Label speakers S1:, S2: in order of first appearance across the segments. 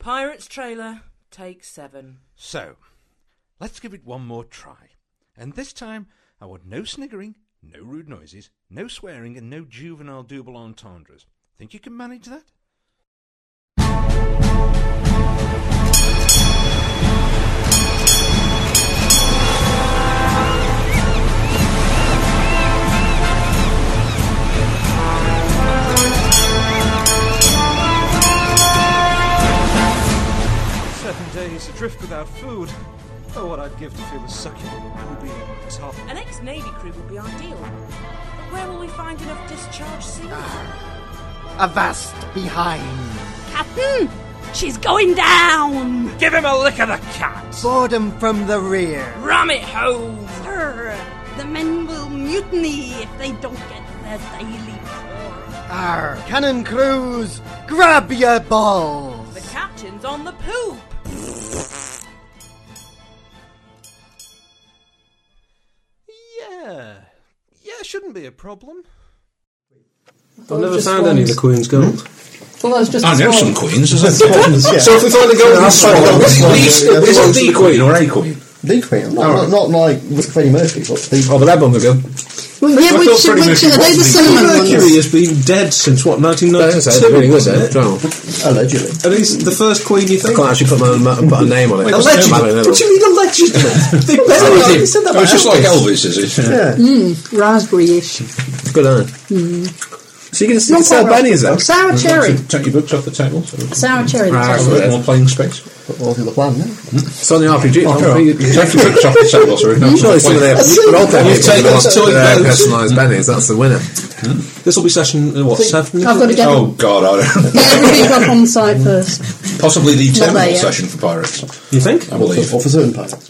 S1: Pirates trailer, take seven.
S2: So, let's give it one more try. And this time, I want no sniggering, no rude noises, no swearing, and no juvenile double entendres. Think you can manage that?
S3: Seven days adrift without food. Oh, what I'd give to feel a succulent booby on my top.
S1: An ex Navy crew would be ideal. But where will we find enough discharge seals?
S4: Avast behind.
S5: Captain! Hmm, She's going down!
S2: Give him a lick of the cat!
S4: Boredom from the rear.
S1: Ram it home!
S5: Sir, the men will mutiny if they don't get their daily pour.
S4: Our cannon crews, grab your
S1: The
S4: balls.
S1: captain's on the poop!
S3: Yeah. Yeah, shouldn't be a problem.
S6: I've never found any of the Queen's gold.
S7: Hmm? Well, that's just
S8: I
S7: a
S8: know
S7: small-
S8: some queens. So if we find a golden swan,
S9: that's fine,
S8: is
S9: yeah, that's
S8: it
S9: fine.
S8: the queen or a queen?
S9: The Queen. Not, not, not like with Freddie Mercury, but the.
S8: Oh, but that long ago.
S7: yeah,
S8: I
S7: which,
S8: thought Freddie
S7: which,
S8: Mercury
S7: are they the
S8: was
S7: same
S6: Mercury
S7: ones?
S6: has been dead since what, 1992?
S8: Really was it?
S6: Well,
S9: Allegedly.
S6: At least the first Queen you
S8: I
S6: think.
S8: can't actually put, my own, ma- put a name on it.
S6: Allegedly. What do you mean allegedly? they better not. They said that
S8: It was
S6: about
S8: just like
S6: Elvis.
S8: Elvis, is it?
S9: Yeah.
S7: Raspberry-ish.
S8: Good eye. So you can
S7: Not
S8: still sell
S7: quite right.
S8: bunnies then?
S7: Sour cherry.
S8: Take your books off the table. So it's
S7: Sour cherry.
S8: a
S7: That's
S8: little
S7: right.
S8: bit more playing space. Mm-hmm.
S9: But wasn't the plan, no?
S8: It's on the RPG.
S9: Oh, sure.
S8: You Take your books off the table. So it's Surely some of their role playing
S6: We'll take those toy boats.
S8: personalised bunnies. That's the winner.
S6: This will be session, uh, what, seven?
S7: I've got to get
S8: Oh God, I don't.
S7: yeah, everybody's up on site first.
S8: Possibly the
S7: Not there
S8: terminal
S7: yet.
S8: session for pirates.
S6: You think?
S8: I believe.
S9: Or for certain pirates.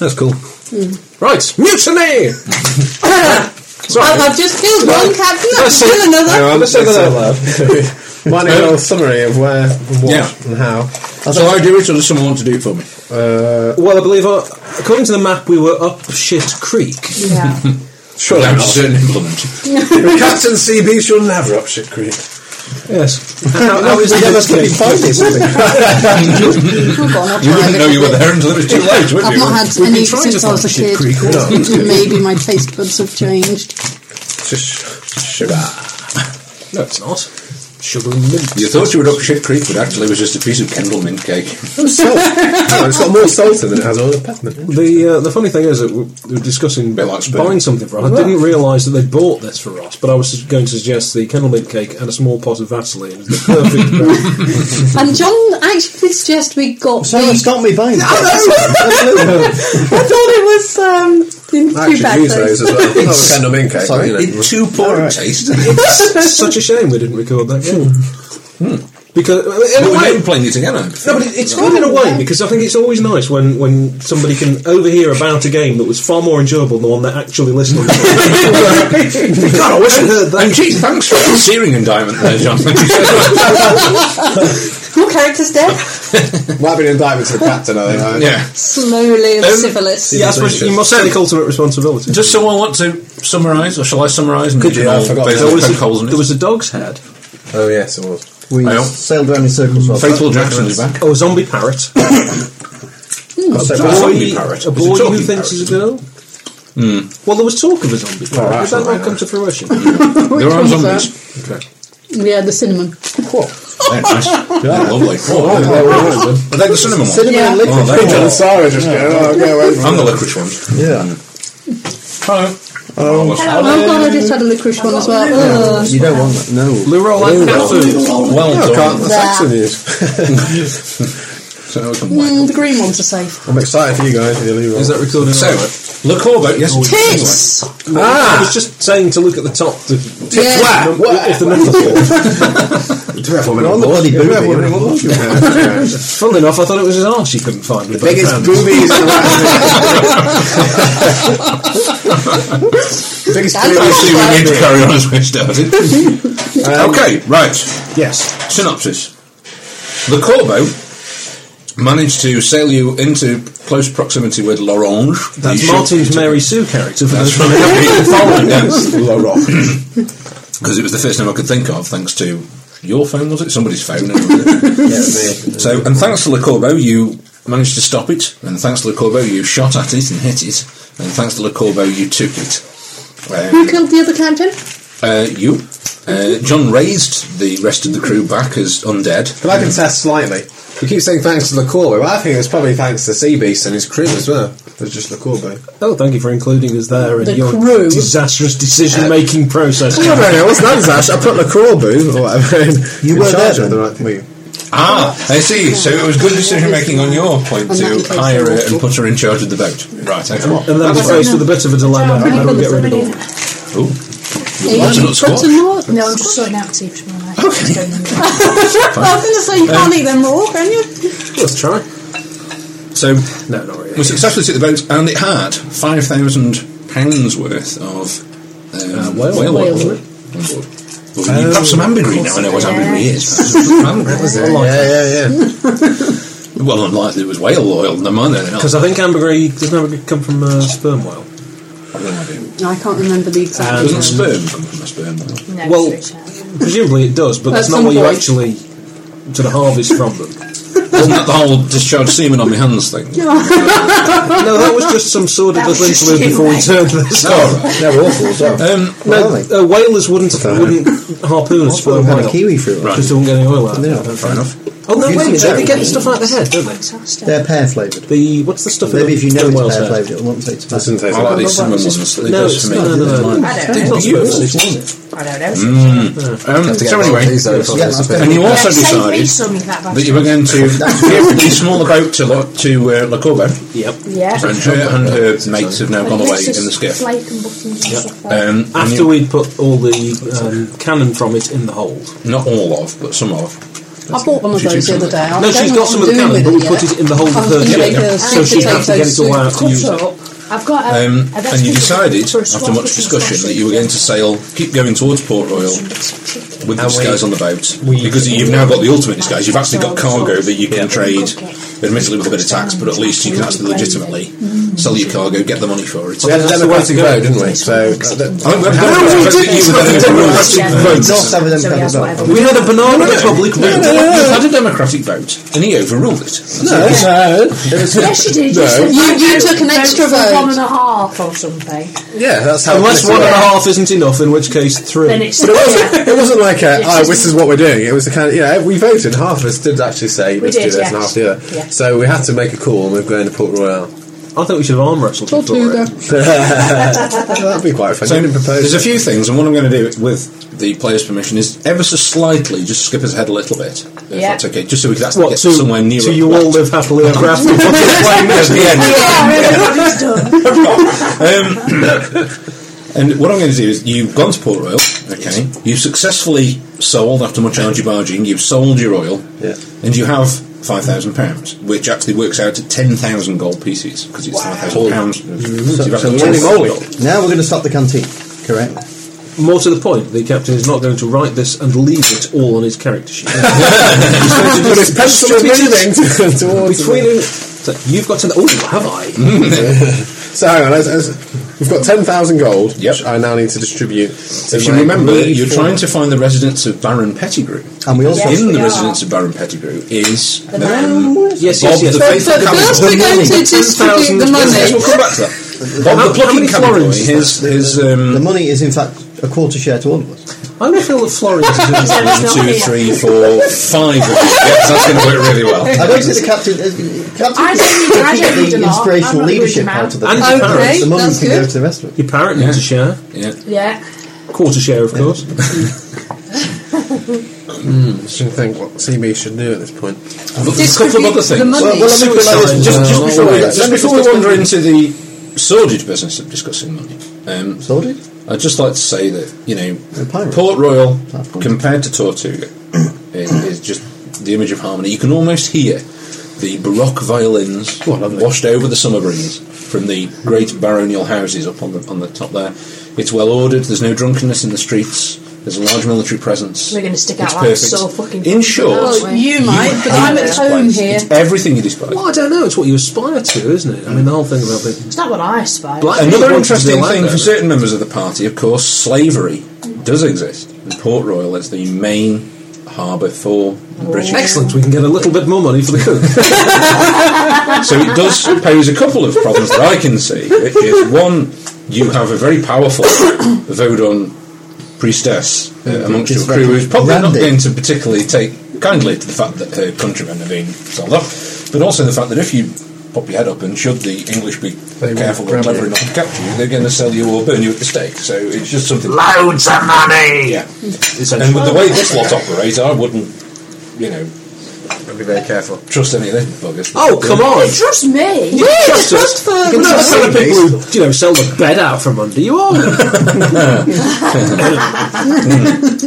S6: That's cool. Right, mutiny!
S7: I've, I've just killed one captain, I've just killed another.
S8: I'm
S6: Say that out
S8: Might need a little
S6: summary of where, what, and how.
S8: So I do it, or does someone want to do it for me?
S6: Well, I believe, uh, according to the map, we were up Shit Creek.
S7: Yeah.
S8: Sure, I'm certain implement.
S6: Captain CB shall never up Shit Creek. Yes. how, how is the
S7: Hold on, I'll
S8: You
S7: try
S8: wouldn't
S7: it.
S8: know you were there until it was too late, would
S7: I've
S8: you?
S7: not had any
S6: tried
S7: since
S6: to
S7: I was a
S6: find Shit
S7: kid.
S6: Creek, no.
S7: Maybe my taste buds have changed.
S8: Just sugar.
S6: No, it's not. Sugar and mint.
S8: You thought you were up Shit Creek, but actually it was just a piece of Kendall mint cake.
S6: it's got more salt in it. has all the The, funny thing is that we we were discussing
S8: Bit like spoon.
S6: buying something for us. I didn't realise that they bought this for us, but I was going to suggest the kennel mint cake and a small pot of Vaseline. as the perfect brew.
S7: And John actually suggested we got
S9: Someone
S7: the...
S9: stop me buying
S7: I thought it was um, in two bags.
S8: as well.
S9: Not a Kendall
S8: mint cake,
S9: Sorry. but, you know.
S8: It's too poor a
S9: Alright.
S8: taste.
S6: It's Such a shame we didn't record that game.
S8: Hmm.
S6: Because, uh, in
S8: But
S6: a
S8: we're
S6: way,
S8: never playing it again, aren't we?
S6: No, but it, it's good in a way because I think it's always nice when, when somebody can overhear about a game that was far more enjoyable than the one they're actually listening to. God, I wish I heard
S8: And
S6: that.
S8: gee, thanks for the searing indictment there, John.
S7: Your character's dead.
S8: Might have been indictment to the captain, I think. Yeah.
S7: Slowly of
S8: Um,
S7: syphilis.
S6: Yeah, I suppose you must take ultimate responsibility.
S8: Does someone want to summarise, or shall I summarise? and
S6: Could
S8: we
S6: you? I
S8: can all
S6: forgot.
S8: face
S9: Oh,
S6: There
S8: up
S6: was,
S8: poke holes
S6: a,
S8: in it?
S6: there was a dog's head.
S8: Oh yes, it was.
S9: We
S8: Aye, oh.
S9: sailed around in circles. while-
S8: Fatal Jackson is back.
S6: Oh, a zombie parrot.
S9: I said,
S8: A
S9: "Oh,
S8: zombie parrot.
S6: A
S8: It's a
S6: boy who
S8: talking
S6: thinks he's a girl. Well, there was talk of a zombie parrot. Did that not come to fruition?
S8: There are
S7: one was
S8: zombies.
S7: Yeah, the cinnamon.
S8: They're nice. They're lovely.
S9: Oh,
S8: Are they the cinnamon ones?
S9: Cinnamon
S7: Yeah.
S9: and licorice.
S8: Oh, there you
S9: Sarah just Oh,
S8: go. I'm the licorice ones.
S9: Yeah.
S8: Hello. Hello.
S7: Oh, God, I just had a licorice one as well. Ugh.
S9: You don't want that. No.
S6: Luro like cat food.
S8: Well
S7: Nah.
S8: done. So,
S7: Mm, the green ones are safe.
S9: I'm excited for you guys. Really.
S6: Is that recording?
S8: so Le Corbeau, yes.
S7: Tits!
S6: Ah. I was just saying to look at the top. The,
S7: Yeah.
S6: Where? If the numbers fall.
S9: on the bloody booby.
S6: Funnily enough, I thought it was his arse you couldn't find. The
S9: boobies.
S8: Biggest
S7: That's boobies.
S8: See, we need to carry on as we started. Um, okay, right.
S6: Yes.
S8: Synopsis. The Corbo managed to sail you into close proximity with L'Orange.
S6: That's
S8: You should-
S6: Martin's Mary Sue character. For
S8: That's
S6: those
S8: right.
S6: who haven't been following.
S8: yes, L'Orange. Because it was the first name I could think of, thanks to your phone, was it? Somebody's phone. so, and thanks to Corbo, you managed to stop it, and thanks to Corbo, you shot at it and hit it, and thanks to Corbo, you took it.
S10: Who
S8: Um,
S10: killed the other captain?
S8: uh, you, uh, John raised the rest of the crew back as undead.
S9: Can I contest slightly? We keep saying thanks to Lacorbo, but I think it's probably thanks to Sea Beast and his crew as well. There's just Lacorbo.
S6: Oh, thank you for including us there in
S10: The
S6: your
S10: crew.
S6: disastrous decision
S7: Uh,
S6: making process.
S9: I don't know, what's that, Zash? I put Lacorbo or whatever in,
S11: You
S9: in
S11: were
S9: charge
S11: there
S9: of the right thing.
S8: Ah, I see. So it was good decision making on your point to hire her and put her in charge of the boat. Right, okay.
S6: And then Oh, was faced with a bit of a dilemma.
S7: Pretty
S6: How do
S7: good
S6: we
S7: that
S6: get rid of them?
S7: somebody-
S8: Ooh.
S10: Are you
S8: Lots of
S10: gonna
S8: nuts
S10: cut
S8: squash.
S10: them up?
S7: No, I'm just sorting out to see if tomorrow night.
S10: I was going to say you can't eat them raw, can you?
S9: Let's try.
S8: So
S6: No, not really.
S8: we successfully took the boat, and it had five thousand pounds worth of um,
S6: whale-
S8: whale oil on board. Well, you've got some ambergris now. I know what ambergris is. Ambergris.
S9: Yeah, yeah, yeah.
S8: Well, unlikely it was whale oil. No mind anything else.
S6: Because I think ambergris doesn't ambergris come from uh, sperm whale.
S10: No, I can't remember the exact.
S8: Doesn't sperm come from a sperm whale?
S7: No,
S6: Um, Well-
S7: switch out.
S6: Presumably it does, but that's
S10: At
S6: not
S10: some
S6: what you
S10: point.
S6: actually sort of harvest from them.
S8: Isn't that the whole discharge semen on my hands thing?
S6: no, that was just some sort of
S7: That was
S6: little
S7: just
S6: interlude
S7: you,
S6: before we
S7: mate.
S6: turned this off.
S9: They're awful as well.
S8: Um,
S6: No,
S9: Really?
S6: uh, whalers wouldn't
S9: know.
S6: wouldn't harpoon a
S9: Well,
S6: sperm
S9: we've had a
S6: whale.
S9: kiwi fruit one.
S8: Right.
S6: Just they wouldn't get any oil out. of it,
S9: Yeah,
S6: I don't
S8: fair
S6: think.
S8: enough.
S6: Oh no,
S9: You
S6: wait a
S9: can
S6: minute! They
S9: tell.
S6: get the stuff out of their head, don't they?
S7: Faster.
S11: They're pear flavoured.
S6: The what's the stuff?
S11: Maybe if you know
S6: in
S11: it's
S6: whales'
S11: pear
S6: head?
S11: flavoured, it won't taste bad.
S9: Doesn't taste
S8: I like
S9: like
S8: these cinnamon ones. It
S6: No,
S8: does
S6: it's
S8: for me.
S6: not.
S8: Um,
S6: No, no, no.
S7: I don't
S8: It's
S7: know.
S8: beautiful.
S7: I don't know.
S6: Mm.
S8: Um, so anyway,
S9: Yeah, that's
S8: and you
S9: good.
S8: also
S7: Save me
S8: decided
S7: some of that
S8: that
S7: bastard.
S8: you were going to give the smaller boat to Lo- to uh, La Corba,
S6: Yep.
S7: Yeah.
S8: and her and her mates have now gone away in the skiff.
S7: Flake and buttons and stuff like that.
S8: Um, and
S6: After
S8: you-
S6: we'd put all the um, cannon from it in the hold.
S8: not all of, but some of.
S10: I bought one of
S8: She-
S10: those
S8: she-
S10: the other day. I don't
S6: No, she's
S10: know
S6: got
S10: what
S6: some
S10: I'm
S6: of the
S10: doing
S6: cannon,
S10: with
S6: but we
S10: yet.
S6: put it in the hold
S10: I
S6: of
S10: was
S6: her
S10: gonna
S6: kit,
S10: make a
S6: so
S10: sweet
S6: she'd
S10: potato
S6: have to get it all
S10: soup
S6: out to
S10: cut
S6: use it.
S10: up.
S7: I've got. A,
S8: Um,
S7: I've got
S8: and you
S7: to-
S8: decided,
S7: for a
S8: after
S7: swap
S8: much
S7: with some
S8: discussion, that you were going to sail, keep going towards Port Royal with the disguise on the boat. because you've now got the ultimate disguise. You've actually got cargo that you can trade, admittedly with a bit of tax, but at least you can
S7: Mm-hmm.
S8: actually legitimately sell your cargo, get the money for it.
S9: We had a
S6: That's the way to
S9: democratic
S6: go.
S9: vote, didn't we? So, that- Oh,
S8: I think we had a
S9: we
S8: democratic vote.
S9: didn't.
S8: You were then
S9: It's not a democratic
S8: overruled. Yeah.
S9: vote. Not seven and
S7: So we
S9: ten
S7: have
S9: as well.
S7: whatever.
S6: We had a banana republic.
S8: No,
S6: vote.
S8: no, no, no. You had a democratic vote, and he overruled it.
S9: No, no. It was-
S7: Yes, you did.
S9: No.
S7: said
S10: You- you
S7: vote
S10: took an
S7: for
S10: extra
S7: One
S10: vote.
S7: and a half or something.
S9: Yeah, that's how.
S6: Unless
S9: this
S6: one and a
S9: worked.
S6: half isn't enough, in which case three.
S7: Then it's.
S9: But it wasn't. It wasn't like a,
S7: Yes,
S9: oh,
S7: isn't
S9: this
S7: it?
S9: is what we're doing. It was the kind of yeah. We voted. Half of us did actually say let's
S7: did,
S9: do this,
S7: yes.
S9: and half the other.
S7: Yeah.
S9: So we had to make a call, and we're going to Port Royal.
S6: I think we should have arm wrestled
S10: I'll do
S6: before it.
S10: that.
S9: That'd be quite fun.
S8: So
S9: You didn't propose.
S8: there's a few things, and what I'm going to do with the player's permission is ever so slightly just skip us ahead a little bit, if
S7: Yeah.
S8: that's okay, just so we can actually
S6: What
S8: get
S6: to,
S8: somewhere nearer.
S6: to you all live happily ever after? What is playing
S8: At
S6: next?
S8: the end.
S7: Everybody's done.
S8: Um, And what I'm going to do is, you've gone to Port Royal, okay? You've successfully sold, after much argy barging, you've sold your oil,
S9: Yeah.
S8: and you have five thousand pounds, which actually works out to ten thousand gold pieces because it's five thousand pounds. So you've actually
S9: So-
S8: got 10,000
S9: so-
S8: gold.
S11: Now we're going to stop the canteen, correct?
S6: More to the point, the captain is not going to write this and leave it all on his character sheet. He's going to
S9: But it's
S6: just
S9: pencil and
S6: distribute it
S9: everything to- towards.
S6: between him. So you've got to know. Oh, have I?
S9: So hang on, let's- let's- we've got ten thousand gold.
S8: Yep.
S9: which I now need to distribute. To
S8: If you
S9: my-
S8: remember,
S9: my-
S8: you're trying to find the residence of Baron Pettigrew.
S11: And we also- Yes,
S8: in the
S7: we are.
S8: residence of Baron Pettigrew is the
S6: Yes,
S8: Bob
S6: yes, yes.
S8: the
S10: So
S8: faithful cabin
S10: first
S8: boy.
S10: we're going to
S6: 10,000
S10: distribute the
S8: Yes,
S10: money.
S8: we'll come back to that. Bob
S6: How-
S8: the
S6: how
S8: plucking
S6: many
S8: cabin boy.
S6: florins?
S8: His his
S11: The
S8: um,
S11: money is in fact a quarter share to all of us.
S6: I don't feel that Florian's is doing
S7: Yeah,
S6: that.
S7: it's not
S8: two,
S7: here.
S8: three, four, five. of these. Yes, that's going to work really
S11: I
S8: well.
S11: don't think the captain. uh, Captain
S7: I don't need- I
S11: can
S7: don't
S11: get
S7: need a
S11: the
S7: lot. I'm
S11: inspirational
S7: not losing
S11: leadership
S7: mine.
S11: part of the
S6: And
S11: thing.
S6: Okay,
S11: the money
S10: that's
S11: can go to
S10: good.
S11: the rest of it.
S6: Your parrot needs a share.
S8: Yeah.
S7: Yeah.
S6: Quarter share, of course.
S9: I should think what CB should do at this point.
S8: There's a couple of
S10: Distribute
S8: other
S10: the
S8: things.
S10: money.
S11: well, let me put it like this.
S6: Suicide.
S8: Just, just
S9: Uh,
S8: before, we,
S9: well,
S8: just
S9: let me
S8: before we
S9: just-
S8: wander into the sordid business of discussing money, um,
S11: Sorted.
S8: I'd just like to say that you know
S11: pirate.
S8: Port Royal
S11: Of course.
S8: compared to Tortuga is, is just the image of harmony. You can almost hear the baroque violins washed over the summer breeze from the great baronial houses up on the on the top there. It's well ordered. There's no drunkenness in the streets. There's a large military presence.
S7: We're gonna stick
S8: It's
S7: out like
S8: perfect.
S7: sore fucking Oh,
S8: In short,
S7: dogs, aren't we?
S10: You might, but I'm at
S8: hate
S10: home
S8: this place.
S10: here.
S8: It's everything you despise.
S6: Well, I don't know. It's what you aspire to, isn't it? I mean, the whole thing about the
S7: It's not what I aspire.
S6: Black-
S8: Another
S6: People wanted to be
S8: interesting
S6: allowed
S8: thing
S6: there.
S8: for certain members of the party, of course, slavery does exist. And Port Royal is the main harbour for British.
S6: Oh. Excellent, we can get a little bit more money for the cook.
S8: So it does pose a couple of problems that I can see. It is one, you have a very powerful Vodun priestess uh, amongst
S4: It's
S8: your crew who's probably not
S4: Randy.
S8: going to particularly take kindly to the fact that her countrymen are being sold off, but also the fact that if you pop your head up and should the English be
S9: will
S8: careful
S9: grab
S8: and clever
S9: you.
S8: enough to capture you, they're going to sell you or burn you at the stake. So it's just something.
S9: Loads of money!
S8: Yeah. And with the way this lot operates, I wouldn't, you know,
S9: Be very careful.
S8: trust any of this buggers.
S6: oh, come on!
S12: You trust me?
S6: Yeah, trust us. You're not the
S9: trust
S6: sort of
S9: us.
S6: people who, you know, sell the bed out from under you, are you?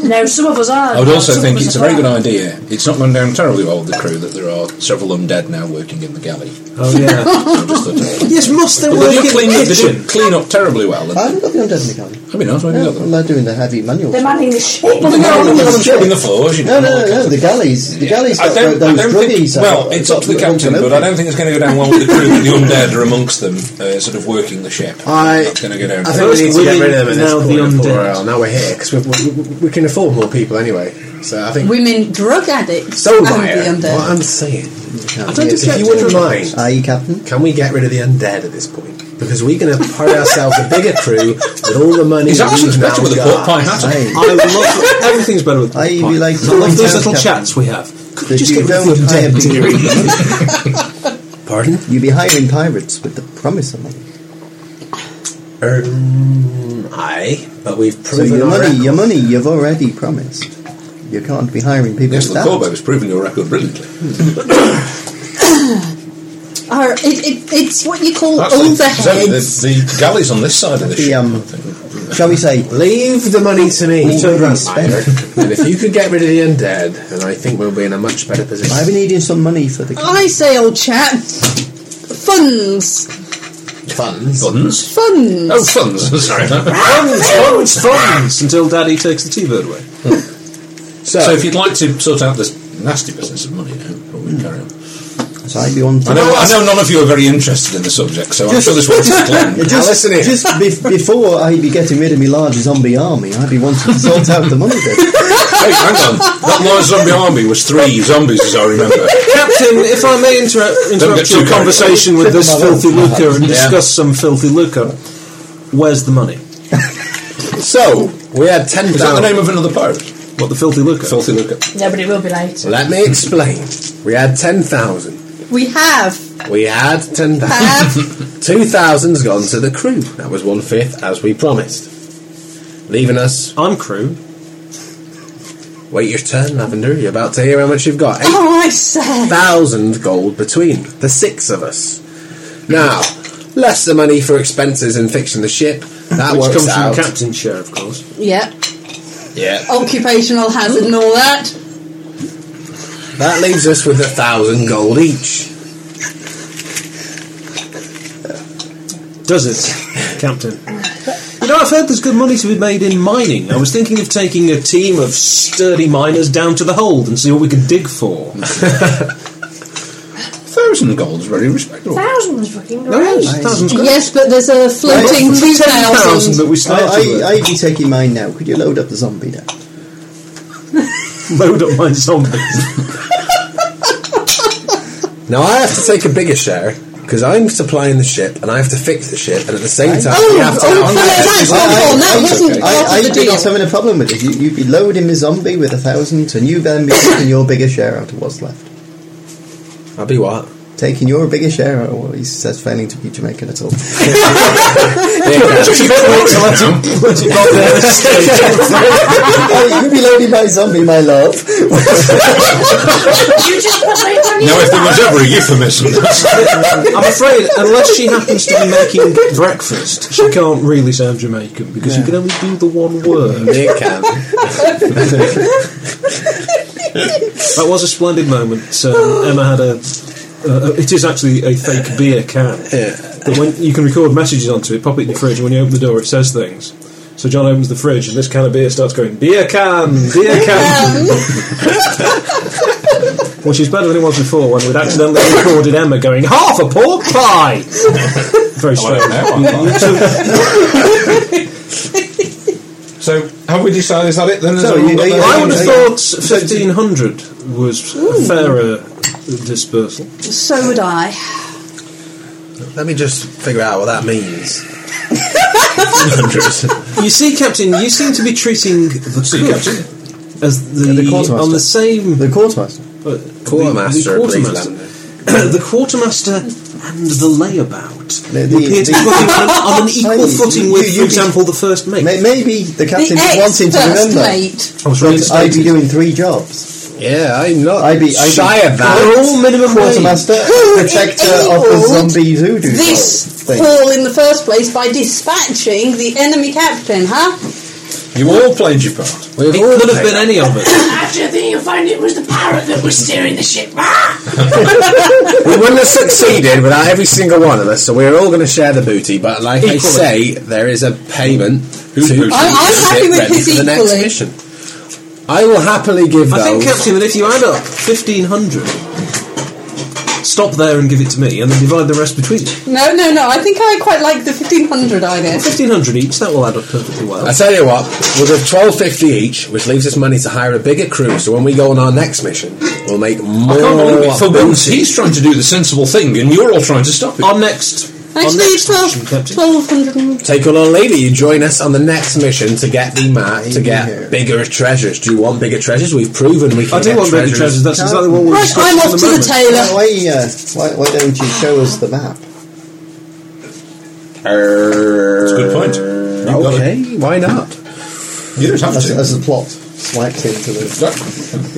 S12: No, some of us are.
S8: I would also
S12: some
S8: think
S12: of us
S8: it's a
S12: are
S8: very good
S12: not.
S8: idea. It's not gone down terribly well with the crew that there are several undead now working in the galley.
S6: Oh, yeah.
S8: I just thought, uh,
S6: yes, must they
S8: they
S6: work in
S8: do clean, up, they
S6: the
S8: do
S6: kitchen?
S8: clean up terribly well.
S4: I
S8: And,
S4: don't know if I'm dead in the galley.
S8: I mean, that's why
S4: No,
S8: the other.
S4: they're doing the heavy manual.
S12: They're
S4: stuff.
S12: manning the ship.
S8: Well, they're
S4: No,
S8: going
S4: no,
S8: on
S4: no,
S8: and scrubbing the floors. You know,
S4: No, no, no, no,
S8: all kinds of-
S4: the galleys. The galleys
S8: I
S4: got
S8: don't,
S4: those
S8: I don't think,
S4: druggies out.
S8: well, it's up to the
S4: They've got
S8: captain,
S4: them
S8: but I
S4: open.
S8: don't think it's going to go down well with the crew and the undead are amongst them, uh, sort of working the ship.
S9: I-
S8: That's going to go down.
S9: I think
S6: Those
S9: we need to get rid
S6: women
S9: of them at this
S6: now
S9: point.
S6: the
S9: in Port
S6: undead.
S9: Royal. Now we're here because we, we, we can afford more people anyway. So I think.
S7: Women drug addicts
S9: so
S7: and the
S9: Maya, what
S7: undead.
S9: I'm saying,
S6: I don't
S9: is if
S6: expect it
S9: you wouldn't
S6: to-
S9: mind,
S4: Aye, captain.
S9: can we get rid of the undead at this point? Because we're going to pour ourselves a bigger crew with all the money.
S8: His
S9: we've
S8: accent's
S9: now
S8: better with a
S9: got.
S8: pork pie hat.
S4: Aye.
S6: I love everything's better with. pie.
S4: I really like
S6: I love those
S4: Valentine's
S6: little
S4: Captain.
S6: chats we have. Could we
S4: That
S6: just
S4: you
S6: get rid of the
S4: don't hire
S6: undead?
S4: pirates.
S9: Pardon?
S4: You'd be hiring pirates with the promise of money.
S9: Um, aye, but we've
S4: So
S9: proven
S4: your
S9: our
S4: money,
S9: record.
S4: your money, you've already promised. You can't be hiring people
S8: Yes,
S4: with
S8: the
S4: that.
S8: Corbo has proven your record brilliantly.
S7: Are, it, it, it's what you call
S8: Actually, so the,
S7: overheads.
S8: the galley's on this side of the
S4: The,
S8: ship.
S4: um,
S8: I think.
S4: Shall we say?
S9: Leave the money to me.
S4: He turned around.
S9: and if you could get rid of the undead, then I think we'll be in a much better position.
S4: I've been needing some money for the.
S7: I say, old chap, funds,
S9: funds.
S8: Buns?
S7: funds.
S8: Oh, funds. Sorry.
S6: Phones, phones, phones, until Daddy takes the T-bird away.
S4: Hmm.
S9: So,
S8: So if you'd like to sort out this nasty business of money now, before we carry on.
S4: So I'd be on.
S8: I know, I know none of you are very interested in the subject, so I'm sure this one's
S4: Yeah,
S8: planned.
S9: Now listen here.
S4: just be- before I'd be getting rid of my large zombie army, I'd be wanting to sort out the money bit.
S8: Hey, hang on. That large zombie army was three zombies, as I remember.
S6: Captain, if I may inter- interrupt
S8: get
S6: your
S8: too
S6: conversation with this
S4: Triple
S6: filthy
S4: my lungs.
S6: lucre and
S8: Yeah.
S6: discuss some filthy lucre, where's the money?
S9: so we had ten
S8: Is that
S9: thousand.
S8: the name of another pirate?
S6: What, the filthy lucre?
S8: Filthy looker.
S12: Yeah, but it will be later.
S9: Let me explain. We had ten thousand.
S7: We have,
S9: We had ten thousand. Two thousand's gone to the crew. That was one fifth, as we promised. Leaving us.
S6: I'm crew.
S9: Wait your turn, Lavender. You're about to hear how much you've got. Eight
S7: oh, I say,
S9: thousand gold between the six of us. Now, less the money for expenses in fixing the ship. That
S6: Which
S9: works
S6: comes
S9: out.
S6: from Captain's share, of course.
S7: yeah,
S9: yeah,
S7: occupational hazard and all that.
S9: that leaves us with a thousand gold each.
S6: Does it, Captain? You know, I've heard there's good money to be made in mining. I was thinking of taking a team of sturdy miners down to the hold and see what we can dig for.
S8: Thousand gold's very respectable.
S12: Thousand was fucking
S6: No,
S12: great.
S6: yes, thousands.
S7: Yes, but there's a floating two
S6: thousand
S7: thousand.
S6: that we
S4: I,
S6: started
S4: I, I'd be taking mine now. Could you load up the zombie now?
S6: with. Load up my zombies.
S9: Now I have to take a bigger share because I'm supplying the ship and I have to fix the ship, and at the same time
S7: Oh,
S9: we have to.
S7: oh, no, that's not all. That wasn't
S4: I,
S7: part
S4: I
S7: of the
S4: think it's
S7: deal.
S4: having a problem with it. You, you'd be loading the zombie with a thousand, and you then be taking your bigger share out of what's left.
S9: I'll be what?
S4: Taking your bigger share out of what he says failing to be Jamaican at all. Hey, you'd be loading my zombie, my love.
S12: You just put it on
S8: Now,
S12: your
S8: if there was ever a euphemism, that's
S6: I'm afraid, unless she happens to be making breakfast, she can't really sound Jamaican because you can only do the one word.
S9: Nick can.
S6: That was a splendid moment. Um, Emma had a. Uh, it is actually a fake beer can.
S9: Yeah.
S6: That when you can record messages onto it, pop it in your fridge, and when you open the door, it says things. So John opens the fridge, and this can of beer starts going beer can, beer can, which is better than it was before when we'd accidentally recorded Emma going half a pork pie. Very strange.
S8: now. So have we decided is that it then? Is
S6: So,
S8: that all
S6: you-
S8: that there
S6: I would
S8: is?
S6: have thought 1500 was a fairer dispersal.
S13: So would I.
S9: Let me just figure out what that means.
S6: you see, Captain, you seem to be treating the
S9: See,
S6: cook
S9: Captain.
S6: as the,
S9: the quartermaster.
S6: on the same
S4: The quartermaster.
S6: uh,
S9: Quartermaster,
S6: The, the
S9: please,
S6: quartermaster. the quartermaster and the layabout
S4: The- the-
S6: appear to be
S4: the-
S6: putting on, on an equal
S4: Hey,
S6: footing
S4: you-
S6: with,
S4: you-
S6: for example, the first mate.
S4: May- Maybe the captain
S7: the
S4: just
S7: ex
S4: wanted to
S7: first
S4: remember.
S7: mate.
S6: I was really
S4: that I'd be
S6: stated.
S4: doing three jobs.
S9: Yeah, I'm not
S4: I'd be, I'd be
S9: shy of that.
S6: They're all minimum wage.
S4: Quartermaster,
S7: Who
S4: protector of the
S7: enabled
S4: zombie voodoo doll
S7: This
S4: thing.
S7: fall in the first place by dispatching the enemy captain, huh?
S8: You all played your part.
S9: We've
S6: It
S9: all
S6: could have
S9: paid.
S6: been any of us.
S14: Actually, I think you'll find it was the parrot that was steering the ship.
S9: We wouldn't have succeeded without every single one of us, so we're all going to share the booty. But like I
S6: Equally.
S9: say, there is a payment
S8: Who's
S9: to
S8: booty?
S7: I'm- I'm
S9: get
S7: happy with
S9: ready
S7: his
S9: for the next
S7: equally.
S9: mission. I will happily give
S6: I think,
S9: those.
S6: Captain, that if you add up 1500, stop there and give it to me, and then divide the rest between you.
S7: No, no, no. I think I quite like the 1500 idea.
S6: 1500 each, that will add up perfectly well.
S9: I tell you what, we'll give twelve fifty each, which leaves us money to hire a bigger crew. So when we go on our next mission, we'll make more.
S8: I can't believe it. For once,
S9: booty.
S8: he's trying to do the sensible thing, and you're all trying to stop him.
S6: Our
S9: Um,
S6: next. our
S7: Actually,
S6: next
S7: 12,
S6: mission, Captain.
S7: 1200 and-
S9: Take on our lady. You join us on the next mission to get the mark to
S4: Yeah.
S9: get bigger treasures. Do you want bigger treasures? We've proven we can.
S6: I do
S9: get
S6: want bigger treasures, that's exactly what we're
S7: Right,
S6: discussing
S7: I'm
S6: at
S7: off to
S6: the
S7: the
S6: moment.
S7: tailor.
S4: Why, uh, why, why don't you show us the map?
S9: That's
S8: a good point. You've got
S9: okay, why not?
S8: You don't have
S4: As,
S8: to.
S4: as the plot slaps into the.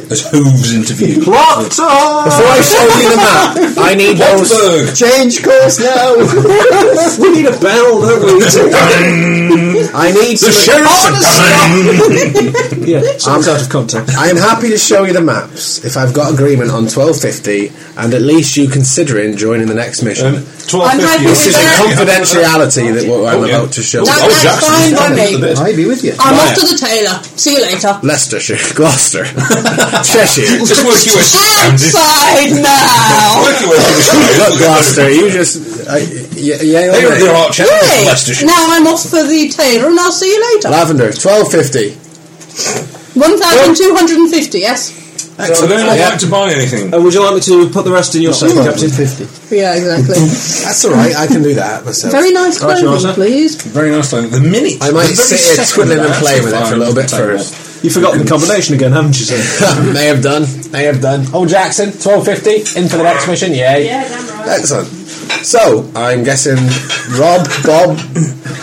S8: There's hooves into view.
S6: Plot time!
S9: Before I show you the map, I need those.
S8: Berg.
S4: Change course now!
S6: we need a bell, don't
S9: I need
S8: The
S9: some.
S8: sheriff's
S6: we? yeah, sounds out of Uh, context.
S9: I am happy to show you the maps if I've got agreement on twelve fifty, and at least you considering joining the next mission.
S8: um, Twelve
S7: I'm happy
S8: fifty.
S9: this is a confidentiality that what I'm
S8: Oh, yeah.
S9: about to show.
S7: That-
S8: Oh,
S7: that's
S8: Jackson,
S7: fine
S8: he's
S7: by
S8: done it.
S7: me.
S8: The bit.
S4: I'd be with you.
S7: I'm
S8: Right.
S7: off to the tailor. See you later.
S9: Leicestershire, Gloucester, Cheshire.
S8: Just work your way Just
S7: Outside now!
S8: Work your way
S9: Look,
S8: through the
S9: Gloucester, you just uh, yeah, yeah.
S8: They were their arch enemies in
S7: Hey,
S8: Leicestershire.
S7: now I'm off for the tailor and I'll see you later.
S9: Lavender, twelve fifty.
S7: 1250, yes?
S8: So they're not
S9: Yeah. Oh.
S8: allowed to buy anything.
S6: Uh, would you like me to put the rest in your safe, Captain?
S4: 50.
S7: Yeah, exactly.
S9: That's all right. I can do that myself.
S7: Very nice
S6: Right, you
S7: clothing,
S6: are, sir.
S7: please.
S8: Very nice. Like, the minute.
S9: I might
S8: the very
S9: sit here
S8: second
S9: twiddling and
S8: that
S9: playing with it
S8: actually
S9: for a little bit
S8: finds the table.
S9: first.
S6: You've forgotten the combination again, haven't you, sir?
S9: they have done. They have done. Oh, Jackson, twelve fifty. In for the next mission. Yay!
S14: Yeah, damn right.
S9: Excellent. So I'm guessing Rob, Bob,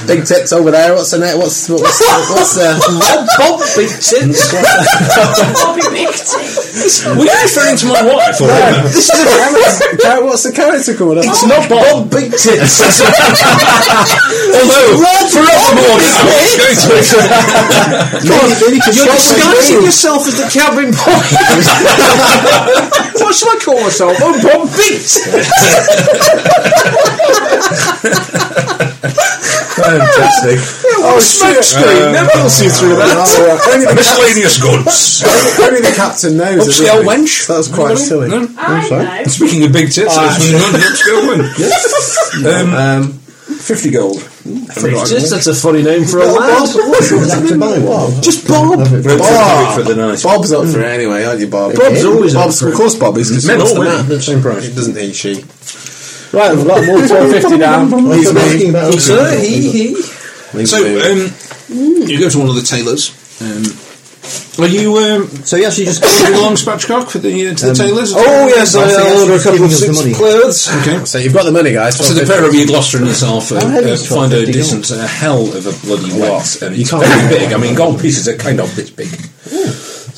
S9: Big Tits over there. What's the net? What's what's what's uh, the?
S6: Bob, Bob, big tits.
S8: Were you referring to my wife? Or
S9: This is a character. What's the character called? It's not Bob, Big Tits.
S8: Although, forevermore now, it's going to be
S6: You're disguising yourself as the cabin boy. what shall I call myself? I'm Bob Beat.
S9: Fantastic.
S6: Oh, smoke
S8: Uh,
S6: screen. Never will see through that.
S9: Only the
S8: miscellaneous goods.
S9: cap- Only the captain knows.
S8: Oops,
S9: isn't
S8: the old
S9: he?
S8: wench.
S9: That was quite silly.
S8: No.
S14: I know.
S8: Speaking of big tits,
S6: Ah,
S8: I was wondering, let's go win. Um,
S9: Um,
S8: 50 gold.
S6: Just, that's a funny name for a lad. Just Bob. Ah.
S8: Bob. for the night.
S9: Bob's up for it anyway, aren't you, Bob?
S6: Bob's always up
S9: Bob's,
S6: for
S9: Of course, Bob is. 'cause he
S8: Men
S9: wants
S8: or
S9: the
S8: women?
S9: man. Doesn't he? She. Right, we've got more twelve fifty now. Leaves me.
S6: Sir, he, he.
S9: Leaves
S8: So,
S9: me.
S8: um, you go to one of the tailors. Um, are you um,
S4: So you actually just.
S8: doing long spatchcock for the, uh, to the tailors?
S6: Oh yes,
S4: I think
S6: I'll order a
S4: he's
S6: couple of
S4: giving us the
S6: suits
S4: money.
S6: of clothes.
S8: Okay.
S9: So you've got the money, guys.
S8: So the pair of you, Gloucester and yourself, uh,
S4: How heavy
S8: uh,
S4: is
S8: find a
S4: 12.50
S8: distance, a hell of a bloody lot. And
S9: You
S8: it's
S9: can't-
S8: very big. I mean, gold pieces are kind of this big.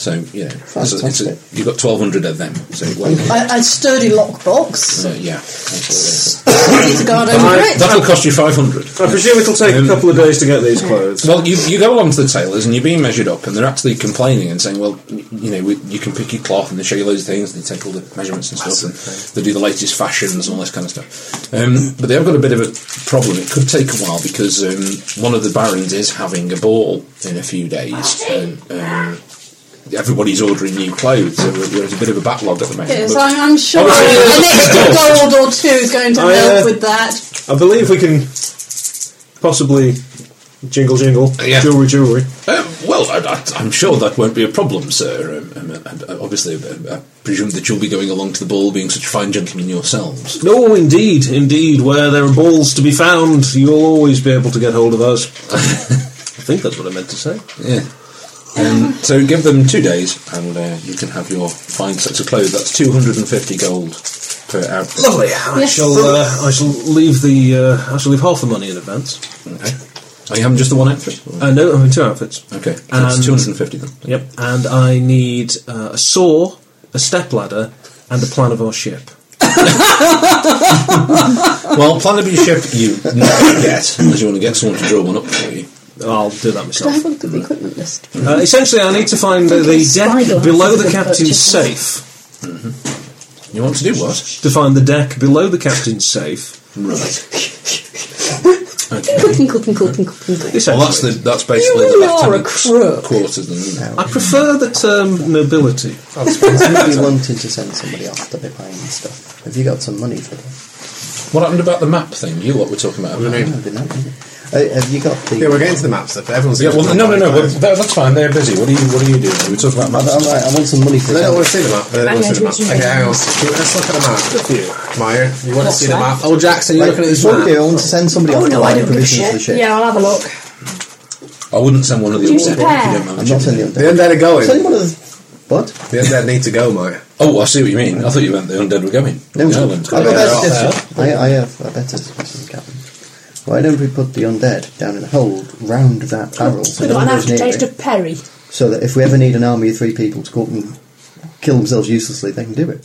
S8: So, you know, it's a, it's a,
S4: Fantastic.
S8: you've got 1,200 of them. So, well,
S7: A, a sturdy lockbox.
S8: so yeah. that's
S7: Need to guard over
S8: all it is.
S7: it.
S8: That'll cost you 500.
S6: I presume it'll take a couple of days to get these clothes.
S8: Well, you, you go along to the tailors and you're being measured up, and they're actually complaining and saying, "Well, y- you know, we, you can pick your cloth, and they show you loads of things, and they take all the measurements and stuff, and they do the latest fashions and all this kind of stuff." Um, but they have got a bit of a problem. It could take a while because um, one of the barons is having a ball in a few days, and um, everybody's ordering new clothes. So there- there's a bit of a backlog at the moment.
S7: Yes,
S8: But-
S7: I'm, I'm sure
S8: Obviously,
S7: an
S8: there's-
S7: extra gold or two is going to
S6: I, uh,
S7: help with that.
S6: I believe we can possibly Jingle, jingle.
S8: Yeah.
S6: Jewelry, jewelry.
S8: Uh, well, I, I, I'm sure that won't be a problem, sir. Um, um, uh, obviously, uh, I presume that you'll be going along to the ball, being such fine gentlemen yourselves.
S6: No, indeed, indeed. Where there are balls to be found, you'll always be able to get hold of us. I think that's what I meant to say.
S8: Yeah. Um, so give them two days, and uh, you can have your fine sets of clothes. That's two hundred and fifty gold per outfit.
S6: Lovely. I shall. Uh, I shall leave the. Uh, I shall leave half the money in advance.
S8: Okay. Are you having just the one outfit?
S6: Uh, no, I'm in two outfits.
S8: Okay, so it's
S6: And-
S8: two hundred and fifty then.
S6: Yep. And I need uh, a saw, a stepladder, and a plan of our ship.
S8: Well, plan of your ship you never get unless you want to get someone to draw one up for you.
S6: I'll do that
S7: Could I
S6: myself.
S7: have a look at the equipment list?
S6: Uh, essentially, I need to find uh, the deck below the captain's safe.
S8: You want to do what?
S6: To find the deck below the captain's safe.
S8: Right.
S7: Tinkle, tinkle, tinkle, tinkle, tinkle.
S6: This
S8: Well, that's the that's basically
S7: You
S8: the
S7: are a
S8: lieutenant's
S7: crook.
S8: quarters. Then.
S6: I prefer the term nobility.
S4: I suppose you wanted to send somebody off to be buying stuff. Have you got some money for that?
S8: What happened about the map thing? You lot were talking about. a map.
S4: That'd be nice. Uh, have you got the?
S9: Yeah, we're getting to the map stuff. Everyone's
S8: Yeah,
S9: getting
S8: well,
S9: to the
S8: no, no,
S9: map.
S8: no. well, that- that's fine. They're busy. What are you? What are you doing? We were talking
S4: I,
S8: about maps.
S4: I, I want some money for
S9: They
S4: that.
S9: don't want to see the map. They don't want to see the map. Okay, hang on. Let's look at the map. you. Maya, you want to see the map? Oh, Jackson, you're
S4: Like,
S9: looking at this
S4: what do you
S9: map.
S4: want to send somebody
S2: Oh
S4: off to
S2: no, I
S4: buy
S2: don't give a
S4: provisions for the
S2: shit.
S4: ship?
S2: Yeah, I'll have a look.
S8: I wouldn't send one of the
S2: You
S8: upset ones if you don't mind.
S4: I'm not sending them.
S9: The undead are going.
S4: Send one of the. What?
S9: The undead need to go, Maya.
S8: Oh, I see what you mean. I thought you meant the undead were going.
S4: No,
S8: The island.
S4: I've got a
S8: Yeah.
S4: better suggestion. I, I have a better suggestion, Captain. Why don't we put the undead down in a hole round that barrel so,
S2: We've
S4: no one
S2: got an
S4: goes near
S2: aftertaste
S4: it,
S2: of Perry.
S4: so that if we ever need an army of three people to go up and kill themselves uselessly, they can do it.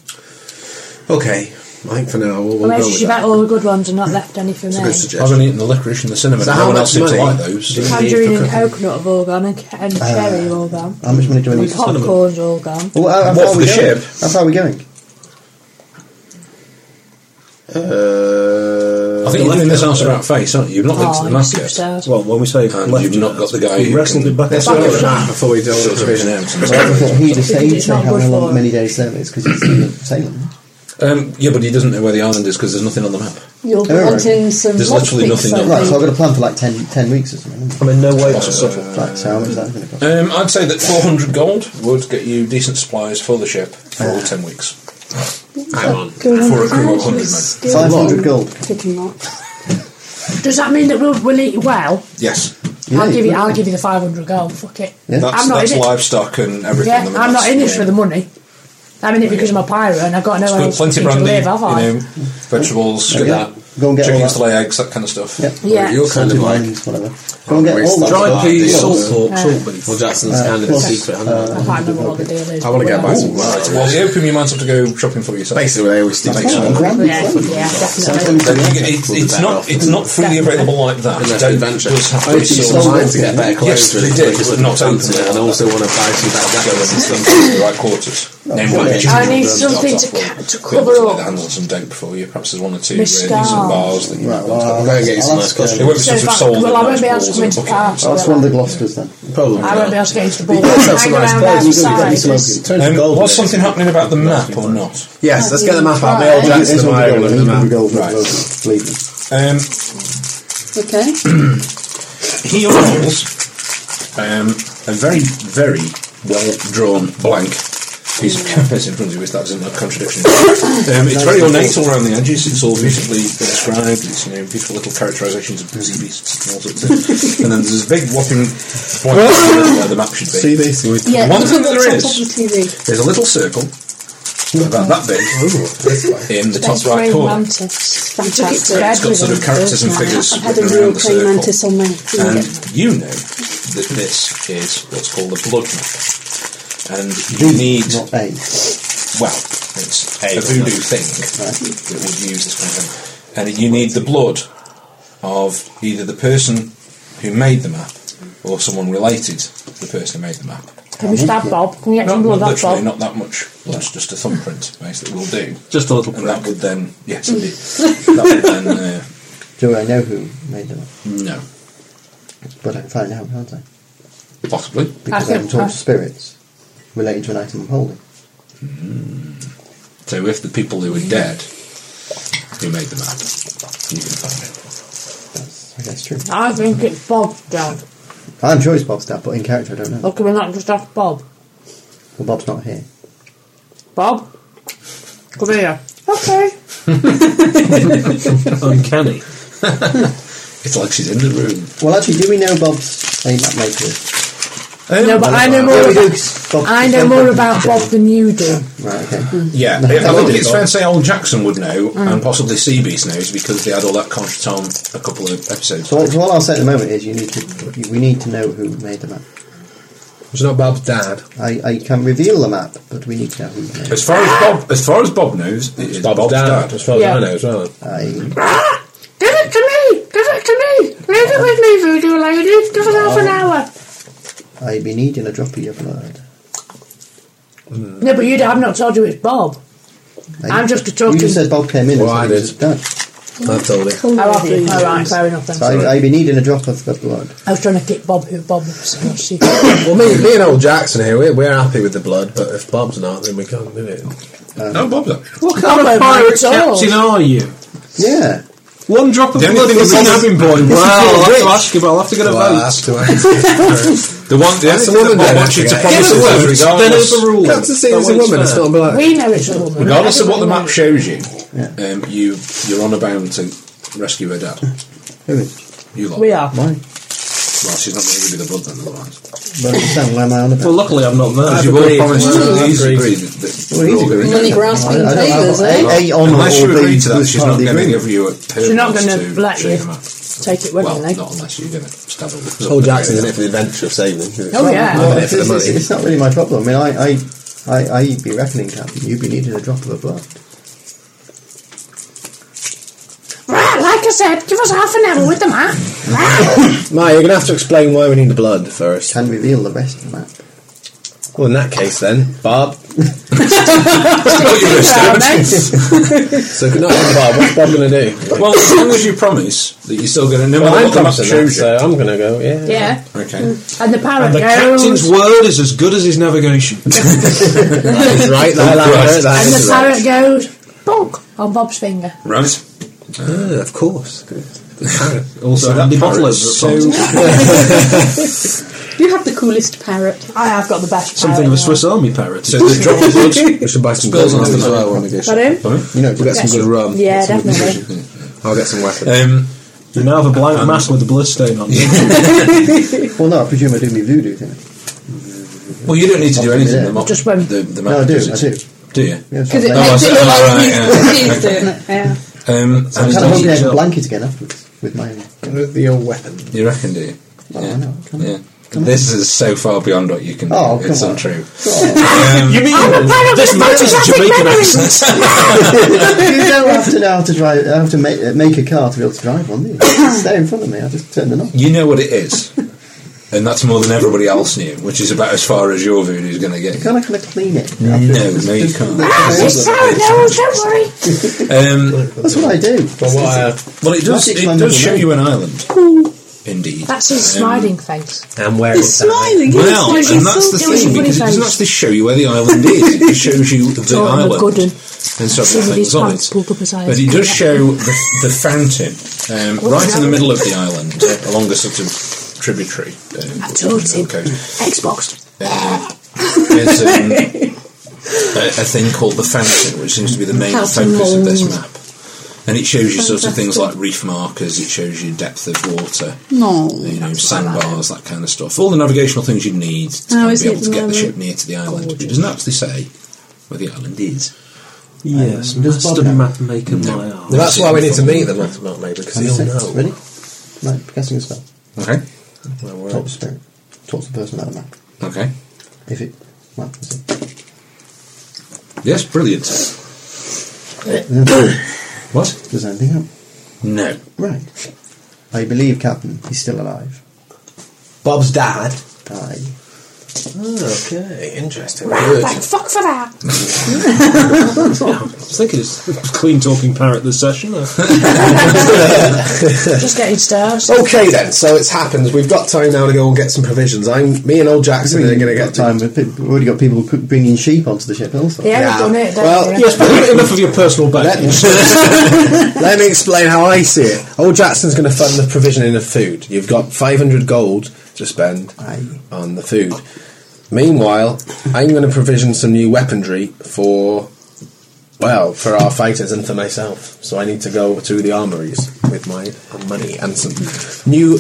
S9: Okay. I think for now,
S2: I
S9: we'll, we'll
S2: made
S9: go with
S2: sure
S9: that.
S2: about all the good ones and not left any for me.
S9: It's a good
S8: I've
S9: suggestion.
S8: only eaten the licorice and the cinnamon.
S9: So
S8: and
S9: how
S8: no one
S9: much
S8: else seems to
S9: money
S8: like those.
S9: do you-
S2: Tangerine and coconut have all gone, and, and cherry all gone.
S4: How much money do we need?
S2: And popcorn's all gone.
S4: Well, how, how far
S8: What, for
S4: are we
S8: the
S4: going?
S8: ship?
S4: How far are we going?
S9: Uh,
S8: I think you're
S6: left
S8: doing this
S6: it.
S8: answer about face, aren't you? You've not looked
S2: Oh,
S8: at the
S2: I'm
S8: map
S2: super
S8: yet.
S2: sad.
S6: Well, when we say
S8: And
S6: left,
S8: you've not got the guy
S6: we
S8: who
S6: wrestled
S8: can-
S6: it back.
S9: let's
S6: up.
S9: look at the map before we do all
S8: Sort of
S9: this.
S8: vision out.
S4: Well, I thought he'd have
S2: Because
S4: said, he'd
S2: it's
S4: say
S2: not
S4: how
S2: good
S4: long,
S2: for
S4: many days there is because he's in Salem.
S8: Um, yeah, but he doesn't know where the island is because there's nothing on the map.
S2: You'll be
S4: Alright.
S2: wanting some
S8: There's
S2: hot
S8: literally
S2: picks,
S8: nothing
S2: I
S4: Oh, Right,
S2: think.
S4: so I've got a plan for like 10, 10 weeks or something. haven't
S6: I'm in no way.
S8: Possible.
S4: I? Right, so how much is that going to cost?
S8: Um, I'd say that 400 gold would get you decent supplies for the ship for all 10 weeks.
S9: Hang on.
S8: For a crew of 100 men.
S4: 500 gold.
S7: Picking up.
S2: Does that mean that we'll, we'll eat well?
S8: Yes.
S2: I'll
S4: Yeah,
S2: give you.
S4: yeah.
S2: I'll give you the five hundred gold. Fuck it.
S4: Yeah.
S8: That's,
S2: I'm not
S8: that's
S2: in it.
S8: livestock and everything.
S2: Yeah,
S8: I mean,
S2: I'm not
S8: that's-
S2: in this
S8: yeah.
S2: for the money. I'm in it because I'm a pirate and I've got
S8: It's
S2: nowhere
S8: got
S2: else
S8: plenty of
S2: to
S8: brandy,
S2: live, have I?
S8: you know, vegetables,
S4: There we go.
S8: good that.
S4: Go and get all
S8: Chickens
S4: that.
S8: to lay eggs, that kind of stuff.
S4: Yep.
S2: yeah.
S9: You're kind
S4: Salted
S9: of like.
S4: wines, whatever. Go and get
S9: waste
S4: all that.
S9: of
S6: Dried
S9: time.
S6: peas,
S9: Yeah.
S6: salt pork, salt beef.
S9: Well, Jackson's
S4: Uh,
S9: kind of a
S4: plus,
S9: secret. hang
S2: I
S9: on.
S2: can't remember what the deal is.
S9: I want to
S2: but
S9: go buy some
S8: Well,
S9: well,
S8: the opium you might have to go shopping for yourself.
S9: Basically, they always do
S8: That
S9: make
S8: makes
S9: sure.
S8: sense.
S4: Grand
S2: Yeah,
S4: Slam.
S2: yeah,
S4: Sounds
S2: definitely.
S4: good.
S8: It's, it's not. It's not freely available like that.
S9: Unless
S8: Don't-
S9: adventure.
S8: does have to
S9: I need
S8: be
S9: to use
S8: sold.
S9: mine to get better clothes.
S8: Yes, they
S9: really
S8: did,
S9: quick,
S8: but
S9: isn't
S8: not
S9: it?
S8: open.
S9: And I also want to buy some
S8: Go
S9: better
S8: and
S9: weapons.
S8: send them to the right quarters. Then
S4: sure.
S8: when the children
S2: need
S8: are
S2: something
S8: adults,
S2: to
S8: we'll
S2: ca- to
S8: be able
S2: cover
S8: like,
S2: up.
S8: handle some dope for you. Perhaps there's one or two
S2: My
S8: really decent
S2: scars.
S8: bars that you
S4: Right, well,
S8: might want to have.
S4: I'll,
S9: Go and
S4: ask-
S9: get your
S4: I'll
S9: nice
S4: ask,
S9: costume.
S8: It won't be
S4: uh,
S8: sort of
S2: that-
S8: sold.
S2: well, I
S8: in
S2: won't be able to
S8: balls
S2: come
S8: and
S2: into
S8: buckets.
S2: parts.
S4: I'll ask one of the Gloucesters then.
S9: Probably.
S2: I won't be able to get into the ball.
S9: yourself some
S2: Hang around
S9: nice clothes, you've got to
S2: outside.
S9: get
S4: Smoking.
S9: some
S8: Um, was something happening about the map or not?
S9: Yes, let's get the map out.
S2: Right.
S9: Me, old
S4: It's
S9: Jackson, and
S4: all
S9: Maya
S4: gold,
S9: will look
S4: it's all
S9: at the map.
S4: gold, not
S8: Right.
S4: gold, believe me.
S7: Okay.
S8: Um, he unrolls um, a very, very well drawn blank piece of canvas in front of you, if that isn't a contradiction. um, it's very ornate all around the edges, it's all beautifully described, it's you know, beautiful little characterisations of busy beasts and all sorts of things. and then there's a big whopping blank where the map should be.
S9: See this? We-
S7: Yeah,
S8: One
S7: look
S8: thing
S7: at
S8: there
S7: the
S8: is-
S7: top of the TV.
S8: There's a little circle, about that big, in the top
S2: That's praying
S8: right corner.
S2: mantis. We took it to
S7: Fantastic.
S2: bed
S8: It's got
S2: with
S8: sort
S2: him
S8: of characters
S2: first
S8: and
S2: night.
S8: figures
S7: I've had a
S8: written
S7: real
S8: around the
S7: praying
S8: circle.
S7: mantis on me.
S8: And you know that this is what's called a blood map. And you need,
S4: Not A.
S8: well, it's a voodoo thing that would use this kind of thing. And you need the blood of either the person who made the map or someone related to the person who made the map.
S2: Can we stab Bob? Can we get
S8: Not,
S2: some blood
S8: not
S2: off
S8: literally,
S2: Bob?
S8: not that much blood, just a thumbprint, basically, will do.
S6: Just a little
S8: And
S6: prick.
S8: that would then, yes, indeed. that would then, uh,
S4: Do I know who made them?
S8: no,
S4: But I can find out, can't I?
S8: possibly.
S4: Because
S2: I
S4: I can
S2: think-
S4: talk
S2: I-
S4: to spirits related to an item I'm holding.
S8: So if the people who are dead who made the map, you can find it.
S4: That's I guess true.
S7: I think it's Bob's dad.
S4: I'm sure it's Bob's dad, but in character I don't know.
S7: How can we not just ask Bob?
S4: Well, Bob's not here.
S7: Bob? Come here. Okay.
S6: Uncanny.
S8: it's like she's in the room.
S4: Well, actually, do we know Bob's name that maker?
S9: Um,
S7: no, but I know more
S4: we do,
S7: about,
S4: 'cause Bob-
S7: I know more about Bob than you do.
S4: Right, okay.
S8: Yeah,
S4: No,
S8: I
S4: that would
S8: think
S4: be
S8: it's
S4: Bob.
S8: fair to say old Jackson would know,
S4: Mm.
S8: and possibly Seabees knows because they had all that contretemps a couple of episodes.
S4: So, what- so what I'll say at the moment is, you need to, you- we need to know who made the map.
S9: It's not Bob's dad.
S4: I, I can reveal the map, but we need to know who made it.
S8: As far as Bob, as far as Bob knows, it's Bob's, dad.
S9: as far as I know as well.
S7: Give it to me! Give it to me! Leave it with me, voodoo lady. Give it half an hour.
S4: I be needing a drop of your blood.
S7: No, but you I've not told you it's Bob. I'm just a
S4: You
S7: talking.
S4: just said Bob came in and said he was done.
S9: I've told it.
S7: Oh, have you? All right, fair enough then.
S4: So I, I be needing a drop of the blood.
S7: I was trying to kick Bob who Bob was. not she-
S9: Well, me, me and old Jackson here, we're, we're happy with the blood, but if Bob's not, then we can't do it.
S8: no, Bob's not.
S6: What
S7: I'm
S6: kind
S7: not
S6: of pirate
S7: at all.
S6: captain are you?
S4: Yeah.
S6: One drop of
S8: The only
S6: blood
S8: thing
S6: in the
S8: that's on-
S6: snapping point.
S8: This is
S6: Well,
S8: all
S6: I'll have to
S8: rich.
S6: ask you, but I'll have to get a
S9: Well,
S6: vote.
S9: that's the way.
S8: The one, the only
S9: That's a
S8: thing that
S9: woman
S8: Bob
S9: then,
S8: wants you to
S9: actually.
S8: promise
S9: Give us a
S8: is that
S9: woman,
S8: regardless,
S9: then overrule. That's the same as a
S8: That one's
S9: woman, it's
S8: fair.
S9: not a bloke.
S7: We know it's a woman.
S8: Regardless of what
S7: Everybody
S8: the map
S7: knows.
S8: shows you, um, you you're on a bound to rescue her dad.
S4: Who is?
S8: You lot.
S7: We are.
S4: Why?
S8: Well, she's not going to give you the blood then, otherwise.
S4: But I understand where am I on about?
S6: Well, luckily I'm not there.
S8: Because you've all promised
S6: Well,
S8: to
S6: I've
S8: he's
S6: agreed.
S8: agreed that- that
S4: Well,
S8: we're
S4: he's
S8: all
S4: agreed.
S8: going
S2: Bloody grasping
S4: I- I- I-
S2: tailors, eh?
S4: I- I- I- on
S8: Unless
S4: all
S8: you
S4: the-
S8: agree to that,
S4: was
S8: she's
S4: part
S8: not
S4: of the
S8: going to
S4: agreement.
S8: give you a
S7: She's not
S8: going
S7: gonna let you
S8: Them up.
S7: Take it
S8: Well,
S7: willingly.
S8: not unless you're going to stab her. with
S9: Old
S8: something.
S9: Jackson's in it for the adventure of saving them.
S7: Oh, yeah.
S4: Well,
S9: I'm in it
S4: it's,
S9: for
S4: it's, it's,
S9: the money.
S4: it's not really my problem. I mean, I, I, I, I be reckoning, Captain. You'd be needing a drop of the blood.
S7: Right, like I said, give us half an hour with the map.
S9: Ma, you're going to have to explain why we need the blood first.
S4: Can reveal the rest of the map.
S9: Well, in that case, then, Bob. So, good night, Bob. What's Bob going to do?
S8: Well, as long as you promise that you're still going to know
S9: Well,
S8: what
S9: I'm
S8: the map
S9: promising that,
S8: shows you.
S9: so I'm going to go, yeah.
S7: Yeah,
S8: Okay.
S7: and the parrot
S6: The captain's
S7: goes.
S6: word is as good as his navigation.
S9: Right, that,
S8: Christ.
S9: that,
S7: And the
S9: that,
S7: parrot goes. Bonk on Bob's finger.
S8: Right.
S6: Ah,
S9: that. Of course.
S6: Also, Andy
S8: parrot's
S6: Bottle
S8: so-
S2: You have the coolest parrot.
S7: I have got the best.
S6: something of
S7: parrot
S6: a
S7: in the
S6: Swiss Army parrot.
S8: So the drop of blood.
S9: We should buy some
S8: Spells
S9: good rum
S8: on
S9: as
S8: the
S9: well when we go
S7: world. Got him?
S9: You know, we'll get
S7: Yes.
S9: some good rum.
S7: Yeah,
S9: Get some good
S7: definitely.
S9: nutrition. I'll get some weapons.
S8: Um,
S6: You now have a blank mass with a blood stain on it.
S4: Well, no, I presume I do me voodoo thing.
S8: well, you don't need to do anything. The map,
S7: Just when-
S8: the, the map
S4: No, I do,
S8: does
S4: I
S8: it.
S4: do.
S8: Do you?
S4: Yes,
S2: Because it
S4: I'm-
S8: Oh,
S2: makes it
S8: I see.
S2: look
S8: Oh,
S2: like
S8: right,
S2: he's,
S8: yeah.
S2: he's doing it. Yeah.
S8: Um,
S4: I'm kind of hoping I
S8: and-
S4: can blanket again afterwards with my own.
S9: The old weapon.
S8: you reckon, do you?
S4: Well, I know. Come on.
S8: Yeah. This is so far beyond what you can do.
S4: Oh, come
S8: it's
S4: on.
S8: untrue.
S6: You mean this match is a Jamaican accent?
S4: you don't have to know how to drive, how to make, uh, make a car to be able to drive one, do you? It's there in front of me. I just turn it on.
S8: You know what it is. And that's more than everybody else knew, which is about as far as your voodoo's going to get.
S4: Can I kind of clean it?
S8: No, no, you can't.
S7: It's parrot goes. Don't worry.
S8: Um,
S4: That's what I do.
S8: uh, well, it does.
S4: Magic
S8: It
S4: man
S8: does
S4: doesn't
S8: show
S4: know.
S8: you an island. Indeed.
S7: That's his
S8: Um,
S7: smiling face.
S9: And where
S2: He's
S9: is that?
S2: smiling.
S8: Well,
S2: he's
S8: and that's the
S2: so
S8: thing
S7: funny
S8: because it doesn't
S7: face.
S8: actually show you where the island is. It shows you the
S7: Oh, I'm a
S8: island
S7: good un.
S8: and several
S7: Some of these
S8: things on
S7: pants
S8: it.
S7: pulled up his eyes.
S8: But it does show the, the fountain um,
S7: What
S8: right
S7: is
S8: in the
S7: that?
S8: middle of the island, uh, along a sort of tributary. Um,
S7: I told him.
S8: Okay.
S7: Xbox.
S8: Uh, there's um, a, a thing called the fountain, which seems to be the main
S2: Fountain
S8: focus of this
S2: mould.
S8: map. And it shows you sort of things like reef markers, it shows you depth of water,
S2: No.
S8: you know, sandbars, that kind of stuff. All the navigational things you'd need to
S2: Oh,
S8: be
S2: is
S8: able
S2: it
S8: to get the
S2: rather
S8: ship near to the island. It doesn't actually say where the island is.
S6: Yes, Master Mapmaker my
S9: Well,
S6: arm.
S9: that's why we need to meet the Master Mark Maker, because
S4: Can I
S9: he'll
S4: say-
S9: know.
S4: Ready? Like, casting a spell.
S8: Okay.
S9: Well, we're
S4: Talk to spirit. Talk to the person about the map.
S8: Okay.
S4: If it. Well, that's it.
S8: Yes, brilliant. What?
S4: Does anything up?
S8: No.
S4: Right. I believe Captain is still alive.
S9: Bob's dad.
S4: I
S6: Ah,
S8: Okay, interesting.
S9: Thank fuck for that.
S6: I was thinking it's clean talking parrot this session.
S8: Just getting started. Okay then, so it's happened. We've got time now to go and get some provisions. I'm, me and old Jackson
S9: Hmm.
S8: are going to get
S4: time. With people, we've already got people cook- bringing sheep onto the ship also.
S9: They haven't done it, they
S8: Well,
S9: haven't done it.
S8: enough of your personal baggage. Let, let me explain how I see it. Old Jackson's going to fund the provisioning of food. You've got 500 gold to spend on the food. Meanwhile, I'm going to provision some new weaponry for, well, for our fighters and for myself. So I need to go to the armories with my money and some new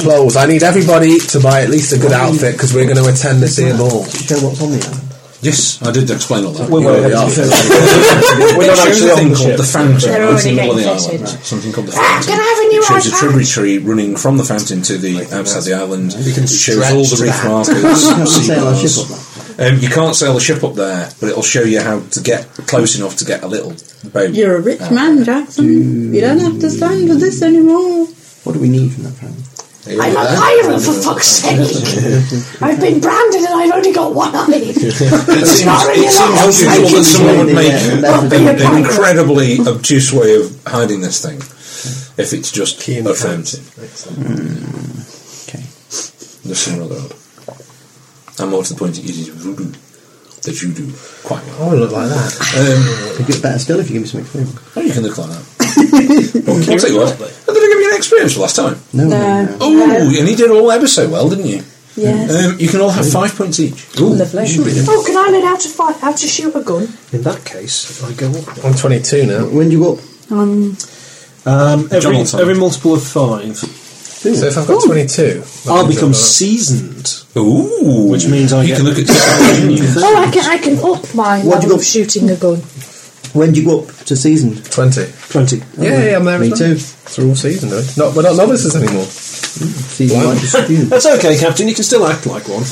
S8: clothes. I need everybody to buy at least a good outfit because we're going to attend this here ball.
S4: Show what's on the arm.
S2: Yes, I did explain all that.
S8: We're
S2: You already
S8: not
S2: asked.
S8: actually-
S2: It
S8: we're not
S2: shows
S8: actually
S2: a
S8: on
S2: thing
S8: the
S2: called
S8: ship.
S2: the fountain.
S9: They're
S2: on the
S9: already
S2: middle of the
S9: getting
S2: island.
S9: fitted.
S2: Something called the fountain.
S9: can I have a new
S2: it shows a
S9: iPad?
S2: tributary running from the fountain to the outside the island. it shows
S8: stretch
S2: all the reef
S8: that.
S4: Can't
S2: markers.
S4: we sail our
S2: seagulls.
S4: ship up
S2: Um, you can't sail the ship up there, but it'll show you how to get close enough to get a little boat.
S7: You're a rich man, Jackson. You don't have to stand for this anymore.
S4: What do we need from that family?
S9: I'm a pirate for fuck's sake! I've been branded and I've only got one eye!
S2: It seems, it seems
S9: I
S2: unusual that
S9: can
S2: someone would
S4: really
S2: make
S4: get
S9: that big
S2: an,
S9: a
S2: an
S9: pirate.
S2: incredibly obtuse way of hiding this thing if it's just a fountain.
S6: Hmm,
S4: Okay.
S2: There's something rather odd. And more to the point, it is voodoo that you do quite well.
S8: I want to look like that.
S2: Um,
S4: It'd get better still if you give me some experience.
S2: oh, you can look like that. I'll tell you what, I didn't give you an experience for last time.
S4: No, no,
S7: No.
S4: no.
S2: Oh, and you did all ever so well, didn't you?
S7: Yes.
S2: Um, you can all have five points each.
S7: Lovely.
S9: Oh, can I learn how to fight, how to shoot a gun?
S6: In that case, I go up.
S8: I'm 22 now.
S4: When do you up?
S7: Um,
S6: Um, every,
S2: Jonathan.
S6: every multiple of five,
S8: So if I've got 22, that
S6: I'll
S8: means
S6: become
S8: I've got-
S6: seasoned.
S2: Ooh,
S6: Which means I
S2: you
S6: get-
S2: can look at stuff.
S9: Oh, I can, I can up
S4: What
S9: my
S4: do you
S9: level
S4: got?
S9: of shooting a gun.
S4: When do you go up to seasoned?
S8: 20.
S6: Twenty.
S8: Yeah, yeah, I'm there.
S4: Me
S8: as well.
S4: too.
S8: So we're all seasoned, though. Not, we're not novices anymore.
S4: Seasoned like just student.
S6: That's okay, Captain. You can still act like one.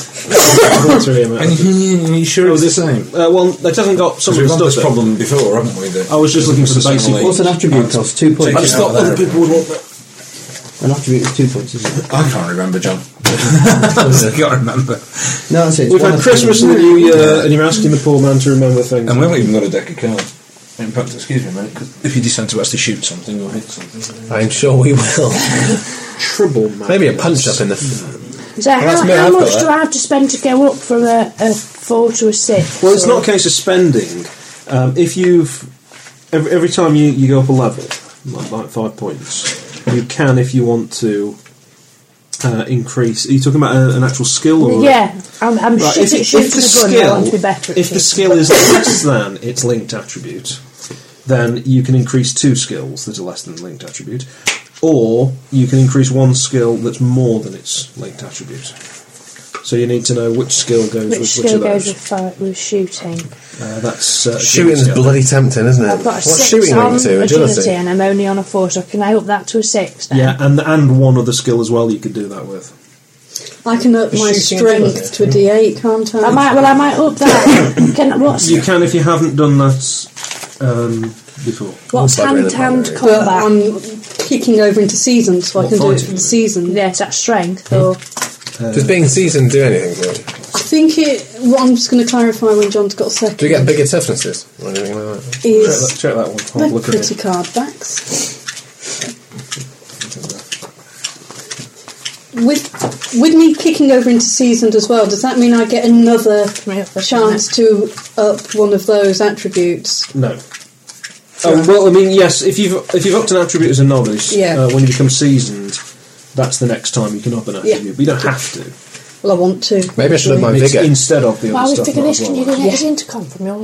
S6: Not to him, actually.
S2: Are you
S9: Oh,
S2: sure it's the same?
S6: uh, well, it hasn't got some of
S2: We've
S6: the
S2: had this
S6: stuff. in.
S2: problem before, haven't we? that-
S6: I was just looking for the
S2: Similarly-
S6: basic-
S4: What's an attribute cost? Two
S2: Take
S6: I
S2: it
S4: points.
S6: just
S2: out
S6: thought
S2: there.
S6: other people would want that.
S4: An attribute is two points, isn't it?
S2: I can't remember, John. I can't remember.
S4: No, that's it. It's
S6: We've had
S4: one attribute.
S6: Christmas and the New Year, and you're asking the poor man to remember things.
S2: And we haven't even got a deck of cards. In fact, excuse me a minute, 'cause if you decide to actually shoot something or hit something.
S8: I'm sure we will.
S6: Trouble, man.
S8: Maybe a punch up in the. F-
S9: So
S8: that's
S9: how,
S8: me, I've
S9: how
S8: got
S9: much
S8: that.
S9: do I have to spend to go up from a, a 4 to a 6?
S6: Well, it's
S9: Or-
S6: not a case of spending. Um, if you've every, every time you, you go up a level, like, like five points, you can if you want to uh, increase. Are you talking about a, an actual skill or?
S9: Yeah, I'm, I'm
S6: Right,
S9: shit at shooting a gun, I want to be better at
S6: if the
S9: shooting.
S6: skill is less than its linked attribute, then you can increase two skills that are less than linked attribute, or you can increase one skill that's more than its linked attribute. So you need to know which skill goes
S9: Which
S6: with which
S9: skill
S6: of
S9: goes
S6: those.
S9: with, fi- with shooting?
S6: Uh, that's uh,
S8: Shooting's
S6: agility.
S8: bloody tempting, isn't it?
S9: I've got a
S8: What's
S9: 6
S8: shooting
S9: on
S8: linked to?
S9: agility
S8: Agility.
S9: and I'm only on a 4, so can I up that to a 6 then?
S6: Yeah, and and one other skill as well you could do that with.
S7: I can up my
S8: Shooting
S7: strength to a D8, can't I?
S9: I might, well, I might up that. Can, what's
S6: You can if you haven't done that um, before.
S9: what's
S8: I'll
S9: hand
S8: bugger
S9: to hand
S8: in
S7: but
S8: the
S9: combat?
S7: I'm kicking over into season, so I can do it for the season.
S9: yeah, is that strength or
S8: Does being seasoned do anything for you?
S7: I think it. What I'm just going to clarify when John's got a second
S8: Do we get bigger toughnesses? Or anything like that?
S7: is
S6: check that one. I'll
S7: the
S6: look at it.
S7: pretty card backs. With with me kicking over into seasoned as well, does that mean I get another
S9: Right, up there,
S7: chance to up one of those attributes?
S6: No. Oh, well, I mean, yes. If you've if you've upped an attribute as a novice,
S7: Yeah.
S6: uh, when you become seasoned, that's the next time you can up an
S7: Yeah.
S6: attribute. But you don't have to.
S7: Well, I want to.
S8: Maybe I should have my
S6: It's
S8: vigour.
S6: instead of the
S9: Why
S6: other
S9: was
S6: stuff.
S9: bigger
S6: not
S9: this?
S6: as
S9: Can you
S6: well.
S9: didn't get his intercom from your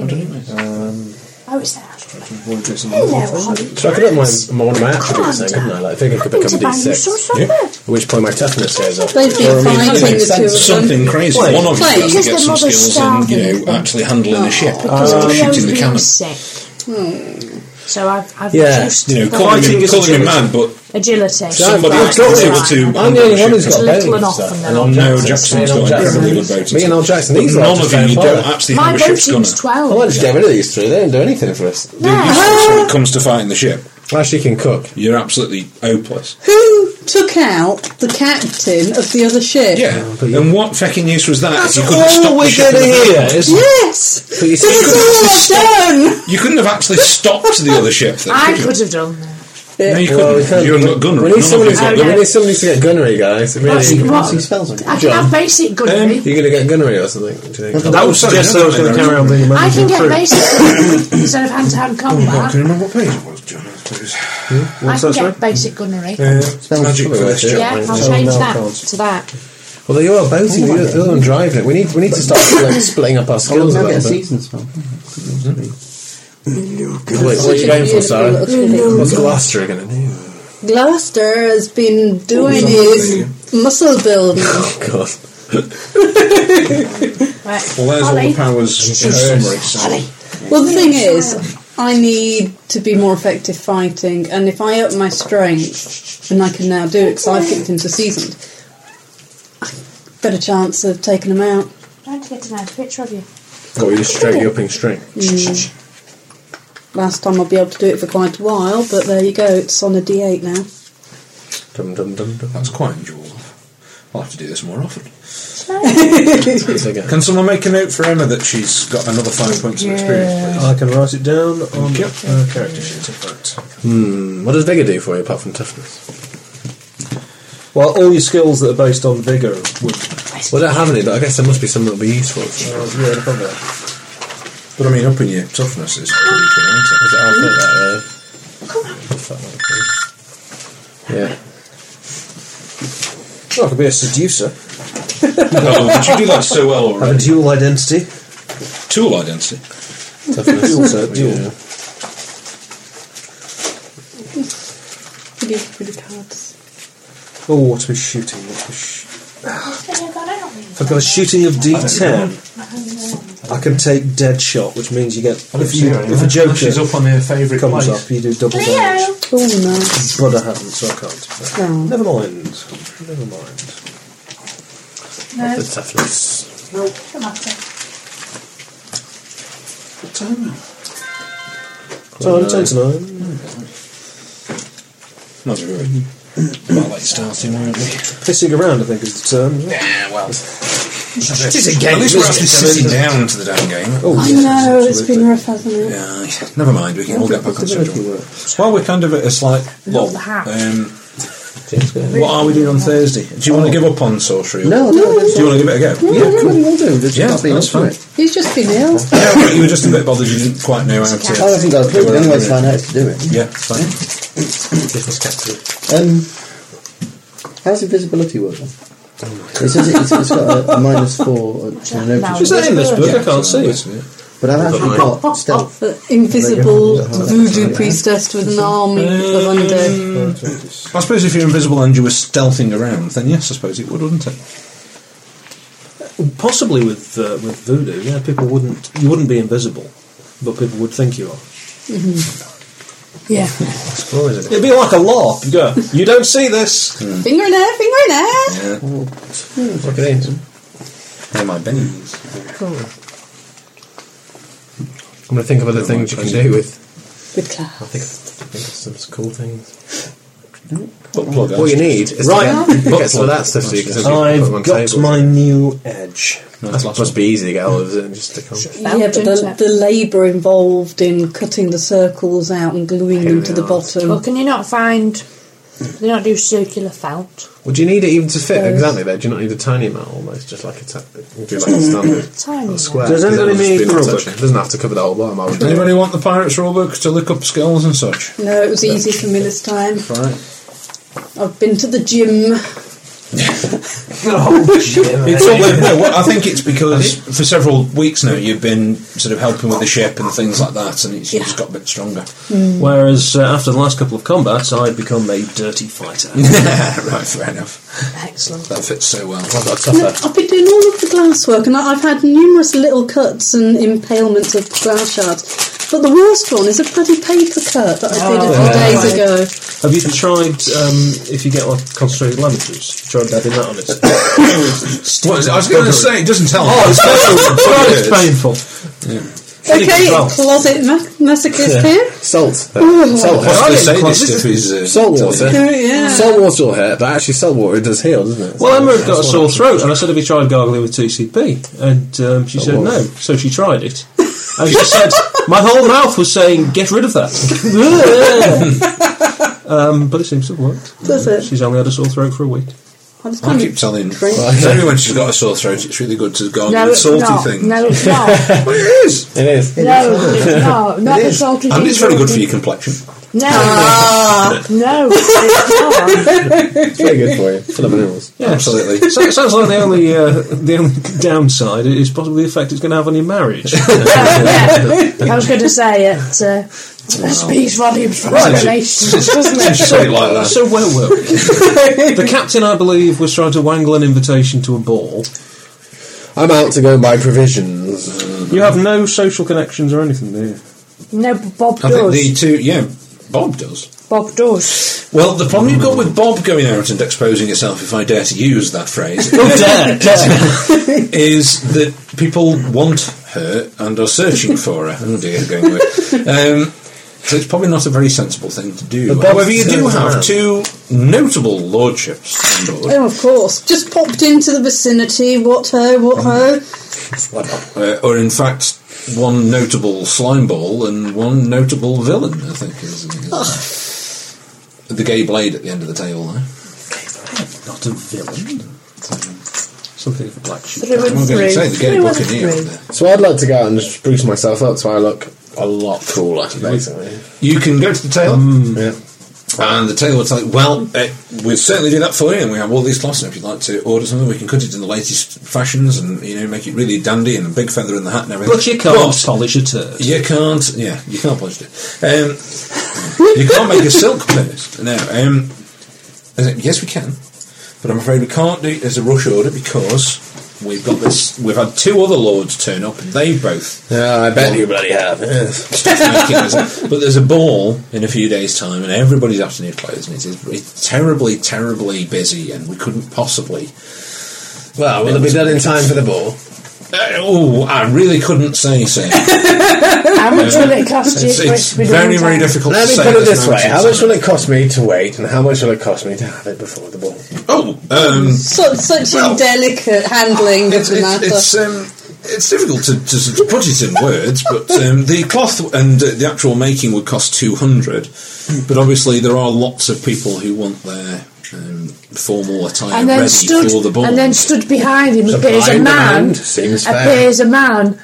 S9: Oh, it's there.
S6: Avoid this and
S9: Hello,
S6: that.
S9: Holly.
S8: So I could up my, my, one of my attributes then,
S9: Can't.
S8: couldn't I? Like, vigour could
S9: Happened
S8: become
S9: to buy you some
S8: D6.
S9: supper.
S8: At which point my toughness goes up.
S7: They've been
S2: That
S7: fighting
S2: makes
S7: the two of
S2: sense.
S7: them.
S2: Something crazy.
S6: Play.
S2: One of you
S7: Play.
S2: has to
S9: Because
S2: get
S9: their
S2: some
S9: mother's
S2: skills in, you
S9: starving.
S2: know, actually handling a ship.
S9: Because
S2: or
S9: Leo's
S2: shooting the
S9: been
S2: cannon.
S9: sick. So I've, I've
S8: Yeah,
S9: reduced
S2: You know,
S9: the
S2: calling
S6: Fighting
S2: him,
S6: is
S2: calling him
S6: agility.
S2: mad, but
S9: agility.
S2: somebody
S8: I've
S2: else
S8: got
S2: was
S8: to.
S2: able to.
S8: I'm the only one who's
S9: It's
S8: got
S9: little
S8: bows.
S9: and often
S8: so-
S9: they're
S8: and
S9: not
S8: I'm
S2: No,
S8: Jackson.
S2: Jackson's
S8: Me and
S2: got
S8: old
S2: incredibly
S8: Jackson.
S2: good boats.
S8: Me and old Jackson, these are
S2: None
S8: just
S2: of you, you
S8: fire.
S2: don't actually
S9: My
S2: have a ship's gunner.
S9: voting's 12.
S8: Well, I just get rid of these three. They don't do anything for us.
S2: When it comes to fighting the ship,
S8: Actually, can cook.
S2: you're absolutely hopeless.
S7: took out the captain of the other ship.
S2: Yeah. And what fucking use was that?
S7: That's
S2: if you couldn't
S7: all
S2: stop
S7: we're
S2: the ship in
S7: gonna
S2: the
S7: hear,
S2: middle?
S7: isn't it? Yes!
S2: But you see-
S7: That's
S2: couldn't
S7: all
S2: have
S7: I've
S2: stopped-
S7: done.
S2: You couldn't have actually stopped the other ship. Then,
S8: I
S2: could you?
S8: could have done that.
S2: No, you couldn't. you haven't got gunnery. None
S9: We need,
S2: of
S9: somebody
S2: you've
S9: to,
S2: got
S9: we
S2: gunnery.
S9: need somebody to get gunnery, guys. Really.
S8: That's- what? I can have basic gunnery.
S9: You're going to get gunnery or something? Do you think?
S6: Oh,
S2: Oh,
S6: That was just so I was going to carry on being a
S8: I
S6: manager
S8: can
S6: of
S8: get
S6: crew.
S8: basic gunnery instead of hand-to-hand combat.
S6: you remember what page it was, John? Please.
S8: I
S6: What's
S8: can
S6: that,
S8: get
S6: sorry?
S8: basic gunnery.
S6: Yeah, it's magic question.
S8: Yeah, I'll change that to that.
S9: Well, you are both.
S8: Oh,
S9: you're
S8: my
S9: the other one driving it. We need, we need to start like, splitting up our skills a
S4: Maybe a
S9: little bit.
S4: season spell.
S9: Wait, what are you going for, Sarah? What's Gloucester going to do?
S7: Gloucester has been doing
S6: Oh,
S9: Muscle
S7: his muscle building.
S9: God.
S8: Right.
S2: Well, there's all the powers. in her memory, so-
S7: Well, the thing is, I need to be more effective fighting, and if I up my strength, and I can now do it because I've kicked into seasoned, I- better chance of taking them out.
S8: Trying to get a nice picture of you.
S9: Oh, you're straight, you're upping strength.
S7: Mm. Last time I'll be able to do it for quite a while, but there you go, it's on a d8 now.
S9: Dum, dum, dum, dum.
S2: That's quite enjoyable. I'll have to do this more often.
S9: Again.
S2: Can someone make a note for Emma that she's got another five points of experience,
S6: I can write it down on
S2: Yep.
S6: uh, character sheet, in fact.
S9: Hmm. What does Vigor do for you apart from toughness?
S6: Well, all your skills that are based on vigour would.
S9: Well, I don't have any, but I guess there must be some that'll be useful.
S6: Uh, yeah, probably.
S2: please? But I mean, upping your toughness is pretty cool, isn't it?
S9: Is it Uh, I'll put that there? Yeah.
S6: Well, I could be a seducer.
S2: Oh, but you do that so well
S6: Have a
S2: already.
S6: dual identity.
S2: Tool identity.
S6: dual, sir, dual.
S9: Yeah.
S7: Pretty, pretty cards.
S6: Oh, what was shooting? What was sh- if I've got a shooting of D10, I can take dead shot, which means you get if you if a joker
S2: She's up on her favourite
S6: comes
S2: place.
S6: up, you do double damage.
S7: Oh, nice.
S6: But I haven't, so I can't.
S7: No.
S6: Never mind. Never mind.
S9: The toughness.
S6: So I'm ten to nine.
S2: Not really. Quite late starting, weren't we?
S6: Pissing around, I think, is the term. isn't it?
S2: Yeah, well.
S6: is a game,
S2: At least we're
S6: isn't
S2: actually
S6: it?
S2: sitting down to the damn game.
S6: Oh,
S7: I
S6: yes,
S7: know, it's
S6: absolutely.
S7: been rough, hasn't it?
S2: Uh, Yeah, never mind, we can all get back on schedule.
S6: work.
S2: While we're kind of at a slight lull,
S8: the hat.
S2: um, what are we doing on Thursday? Do you
S6: Oh.
S2: want to give up on sorcery?
S4: No, no,
S2: Do you want to give it a go? Yeah, cool.
S4: we'll do. There's
S2: Yeah,
S4: nothing
S2: that's
S4: else to
S2: fine.
S4: it.
S7: He's just been ill.
S2: Yeah, but you were just a bit bothered you didn't quite know how to.
S4: I haven't got a clue. The only way to find out is to do it.
S2: Yeah, fine.
S6: Business capital.
S4: Um, how's invisibility work then? It says it, it's, it's got a, a minus four and an
S8: No.
S4: overage.
S6: Is that in this book? I can't see it.
S4: But I've actually got stealth.
S7: The invisible voodoo priestess with an army of
S6: Mm.
S7: undead.
S2: I suppose if you're invisible and you were stealthing around, then yes, I suppose it would, wouldn't it?
S6: Possibly with uh, with voodoo, yeah, people wouldn't. You wouldn't be invisible, but people would think you are.
S7: Yeah.
S6: It'd be like a law. You go, you don't see this.
S7: Finger in air, finger in air!
S2: Yeah.
S9: Look at it.
S2: They're my bennies.
S9: I'm going to think of other things you can do with.
S7: With class.
S9: I think, I think of some cool things.
S2: But plug
S9: What you need is
S6: Right.
S9: to get, get some of that stuff so you can put them on
S6: I've got
S9: tables.
S6: my new edge.
S9: That must be easy to get all of it and just stick on.
S7: Yeah, but the, the labour involved in cutting the circles out and gluing
S9: Here
S7: them
S9: they
S7: to the
S9: are.
S7: bottom.
S8: Well, can you not find? Can you not do circular felt?
S9: Well, do you need it even to fit
S7: Yes.
S9: exactly there? Do you not need a tiny amount almost, just like a ta- you do like a standard
S8: Tiny
S9: or square?
S6: Does
S9: 'Cause
S6: anybody
S9: that'll just be
S6: need
S9: not
S6: rubber?
S9: touching. It doesn't have to cover the whole bottom. I would
S2: Anybody want the Pirates Rulebook to look up skulls and such?
S7: No, it was easy for me this time.
S2: Right.
S7: I've been to the gym.
S2: It's all, no, what- I think it's because for several weeks now you've been sort of helping with the ship and things like that, and it's just got a bit stronger.
S6: Whereas uh, after the last couple of combats, I'd become a dirty fighter.
S2: right, fair enough.
S8: Excellent.
S2: That fits so well.
S7: No, I've been doing all of the glass work and I, I've had numerous little cuts and impalements of glass shards. But the worst one is a bloody paper cut that I did a few days ago.
S6: Have you tried um, if you get like concentrated lemon juice? Tried adding that on it.
S2: What is it? I was going to say, it doesn't tell. Oh,
S6: it's painful.
S7: Okay, it's closet ma- masochist here. Oh,
S9: Salt.
S7: Ooh.
S9: Salt.
S7: Well, I
S9: Salt
S7: didn't
S9: water.
S7: cause this
S2: stuff is, uh,
S9: Salt water.
S7: Okay, yeah.
S9: Salt water will hurt, but actually, salt water does heal, doesn't it?
S6: Well, Emma had got a
S9: That's
S6: sore
S9: what-
S6: throat, and I said, "Have you tried gargling with TCP?" And um, she
S9: Oh,
S6: said,
S9: wow.
S6: "No." So she tried it, and she said, "My whole mouth was saying, get rid of that." um, but it seems to have worked.
S7: Does it?
S6: She's only had a sore throat for a week.
S7: I just
S2: I
S7: kind
S2: keep
S7: of
S2: telling
S7: drink.
S2: everyone she's got a sore throat, it's really good to gargle
S8: No,
S2: with
S8: it's
S2: salty
S8: not.
S2: things.
S8: No, it's not.
S2: Well, it is.
S9: It is.
S8: No, it's not. Not the salty
S2: And
S8: thing
S2: it's very good for
S8: salty.
S2: your complexion.
S8: No, no, it's not.
S9: It's very good for you. Full of minerals.
S6: Yeah,
S2: Absolutely.
S6: So it sounds like the only uh, the only downside is possibly the effect it's going to have on your marriage.
S8: I was going to say it. Uh, that speaks volumes for
S6: Right.
S8: explanations, doesn't it?
S6: so,
S2: like that.
S6: so where were we? the captain, I believe, was trying to wangle an invitation to a ball.
S9: I'm out to go and buy provisions.
S6: You have no social connections or anything, do you?
S8: No, but Bob
S2: I think
S8: does.
S2: the two, yeah, Bob does.
S8: Bob does.
S2: Well, the problem you've got with Bob going out and exposing itself, if I dare to use that phrase, is that people want her and are searching for her. Oh dear, going away. Um, so it's probably not a very sensible thing to do.
S9: But Bob
S2: However, you do
S9: turns
S2: have
S9: around.
S2: two notable lordships on board,
S7: Oh, of course. Just popped into the vicinity. What ho, what ho.
S2: uh, or in fact, one notable slime ball and one notable villain. I think is, is the gay blade at the end of the table. There,
S6: Not a villain. Something of a black sheep.
S8: Through
S2: I'm going
S8: and
S2: to
S8: through.
S2: say the gay
S8: Through and
S2: buccaneer. up
S8: through.
S2: there.
S9: So I'd like to go out and spruce myself up so I look a lot cooler, basically.
S2: You can go to the tailor.
S9: Yeah.
S2: And the tailor would say, well, uh, we'll certainly do that for you, and we have all these cloths, and if you'd like to order something, we can cut it in the latest fashions and, you know, make it really dandy and a big feather in the hat and everything.
S6: But you can't polish a turd.
S2: You can't, yeah, you can't polish it. Um, you can't make a silk purse. No, um, I said, yes, we can, but I'm afraid we can't do it as a rush order because we've got this, we've had two other lords turn up, and they've both
S9: Yeah, I bet you bloody have. Yes.
S2: but there's a ball in a few days' time, and everybody's after new clothes, and it is it's terribly, terribly busy, and we couldn't possibly.
S9: Well, will it be done in time for the ball?
S2: Uh, oh, I really couldn't say, sir.
S8: How much will it cost you
S2: it's
S8: for it
S2: it's
S8: to be
S2: very,
S8: done?
S2: very difficult
S9: Let
S2: to
S9: me
S2: say.
S9: put it
S2: at
S9: this way:
S2: moment in
S9: How much
S2: time.
S9: will it cost me to wait, and how much will it cost me to have it before the ball?
S2: Oh, um,
S7: Such, such
S2: Well,
S7: a delicate handling
S2: it's,
S7: of the
S2: it's,
S7: matter.
S2: it's, um, it's difficult to, to, to put it in words, but um, the cloth and uh, the actual making would cost 200, but obviously there are lots of people who want their. Um, formal attire
S8: And then
S2: ready
S8: stood,
S2: for the ball.
S8: and then stood behind him
S9: Supply
S8: appears a
S9: and
S8: man.
S9: demand seems fair.
S8: Appears a man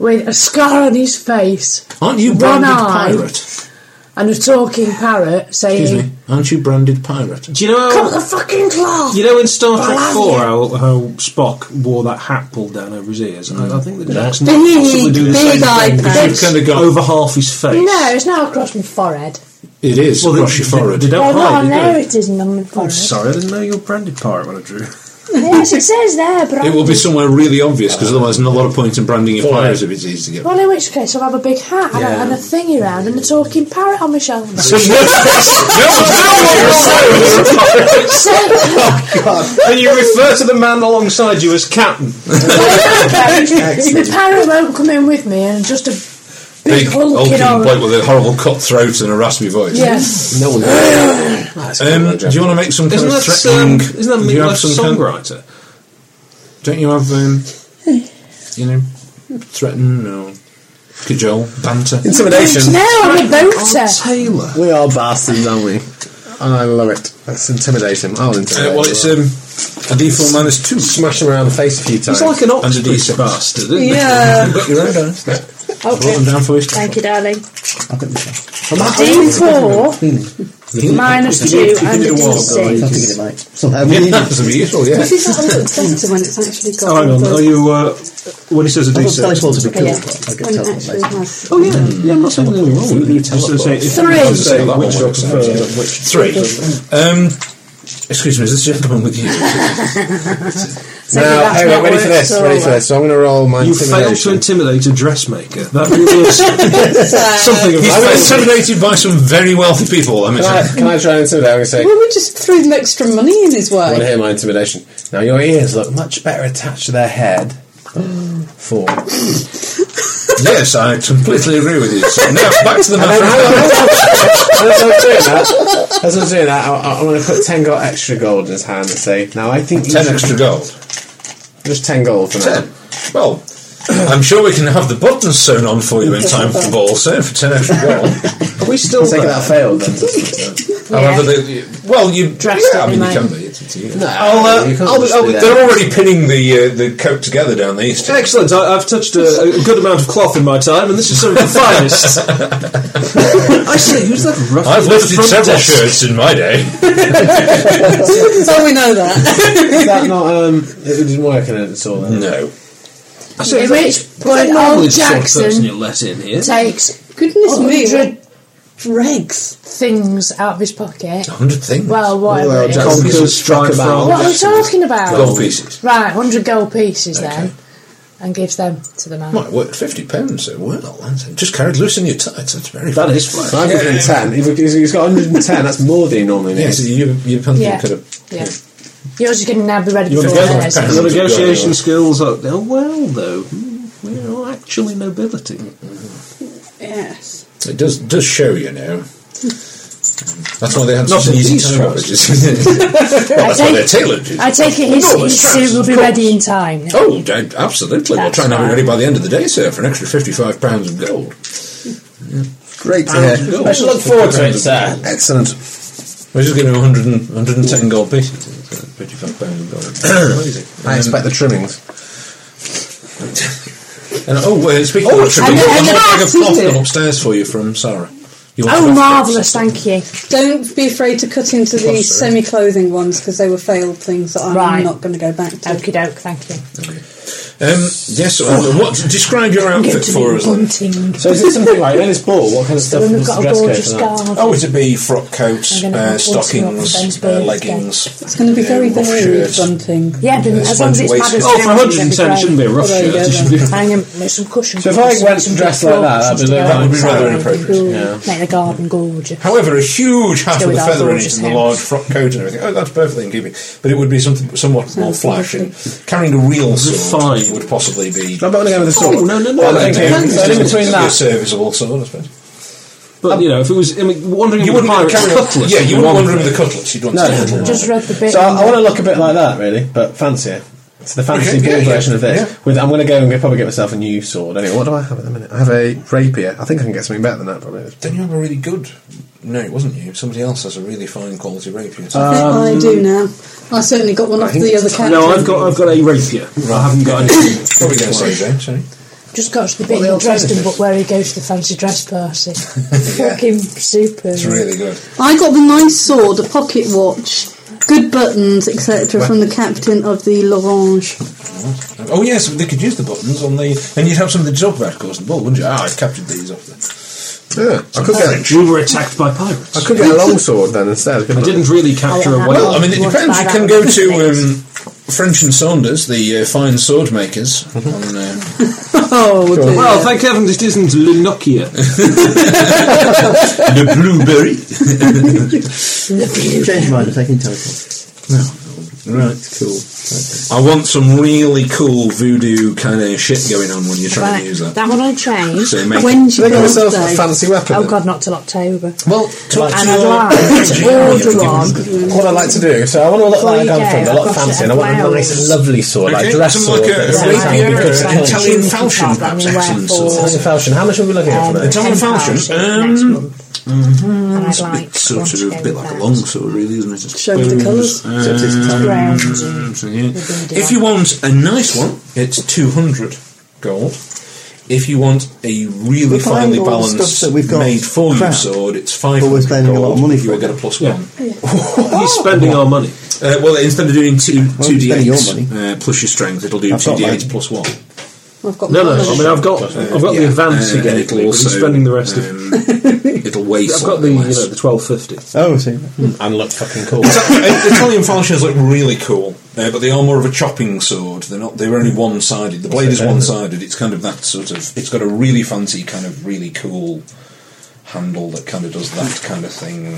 S8: with a scar on his face.
S2: Aren't you
S8: one
S2: branded
S8: eye
S2: pirate?
S8: and a talking parrot
S2: Excuse
S8: saying,
S2: me. Aren't you branded pirate?
S6: Do you know
S8: "Cut the
S6: how,
S8: fucking cloth."
S6: you know in Star Trek
S8: Well,
S6: Four
S8: yeah.
S6: how, how Spock wore that hat pulled down over his ears? And I, I think that Jackson
S7: Big,
S6: might possibly do the
S7: big
S6: same
S7: eye
S6: thing,
S7: patch.
S6: because you've kind of got over half his face.
S8: No, it's now across my forehead.
S2: It is
S6: Well, they-
S2: across your
S6: they-
S2: forehead.
S6: They,
S8: Oh,
S6: don't
S8: no,
S6: hide, do
S8: there
S6: they?
S8: it is on my
S6: Oh,
S8: forehead.
S6: sorry, I didn't know you were branded pirate when I drew.
S8: yes, it says there, but
S2: it will be somewhere really obvious because otherwise, not a lot of point in branding your pirate if it's easy to get.
S8: Well, in which case, I'll have a big hat and, a, and a thingy round and a talking parrot on my shoulder.
S6: and you refer to the man alongside you as captain.
S8: the parrot won't come in with me and just a big,
S2: Big old
S8: hulking old.
S2: bloke with a horrible cut throat and a raspy voice.
S8: Yes.
S9: No one.
S2: Um, do you want to make some kind
S6: Isn't
S2: of
S6: that um,
S2: threatening?
S6: isn't that
S2: do you have some
S6: Midwest
S2: kind-
S6: songwriter?
S2: don't you have um, you know threaten or cajole banter?
S9: Intimidation.
S8: No, I'm a boater.
S6: Taylor.
S9: We are bastards, aren't we? I love it. That's intimidation. I'll intimidate.
S2: Uh, well, it's um, a D4 minus two.
S9: smash him around the face a few times.
S6: He's like an
S2: Under
S6: octopus
S2: decent.
S6: bastard, isn't he?
S7: yeah.
S2: You've got your own dice. Brought them
S8: Okay.
S2: down for you.
S8: Thank you, darling.
S4: I've got myself.
S8: D4 minus 2 and
S2: a
S8: it
S2: walk,
S8: does
S4: I
S8: say.
S4: think it might somehow be
S2: Yeah,
S4: needed.
S2: that's useful. Yeah.
S7: Does that look better when it's actually got
S6: Oh, hang on.
S7: all
S6: Are
S7: those-
S6: you uh, when he says a
S4: I thought
S6: decent?
S4: dice rolls would be cool,
S7: Yeah.
S4: but I
S7: When
S4: could
S7: it
S4: tell them
S7: actually
S4: later.
S7: has.
S6: Oh yeah, yeah. I'm not saying anything wrong with it. Just to say, if
S8: Three.
S6: I was saying
S2: That
S6: which
S2: one works
S6: doctor
S2: out, yeah.
S6: prefer, which
S2: Three. Um, excuse me, is this gentleman with you?
S8: So
S9: now,
S8: that's
S9: anyway,
S8: not
S9: ready for
S8: worked,
S9: this,
S8: so
S9: ready for this. So I'm going to roll my
S6: you failed to
S9: intimidation.
S6: intimidate a dressmaker. That was something of
S2: He's been
S6: failure.
S2: intimidated by some very wealthy people. I mean,
S9: Can I, can I try and intimidate? I'm going to say,
S7: Well, we just threw them extra money in his
S9: I want to
S7: way.
S9: hear my intimidation. Now, your ears look much better attached to their head. Four. yes, I completely agree with you. So now back to the
S4: And then,
S9: matter.
S4: hang on, hang on. as I'm doing that, as I'm doing that, I, am going to put ten gold, extra gold in his hand and say, "Now I think you
S9: Ten
S4: should-
S9: extra gold.
S4: Just ten gold for now.
S9: Ten. Well, I'm sure we can have the buttons sewn on for you in time for the ball, sir, for ten extra gold.
S4: Are we still I take it that failed then?
S9: However, they, well, you yeah, I mean, you
S4: mate.
S9: can be. It's, it's you.
S4: No,
S9: I'll, uh,
S4: you can't
S9: I'll,
S4: just
S9: I'll,
S4: do that.
S9: they're already pinning the uh, the coat together down the east.
S6: Excellent. I, I've touched a, a good amount of cloth in my time, and this is some of the finest. I say, who's that rough?
S9: I've lifted several shirts in my day.
S7: so we know that.
S4: Is that not? Um, it didn't work in it at all. Then.
S9: No.
S6: I say, is
S8: At
S6: that-
S8: which
S6: is that
S8: point
S6: normally
S8: old
S6: the sort of person you
S8: Jackson
S6: let in here.
S8: takes
S7: Goodness me,
S8: 100
S7: dregs.
S8: things out of his pocket.
S9: Hundred things.
S8: Well, whatever.
S4: Well,
S8: it is.
S4: Jackson
S6: Conquers,
S4: was struck
S6: tried
S4: about.
S9: Oh,
S6: from-
S8: What are we talking about?
S9: Gold pieces.
S8: Right, 100 gold pieces then, and gives them to the man.
S9: Might work fifty pounds. So well, that's it. just carried loose in your tights. That's very.
S6: That is
S9: flash.
S4: So I've given him ten. If he's- he's got 110. That's more than he normally
S9: Yes,
S4: needs.
S9: you you
S8: Yeah.
S9: could have.
S8: Yeah. Yours is going to now be ready
S9: You
S8: before
S9: want to go?
S8: theirs.
S9: Fair
S6: Your
S9: enough.
S6: negotiation skills are they're well, though. Hmm, We're all actually nobility.
S7: Yes.
S9: It does does show you now. That's why they had
S6: Not
S9: such an easy
S6: these
S9: time.
S6: trousers.
S9: just- well, that's why they're tailored.
S8: I take it his,
S9: Enormous
S8: his
S9: trousers,
S8: suit will be
S9: of course.
S8: ready in time.
S9: Oh, d- absolutely. we'll
S8: That's
S9: try and have it
S8: fine.
S9: ready by the end of the day, sir, for an extra £55 pounds of gold.
S2: Great to hear.
S9: gold.
S4: I shall look forward to it, sir.
S2: Excellent.
S9: We're just giving him 100 and, 110 gold pieces. so £55 pounds of gold. Amazing.
S4: I expect the trimmings.
S9: And, oh, uh, speaking
S8: Oh,
S9: of which,
S8: and
S9: I've
S8: the-
S9: got
S8: and
S9: a
S8: the
S9: bag of
S8: hats, isn't
S9: cloth
S8: it?
S9: gone upstairs for you from Sarah. You want to
S8: Oh,
S9: have
S8: marvellous, thank you.
S7: Don't be afraid to cut into the semi clothing ones because they were failed things that I'm
S8: Right.
S7: not going to go back to.
S8: Okie doke, thank you.
S9: that? Um, yes, uh, what, describe your
S8: Get
S9: outfit
S8: to
S9: for
S8: be
S9: us. then.
S8: bunting.
S4: So is it something like in this ball? What kind of stuff?
S8: When we've
S4: was the
S8: got a
S4: dress code
S8: gorgeous
S4: for that?
S8: scarf.
S9: Oh, it'd be frock
S8: I'm
S9: coats,
S8: gonna
S9: uh,
S8: have to walk you up to
S9: stockings,
S8: Sainsbury's
S9: uh,
S8: again.
S9: leggings.
S7: It's going to be
S9: uh,
S7: very
S9: rough
S7: varied
S9: shirts.
S7: bunting.
S8: Yeah, but as long as it's
S9: spongy
S8: padded
S9: waistcoat.
S6: Oh, for
S8: down, it'll be
S6: 110, it
S8: great.
S6: shouldn't be a rough
S7: Well, there
S6: shirt.
S7: you go
S6: It should be
S7: then.
S8: Hang on, there's some cushions.
S4: So if I went and dressed like that, that'd be- that
S9: would be rather inappropriate.
S4: Yeah.
S8: Make the garden gorgeous.
S9: However, a huge hat
S8: Still
S9: with a
S8: with our
S9: feather in it
S8: gorgeous
S9: and a
S8: hats.
S9: large frock coat and everything. Oh, that's perfectly in keeping. But it would be something somewhat more
S7: Sounds
S9: flash. And
S7: lovely.
S9: carrying a real sword
S6: Fine.
S9: would possibly be.
S4: I'm not going to go with a sword.
S6: Oh, no, no, no.
S4: Well,
S6: Thank
S4: okay,
S6: you.
S4: so
S6: Thank
S4: in
S6: you.
S4: between
S9: A
S4: that,
S9: serviceable sword, I suppose.
S6: But you know, if it was I mean, wandering,
S9: Um, You
S6: with
S9: wouldn't
S6: pirates,
S9: carry a
S6: cutlass
S9: Yeah,
S6: would
S9: you
S6: be
S9: wouldn't
S6: one
S9: wander in
S6: thing.
S9: with a cutlass. You'd want
S4: No.
S9: something a little
S8: Just read the bit.
S4: so I,
S8: in
S4: I
S8: the-
S4: want to look a bit like that, really, but fancier. It's the fancy
S9: Okay,
S4: ball
S9: yeah,
S4: version
S9: yeah,
S4: of this.
S9: yeah.
S4: With I'm going to go and get- probably get myself a new sword. Anyway, what do I have at the minute? I have a rapier. I think I can get something better than that, probably.
S9: Then you have a really good. No, it wasn't you. Somebody else has a really fine quality rapier.
S4: Uh,
S7: I think I do now. I certainly got one off the other captain.
S6: Um, No, I've got I've got a rapier. I haven't got anything.
S9: what were you going to say, Jane? Sorry.
S8: Just got to the bit
S4: What
S8: in
S4: are the
S8: Dresden,
S4: alternatives?
S8: but where he goes to the fancy dress party. Fucking super.
S9: It's really good.
S7: I got the nice sword, a pocket watch, good buttons, etc., from the captain of the L'Orange.
S9: Oh, yes, they could use the buttons on the. And you'd have something to talk about, of course, in the ball, wouldn't you? Ah, I captured these off the.
S4: Yeah, I could get
S6: We were attacked by pirates.
S4: I could get a long sword then instead.
S6: I didn't really capture a
S8: Well,
S6: whale.
S9: Well, I mean, it
S8: Worth
S9: depends. You
S8: five
S9: can
S8: hours
S9: go
S8: of
S9: to um,
S8: things.
S9: French and Saunders, the uh, fine sword makers.
S8: Mm-hmm.
S9: on, uh,
S7: Oh, dear.
S6: Well, thank heaven this isn't Lunokia.
S9: the blueberry.
S2: Change mine. I'm taking teleport.
S9: Right, cool. I want some really cool voodoo kind of shit going on when you're trying
S8: Right,
S9: to use that.
S8: that one I changed.
S9: So you make-
S8: When's your
S4: Make myself a
S8: birthday?
S4: fancy weapon.
S8: Oh God, not till October.
S4: Well,
S8: And I'd like to order one.
S4: what I like to do, so I want to look like I
S8: Well,
S4: come from,
S8: yeah,
S4: a lot
S8: I've got
S4: fancy,
S8: it,
S4: and I want a
S8: flowers.
S4: nice, lovely sword, like
S9: Okay,
S4: dress
S9: something
S4: sword.
S9: like a-
S4: that's
S9: a
S4: nice and
S9: rapier,
S4: good.
S9: an Italian
S8: Something cheap and
S9: falchion, perhaps,
S8: fast, I mean,
S9: excellent
S8: where
S9: sort.
S4: Italian falchion. How much are we looking at for
S8: Um,
S4: that?
S9: Italian
S8: ten
S9: falchion?
S8: pounds next
S9: Um,
S8: month. And I'd like
S9: It's sort
S8: one to
S9: of
S8: go
S9: a bit
S8: with
S9: like a
S8: that.
S9: long sword, really, isn't it?
S7: Show me the colours.
S6: uh,
S2: Except it's
S8: Brown.
S9: If you want a nice one, it's 200 gold. If you want a really
S2: We're buying
S9: finely
S2: all the
S9: balanced,
S2: stuff that we've got
S9: made for you
S2: crap,
S9: sword, it's
S2: we're
S9: 500
S2: spending a
S9: gold.
S2: lot of money
S9: you
S2: for
S9: will
S2: it.
S9: get a plus
S6: Yeah.
S9: one.
S6: He's
S2: Oh.
S6: spending our money.
S9: Uh, well, instead of doing two,
S2: Well,
S9: two
S2: you spend your
S9: d8 uh, plus your strength, it'll do
S2: I've got
S9: 2d8
S2: mine.
S9: plus one.
S7: I've got
S6: No, no.
S7: one
S6: I mean, I've got I've got the
S9: Yeah,
S6: advance
S9: uh,
S6: he
S9: and
S6: gave
S9: it'll
S6: me. but
S9: also,
S6: He's spending the rest of.
S9: um, it'll weigh
S6: I've got the
S9: slightly
S6: you know
S9: less.
S6: the twelve fifty.
S2: Oh, I see.
S4: And look fucking cool.
S9: Ita- Italian falchions look really cool, uh, but they are more of a chopping sword. They're not. They're only one sided. The blade is one sided. It's kind of that sort of. It's got a really fancy, kind of really cool handle that kind of does that kind of thing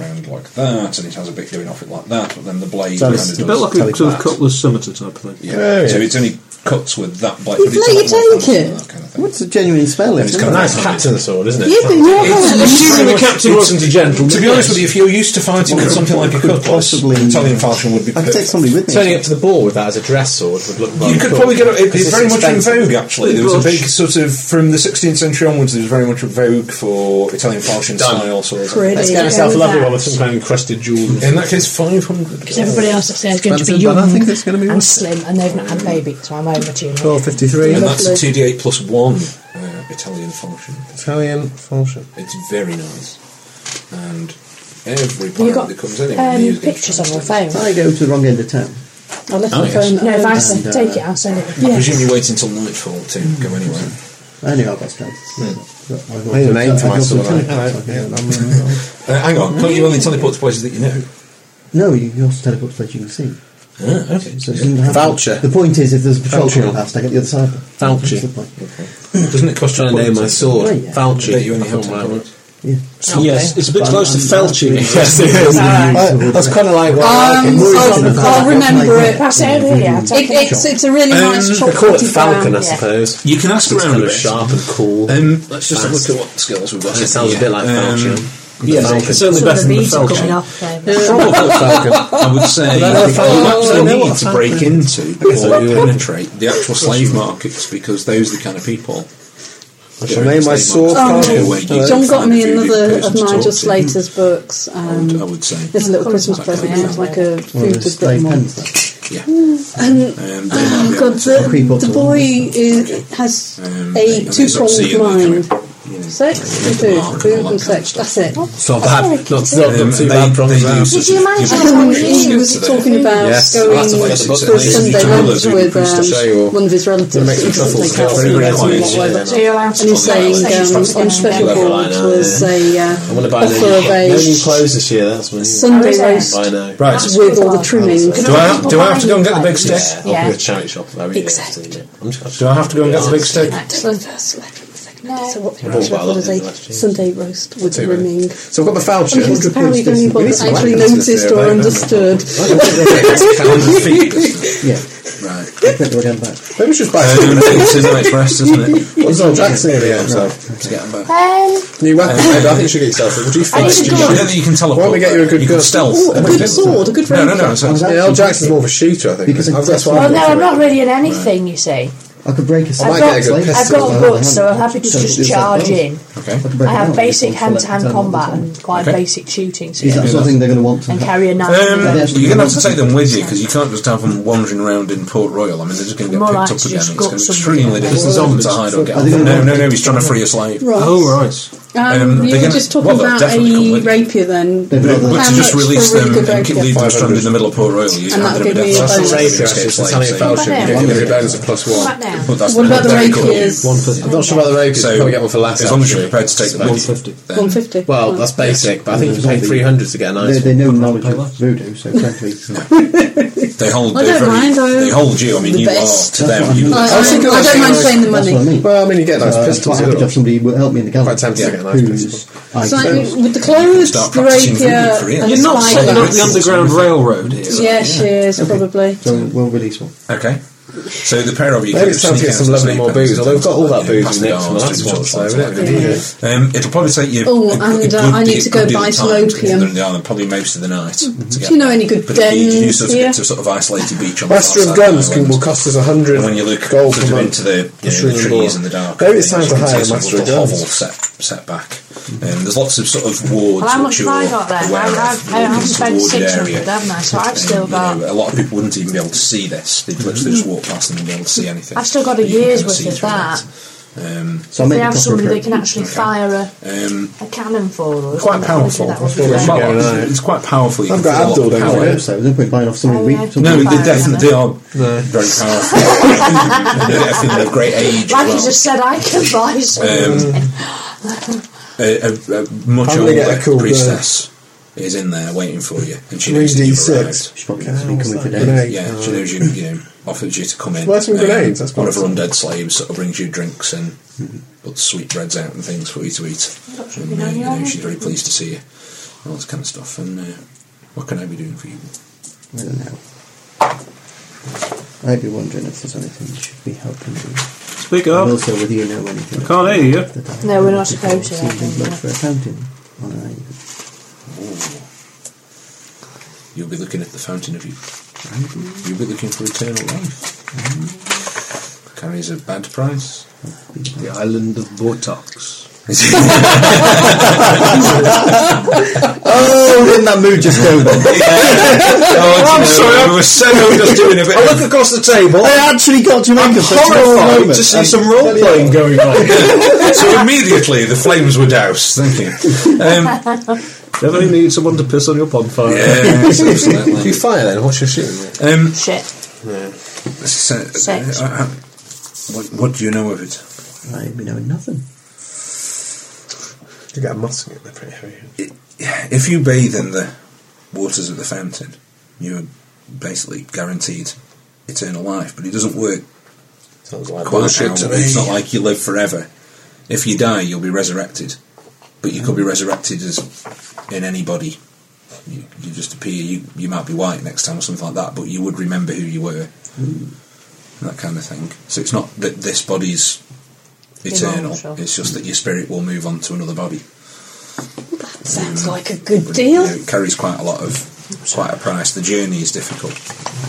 S9: round like that, and it has a bit going off it like that. But then the blade
S6: So
S9: kind of
S6: it's
S9: does
S6: a bit like a sort of
S9: that.
S6: cutlass scimitar type of thing.
S9: Yeah. So it's only cuts with that blade. but
S4: You've
S9: it's a
S4: let
S9: lot more
S4: you take
S9: fancy
S4: it.
S9: than that.
S4: What's a genuine spell?
S9: it's got a nice cap to the
S2: sword,
S9: isn't
S4: it? Yeah, but you're having-
S9: assuming the
S4: It's-
S9: captain
S4: it's-
S9: wasn't a gentleman. To be honest with you, if you're used to fighting with something like a cutlass,
S4: possibly
S9: an Italian falchion would be. I could take
S4: somebody with
S9: me.
S2: Turning up to the ball with that as a dress sword would look. rather
S9: You could
S2: cool.
S9: probably get it.
S2: Because
S9: It's very much in
S2: expensive.
S9: vogue, actually. There was a big sort of from the 16th century onwards. There was very much a vogue for Italian falchion
S2: Done.
S9: style swords.
S15: Pretty. Let's get ourselves a lovely one with
S2: some kind of encrusted jewels.
S9: In that case, five hundred.
S15: Because everybody else upstairs is going to be
S9: Expensive,
S15: young
S9: but I think it's gonna be
S15: and
S9: worth it.
S15: slim, and they've not had a baby, so I'm over to you.
S2: Twelve fifty three.
S9: And that's a 2d8 plus 1 uh, Italian function.
S2: Italian function.
S9: It's very nice. And every
S15: Have you
S9: player
S15: got
S9: that comes in, it will be
S15: um,
S9: used.
S15: pictures on your phone?
S4: I go to the wrong end of town.
S15: I left
S9: Oh,
S15: my
S9: yes.
S15: phone. No, if I
S4: And,
S15: said
S4: uh,
S15: take it, I'll send it.
S9: I presume you wait until nightfall to go anywhere.
S4: Anyway, I've got time.
S2: Hmm.
S9: I need a name for my sword, right?
S4: myself.
S9: Uh, hang on, can't you only teleport to places that you know?
S4: No, you you also teleport to places you can see.
S9: Ah, okay.
S4: So it doesn't have to-
S2: Voucher.
S4: The point is, if there's a patrol
S2: Voucher.
S4: coming past, I get the other side. of it.
S2: Voucher.
S4: That's the point.
S9: Doesn't it cost you
S2: Trying to name my sword.
S4: Right, yeah.
S2: Falchi.
S9: That you only
S2: I thought
S9: have to
S2: mine
S9: call
S2: was.
S9: it.
S6: Yes, it's a bit
S4: But
S6: close to
S4: I'm- I'm-
S6: felching.
S2: Yes, it is. I- That's kind of like what
S7: Um, I'll, I'll remember it.
S15: Pass it over here. I'll take
S7: It-
S15: it.
S7: it's, it's a really
S6: Um,
S7: nice
S2: they
S7: chocolate.
S2: call it falcon,
S7: Um,
S2: I suppose.
S9: You can ask
S2: it's
S9: around
S2: kind
S9: a
S2: of
S9: bit.
S2: sharp and cool.
S9: Um, let's just have a
S2: Fast.
S9: look at what skills we've got.
S2: It sounds a bit like falchion.
S9: Yeah,
S2: Falcon.
S9: it's certainly
S2: Sort
S9: better
S2: of
S9: than the
S2: beads are coming
S9: falchion.
S2: off
S9: Probably falcon. I would say
S2: But I
S9: you
S2: don't know what falcon-
S9: actually need to break into
S2: I do.
S9: or penetrate the actual slave markets because those are the kind of people.
S2: I shall name my
S15: Oh,
S2: sword falcon.
S7: John got me another of Nigel
S9: Nigel
S7: Slater's books. Um,
S9: I would say.
S7: There's a little Christmas present. It was like a
S4: One of
S7: food
S4: those
S7: with
S4: slave
S7: Britain one.
S4: pens.
S7: And oh
S9: Um, they might be
S7: god,
S9: able to-
S7: the, the boy is, has
S2: Um,
S7: a
S9: and
S7: two
S9: it's obviously
S7: pronged
S9: in the
S7: mind. Sex and food, food and sex. That's it.
S2: It's not bad. Not, not, not too
S9: Um, they-
S2: bad. Problems.
S9: they do sort
S7: Did you
S9: of
S7: mind
S9: give
S7: how
S9: them
S7: much he
S9: instructions
S7: was
S9: to them.
S7: talking about
S2: Yes,
S7: going
S2: that's the way it's
S7: for a
S2: explained.
S7: Sunday
S2: Some
S7: lunch
S2: colours we
S7: with
S2: can say
S7: um,
S2: or-
S7: one of his relatives?
S2: make some truffles
S7: Something
S2: out of it. Yeah,
S7: else.
S15: So you're allowed to
S7: And he's
S15: talk about
S7: saying
S15: it.
S7: um, on special
S2: Yeah.
S7: board was a uh,
S2: I want to buy no new,
S7: offer of
S2: no new
S7: a
S2: clothes this year. That's when
S7: Sunday roast
S2: Buy now.
S7: with all the trimming.
S2: Do I- do I have to go and get the big
S9: stick?
S2: Yeah, I'll
S7: Yeah.
S2: be a charity shop. That'd be
S7: Exactly.
S2: Do I have to go and get the big stick?
S7: So what
S2: I've always
S7: Rachel
S2: bought a lot
S7: was
S2: in
S7: a
S2: the last year.
S7: Sunday roast with
S2: Two,
S7: rimming.
S2: So I've got the falchion.
S7: Which was apparently the only one that actually
S2: Wagons in
S7: noticed
S2: there,
S7: or
S2: right?
S7: understood.
S4: Yeah.
S9: Right.
S4: Better go down back.
S2: Maybe we should buy a
S9: Um, it's a nice rest, isn't it?
S2: What's all Jackson in the end, so.
S9: To get them back.
S15: Um,
S2: New weapon. Maybe I think you should get yourself a What do
S15: I
S2: you think?
S15: need a
S2: Steve?
S15: gun.
S2: Why
S9: Yeah, that Uh, you can teleport.
S2: don't we get you a good
S9: You
S2: gun?
S9: can stealth.
S2: Ooh,
S9: Oh,
S2: a good
S15: sword, a good
S9: No, no, no. It's
S4: I was
S9: not.
S2: Yeah, L.
S4: actually-
S2: Jackson's more of a shooter, I think.
S4: Because
S2: I've- That's why
S15: Well, no, I'm
S2: I'm
S15: not really in anything, you see.
S4: I could break a
S15: I've
S4: sword.
S2: might get a
S15: got,
S2: good
S15: I've
S2: pistol.
S15: got guts, so I'm happy to
S4: So
S15: just
S4: it's like
S15: charge
S4: guns.
S15: in.
S9: Okay.
S4: could break
S15: I
S4: it
S15: have
S4: down.
S15: basic
S4: Select
S15: hand-to-hand
S4: down.
S15: combat and quite
S9: Okay.
S15: basic shooting, so
S4: Is that something they're going to want to
S15: and
S4: have?
S15: carry a knife.
S9: Um,
S15: and a-
S9: you're going to have to take them with you because you can't just have them wandering around in Port Royal. I mean, they're just going to get
S15: More
S9: picked
S15: like
S9: up
S15: to
S9: again. It's
S15: just
S9: going to
S15: gut
S9: be
S15: somebody.
S9: extremely difficult for them to hide or get
S4: Are they
S9: off.
S4: gonna
S9: No,
S4: want
S9: no,
S4: to
S9: no. He's trying to free a slave.
S7: Right.
S6: Oh, right.
S7: Um, you
S9: Um, they're
S7: were
S9: gonna-
S7: just talking
S9: well, they'll
S7: about
S9: definitely come
S7: a
S9: with you.
S7: rapier then.
S4: They've got the-
S9: But to
S7: How much
S9: just
S7: for a
S9: release
S7: really
S9: them
S7: good
S9: and keep
S7: rapier?
S9: leave them stranded in the middle of Port Royal, you
S7: And
S9: hand
S7: that'll
S9: them a
S7: give me
S9: death
S7: a
S9: sentence.
S7: bonus.
S9: Escape
S2: Rapier, actually, it's
S9: slaves,
S2: Italian
S9: so-
S2: falchion.
S15: What
S2: Yeah,
S15: about
S2: give it a bonus of plus one.
S15: Right now.
S9: But that's
S7: What about the
S9: very cool.
S7: rapiers?
S2: One fifty. I'm not sure about the rapiers.
S9: So-
S2: So, probably get one for less.
S9: As long as you're
S2: actually.
S9: prepared to take the
S2: One
S9: bait.
S2: fifty.
S9: then-
S7: 150.
S2: Well, that's basic, but I think you pay three hundred to get a
S4: They,
S2: nice
S4: they
S2: one.
S4: know knowledge of voodoo, so frankly,
S9: They hold.
S7: I
S9: they're
S7: don't
S9: very-
S7: mind, I-
S9: They hold you. I mean,
S7: the
S9: you are
S7: best.
S9: to
S4: That's what
S9: them. You
S4: I-
S7: I,
S9: are-
S7: I,
S2: think
S7: I
S2: that's
S7: don't mind
S2: nice.
S7: paying the
S4: that's what I
S7: money.
S4: mean.
S2: Well, I mean, you get
S4: So
S2: nice
S4: I'm
S2: pistols.
S4: Uh, quite happy to have somebody who will help me in the gallery.
S2: Quite tempted to get a nice
S4: who's I
S7: So
S4: can
S7: with the clothes,
S9: Start
S7: the
S9: practicing voodoo for
S7: rapier,
S9: real.
S7: and
S9: You're
S7: the
S9: not
S7: spyglass.
S9: setting up the
S6: Underground Railroad here.
S7: Yeah, she is probably.
S4: So we'll release one.
S9: Okay. So the pair of you
S2: Maybe
S9: can
S2: it's time to
S9: sneak
S2: get
S9: out
S2: some
S9: and
S2: lovely
S9: sneak
S2: more
S9: out
S2: booze.
S9: and
S2: Although we've got all that
S9: stuff like
S2: booze in
S9: that,
S2: next
S9: past
S2: from the last
S9: the guards,
S2: one, so we don't
S9: things like
S2: really need it.
S9: that. Um, it'll probably take you.
S7: Oh,
S9: a- a
S7: and,
S9: good
S7: uh, I
S9: deal-
S7: need to go
S9: good deal
S7: buy
S9: of
S7: some
S9: time to get
S7: opium.
S9: there in the island, Probably most of the night. to get
S7: Do you know
S9: there.
S7: any good
S9: But it'd be- you
S7: dens
S9: sort of
S7: here?
S9: get to a sort of isolated beach on the
S2: Master
S9: far
S2: of
S9: side the
S2: Guns can,
S9: island.
S2: will cost us a hundred
S9: And when you look
S2: gold
S9: sort
S2: per
S9: of
S2: month.
S9: into the, you know, the
S2: Shroom and
S9: trees
S2: Ball.
S9: and the dark.
S2: Maybe
S9: you
S2: it's
S9: know,
S2: time
S9: you
S2: to
S9: can
S2: hire
S9: take
S2: a
S9: some
S2: Master of
S9: little hovel
S2: Guns.
S9: set, set back. Um, there's lots of sort of wards.
S15: Well, how much
S9: which
S15: have I
S9: you're
S15: got then?
S9: aware
S15: I-
S9: of.
S15: I've-
S9: You're
S15: I
S9: in
S15: haven't
S9: this
S15: spent
S9: warded
S15: 600,
S9: area.
S15: haven't I? So I've
S9: Um,
S15: still
S9: you
S15: got-
S9: know, a lot of people wouldn't even be able to see this. They'd literally just walk past and be able to see anything.
S15: I've still got a
S9: You can
S15: year's
S9: kinda
S15: worth
S9: see
S15: of
S9: through
S15: that.
S9: it. Um,
S15: If they
S4: So I made a
S15: have
S4: copy
S15: somebody
S4: of
S15: that
S4: it.
S15: can actually fire a,
S9: um,
S15: a cannon for us.
S9: quite powerful.
S15: That would be
S9: Well,
S15: great.
S2: Yeah,
S9: it's-
S2: right.
S9: It's quite powerful. You
S2: I've
S9: can
S2: got
S9: feel a lot
S2: Abdul
S9: of
S2: down
S9: power.
S2: there.
S4: So there's no point buying off something weak.
S15: yeah.
S4: something
S9: No, they
S15: Fire,
S9: definitely are very powerful. And they're definitely of great age. as
S15: Like you
S9: well.
S15: just said, I can buy some.
S9: Um, a, a, a much
S2: I'm gonna
S9: older
S2: get a cool
S9: priestess is in there waiting for you, and she knows that you've
S2: 3D6.
S9: arrived.
S4: She's probably actually coming
S2: that?
S4: today.
S2: Yeah.
S9: Yeah, she knows you. You know, offers you to come in. Um,
S2: Buy some grenades, that's
S9: one of her
S2: nice. Mm-hmm.
S9: undead slaves sort of brings you drinks and puts sweetbreads out and things for you to eat.
S2: That's
S9: And,
S2: really
S9: uh, you know,
S2: nice.
S9: she's very pleased to see you. All this kind of stuff. And uh, what can I be doing for you?
S4: I don't know. I'd be wondering if there's anything you should be helping with.
S6: Speak up.
S4: And also, whether you know anything.
S6: I can't hear you.
S15: No, we're not supposed to, I
S4: Seeking
S15: think,
S4: blood
S15: yeah.
S4: for a fountain on an island.
S9: You'll be looking at the fountain of youth.
S2: Mm-hmm.
S9: You'll be looking for eternal life.
S2: Mm-hmm.
S9: Carries a bad price. The island of Botox.
S4: Oh, didn't that mood just go then?
S9: I'm sorry, I was so just doing a bit.
S2: I look across the table.
S4: I actually got to make a
S2: horrified to see some role playing going on.
S9: so immediately the flames were doused. Thank you. Um,
S6: Definitely need someone to piss on your bonfire.
S9: Yes, absolutely.
S2: If you fire then, what's your shooting rate?
S9: um,
S15: Shit.
S9: yeah. So, uh,
S15: Sex.
S9: uh, what, what do you know of it?
S4: I be knowing nothing.
S2: You got a musk in it, they're pretty heavy.
S9: If you bathe in the waters of the fountain, you're basically guaranteed eternal life, but it doesn't work
S2: Sounds like
S9: quite
S2: bullshit
S9: how-
S2: to me.
S9: It's not like you live forever. If you die, you'll be resurrected, but you could be resurrected as in any body. You, you just appear. You, you might be white next time or something like that, but you would remember who you were.
S2: Hmm.
S9: That kind of thing. So it's not that this body's eternal.
S7: Immortal.
S9: It's just that your spirit will move on to another body.
S7: Sounds like a good deal.
S9: You know, it carries quite a lot of quite a price. The journey is difficult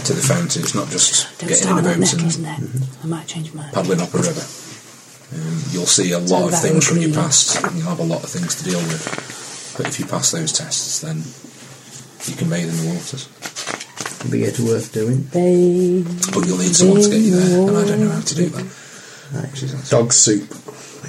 S9: to the fountain. It's not just
S1: Don't
S9: getting in a
S1: start on that
S9: boat
S1: neck,
S9: and
S1: isn't it?
S9: Mm-hmm.
S1: I might change my
S9: paddling up a river. Um, you'll see a lot
S1: Turn
S9: of
S1: back
S9: things from your
S1: and clean.
S9: past, and you'll have a lot of things to deal with. But if you pass those tests, then you can bathe in the waters.
S4: It'd be good worth doing.
S9: But you'll need someone to get you there, and I don't know how to do that.
S2: Dog soup.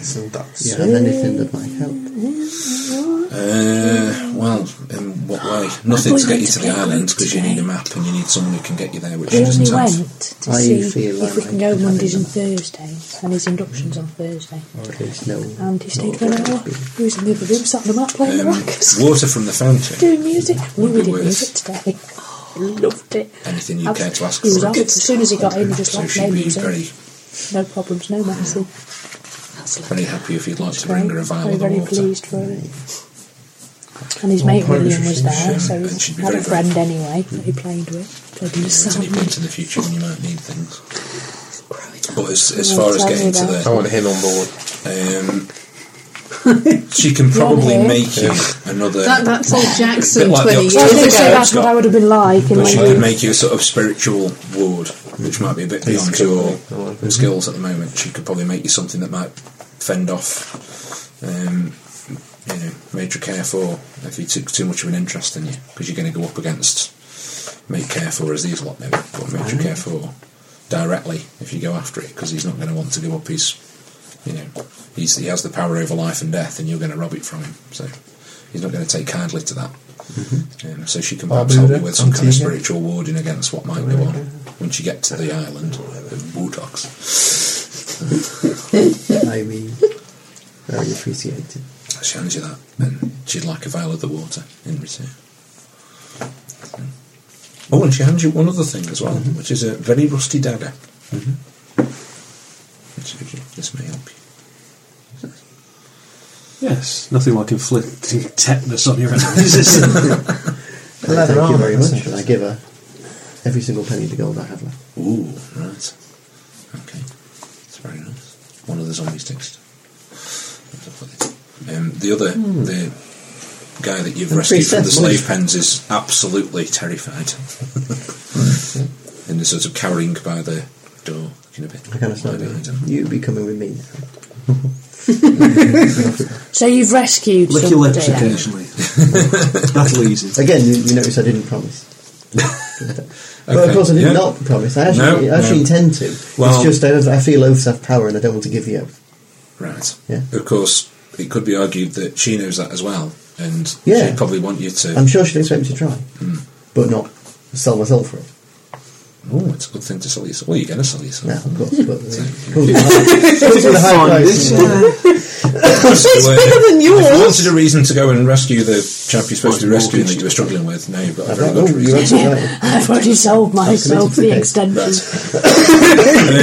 S2: Some dog
S4: Yeah,
S2: soup.
S4: and anything that might help.
S9: Uh, well, in what way? Nothing to get you to the island because you need a map and you need someone who can get you there, which
S15: We
S9: you
S15: only
S9: doesn't have.
S15: went to
S4: I
S15: see
S4: feel
S15: if we
S4: like
S15: can go Mondays and Thursdays, and his induction's on Thursday.
S4: Or at least no.
S15: And he stayed for an hour. He was in the other room, sat on the mat playing
S9: Um,
S15: the rockets,
S9: water from the fountain.
S15: doing music. I knew we did
S9: Worse.
S15: music today. Oh, I loved it.
S9: Anything you
S15: I've-
S9: care to ask
S15: He was
S9: for.
S15: out. As soon as he got in, he just
S9: So
S15: like
S9: she'd
S15: playing
S9: be
S15: music.
S9: very,
S15: No problems, no mercy.
S9: very happy if you'd like to
S15: Very,
S9: bring her a
S15: very,
S9: vial of the
S15: very
S9: water.
S15: pleased for him. And his
S9: Well,
S15: mate
S9: probably
S15: William
S9: she's
S15: was
S9: in
S15: there,
S9: shape,
S15: so
S9: and
S15: he
S9: she'd be
S15: had a
S9: very Mm-hmm. glad.
S15: friend anyway that he played with. Played in the
S9: At any
S15: summer.
S9: point in the future when you might need things. But as, as far as
S15: Tell me
S9: getting to
S15: that.
S9: the.
S15: I
S2: want him on board.
S9: Um, she can probably
S15: Yeah.
S9: make you another.
S7: That, that's old Jackson
S9: Bit like the
S7: 20
S9: Oxford
S7: years
S15: So
S7: ago.
S15: that's what I would have been like in
S9: But
S15: my
S9: she could
S15: youth.
S9: make you a sort of spiritual ward, which might be a bit beyond your skills at the moment. She could probably make you something that might fend off, um, you know, major care for if you took too much of an interest in you, because you're going to go up against make care for as these lot know, but major care for directly if you go after it, because he's not going to want to give up his, you know, he's, he has the power over life and death, and you're going to rob it from him. So he's not going to take kindly to that. Um, so she can
S2: Well,
S9: perhaps help you
S2: Buddha,
S9: with some kind of
S2: Antigua.
S9: spiritual warding against what might go on once you get to the island of Botox.
S4: I mean, very appreciated.
S9: she hands you that, and she'd like a vial of the water in return. Oh, and she hands you one other thing as well, which is a very rusty dagger. Which, uh, This may help you.
S6: Yes, nothing like inflicting tetanus on your enemies.
S4: Uh, thank you very much. And I give her every single penny of the gold I have left.
S9: Ooh, right. Okay. It's very nice. One of the zombies takes it. Um, the other,
S4: Hmm.
S9: the guy that you've
S2: The
S9: rescued from the
S2: princess
S9: slave
S2: voice.
S9: pens is absolutely terrified. and is sort of cowering by the door, looking a bit.
S4: I kind of snap at her. You be coming with me now.
S15: So you've rescued
S6: Lick your
S15: somebody.
S6: lips occasionally. That'll ease it.
S4: Again, you, you notice I didn't promise. But
S6: Okay,
S4: of course, I did
S6: yeah.
S4: not promise. I
S6: No,
S4: actually, I actually
S6: no.
S4: intend to.
S9: Well-
S4: it's just I, I feel oaths have power and I don't want to give you oath.
S9: Right.
S4: Yeah.
S9: Of course, it could be argued that she knows that as well, and
S4: Yeah.
S9: she'd probably want you to.
S4: I'm sure she'd expect me to try,
S9: Hmm.
S4: but not sell myself for it.
S9: Oh, it's a good thing to sell yourself. Well, you're going to sell yourself.
S4: Yeah, of course. But, uh,
S9: Just the way-
S7: bigger than
S9: If you
S7: yours.
S9: wanted a reason to go and rescue the chap you're supposed to be rescuing that you were struggling with, now you've
S4: Oh,
S9: got a very good reason.
S8: I've already sold myself the extension.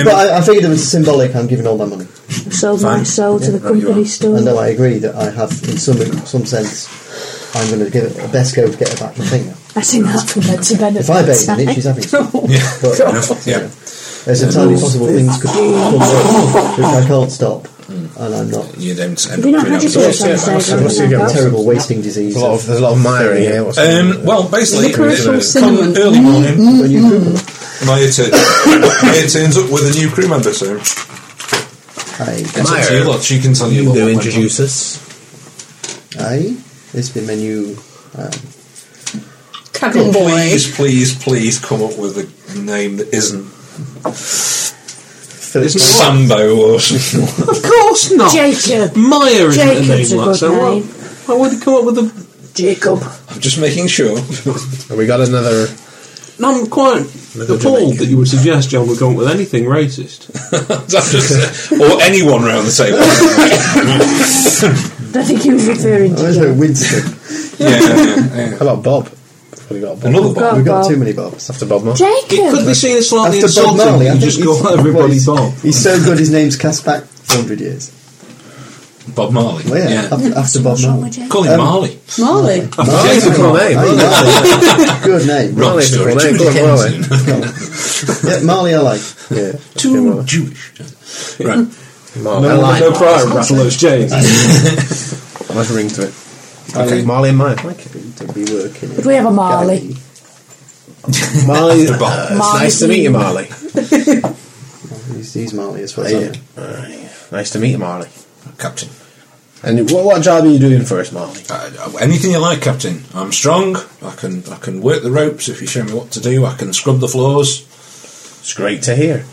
S4: but I, I figured it was symbolic. I'm giving all that money.
S8: I've sold my soul to the
S4: Yeah, right, you
S8: company
S4: are.
S8: store.
S4: I know. I agree that I have, in some some sense, I'm going to give it a best go to get it back. I think.
S8: I sing that from bed to bed.
S4: If I bathe in it, she's having some. But
S9: yeah.
S4: there's entirely possible things could come up, which I can't stop,
S2: Hmm.
S4: and I'm not.
S9: You don't
S8: Have you not had your
S4: Yes,
S8: pills on
S4: yes,
S8: stage?
S4: I must have got a terrible wasting disease.
S2: There's a lot of, there's a lot of mire in here. What's
S9: Um, well, basically,
S2: Liquor
S9: it's,
S2: from
S9: uh,
S2: cinnamon.
S9: come early
S8: Mm-hmm.
S9: morning,
S4: when you
S9: Maya, tur- Maya turns up with a new crew member, so it's up to you lot. She can tell you, what went on.
S4: us. Aye, it's the menu. Um,
S9: Oh, please, please, please come up with a name that isn't
S4: Philip
S9: isn't Sambo or something.
S6: Of course not.
S8: Jacob.
S6: Meyer isn't
S8: Jacob's
S6: a name
S8: a
S6: like
S8: good
S6: so what-
S8: name.
S6: Why would he come up with a
S8: Jacob?
S9: I'm just making sure.
S2: Have we got another?
S6: I'm quite appalled that you would suggest John would go up with anything racist.
S9: That's just- uh, or anyone round the table.
S8: I think he was referring to
S4: Winston. Oh, Winston.
S9: yeah, yeah, yeah.
S2: How about Bob? Have we got a Bob?
S9: Another
S8: We've got
S4: We've got
S8: Bob.
S4: too many Bobs.
S2: After Bob Marley.
S8: Jacob.
S6: It could be seen as slightly
S4: After Bob
S6: insulting.
S4: Marley, I
S6: you
S4: think
S6: just
S4: he's-
S6: call everybody
S4: he's-
S6: Bob.
S4: He's so good, his name's cast back 100 years.
S9: Bob Marley.
S4: Well, yeah,
S9: yeah.
S4: af- after Bob Marley.
S2: Um,
S9: Call him Marley.
S7: Marley.
S2: Marley's a cool name.
S4: Aye, Marley. Good name.
S9: Wrong
S2: Marley's a
S9: story.
S2: cool name.
S9: Two
S2: Go on, Marley.
S9: Dickensian.
S4: Yeah, Marley I like.
S2: Yeah.
S9: Too Jewish. Right.
S2: Marley.
S6: No,
S2: I
S6: no
S2: like
S6: prior rattle those chains.
S2: that. Nice ring to it.
S4: Okay.
S2: Okay. Marley and Meyer.
S4: Like it to be working.
S8: Could we have a Marley?
S2: Marley.
S9: After Bob.
S2: uh, it's nice to meet you, Marley.
S4: He's, he's Marley as well.
S2: Yeah.
S4: isn't he?
S2: Nice to meet you, Marley.
S9: Captain.
S2: And what, what job are you doing for us, Marley?
S9: Uh, anything you like, Captain. I'm strong. I can I can work the ropes if you show me what to do. I can scrub the floors.
S2: It's great to hear.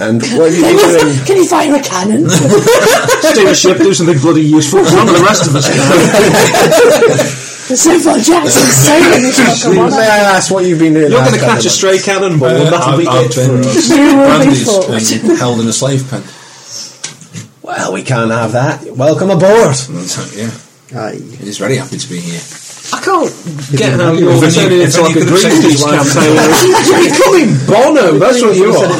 S2: And what have you been doing?
S8: Can you fire a cannon?
S6: Steer a ship, do something bloody useful. It's not for the rest of us now.
S8: so far, Jackson's saving this fucker,
S2: May
S8: wasn't it?
S2: I ask what you've been doing?
S6: You're
S2: last
S6: going to catch
S2: couple
S6: a
S2: of
S6: stray cannonball, and that'll
S9: Uh, I've-
S6: be
S9: I've
S6: it for
S9: been
S6: us.
S8: You will be
S9: brandied
S8: fucked.
S9: and held in a slave pen.
S2: months? Well, we can't have that. Welcome aboard.
S9: So, yeah,
S4: Aye.
S9: he's very happy to be here.
S6: I can't get how
S9: If
S6: you're turning
S9: any-
S6: into
S9: if
S6: like
S9: any
S6: a
S9: could have saved his
S6: Greenpeace
S9: life.
S6: campaign. You're becoming Bonham, that's what you are.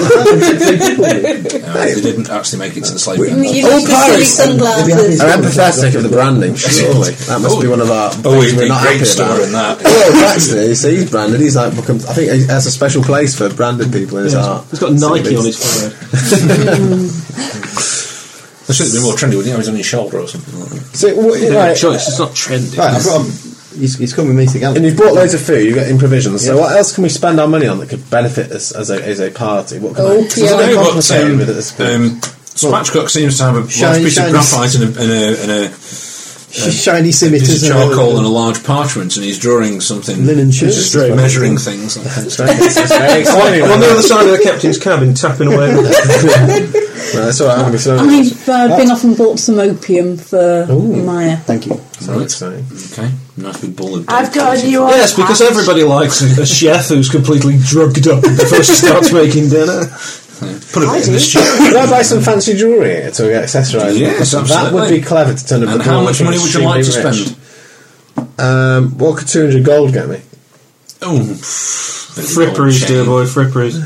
S9: Uh, they didn't actually make it to the slave pen.
S2: All
S7: You need the silly
S2: Paris.
S7: sunglasses.
S2: I'm empathetic of the branding, surely. That must be one of our.
S9: Oh,
S2: things
S9: it'd
S2: we're
S9: be
S2: not
S9: great
S2: happy
S9: store
S2: about.
S9: in that.
S2: Well, Baxter, you see, he's branded. He's like, become, I think he has a special place for branded people in his heart.
S6: He's got Nike on his forehead.
S9: There should have been more trendy, wouldn't it? It was on your shoulder or something. Like that.
S2: So, what,
S6: They have a
S2: right,
S6: choice, it's not trendy.
S4: Right, I've got a, he's, he's come with me to
S2: and
S4: Gallagher.
S2: you've bought loads of food, you've got in provisions. So,
S4: Yeah.
S2: what else can we spend our money on that could benefit us as a, as a party? What can
S7: Oh,
S2: I, there's
S7: yeah.
S2: no
S9: No,
S2: compromise
S9: but, um,
S2: with it at this point.
S9: um, Spatchcock seems to have a large
S4: Shiny-
S9: piece of
S4: shiny-
S9: graphite and a, and a, and a
S4: Shiny
S9: piece
S4: scimitars.
S9: of charcoal and a large parchment, and he's drawing something.
S4: Linen shirts.
S9: He's just measuring things. Like that.
S2: It's very exciting.
S6: on the other side of the captain's cabin, tapping away.
S2: Well, that's all right, I'm going to be so.
S7: I've uh, been off and bought some opium for Maya.
S4: Thank you.
S2: so exciting.
S9: Okay, nice big ball of.
S8: I've got a new
S6: yes, because everybody likes a chef who's completely drugged up before she starts making dinner.
S9: Put a bit in this chair.
S2: Could I buy some fancy jewellery to accessorise?
S9: Yes,
S2: That would
S9: absolutely.
S2: be clever to turn up.
S9: And
S2: a
S9: how
S2: door
S9: much
S2: and
S9: money would you like to
S2: extremely
S9: spend?
S2: rich. Um, what could 200 gold get me?
S9: Oh,
S6: Fripperies, dear boy, fripperies.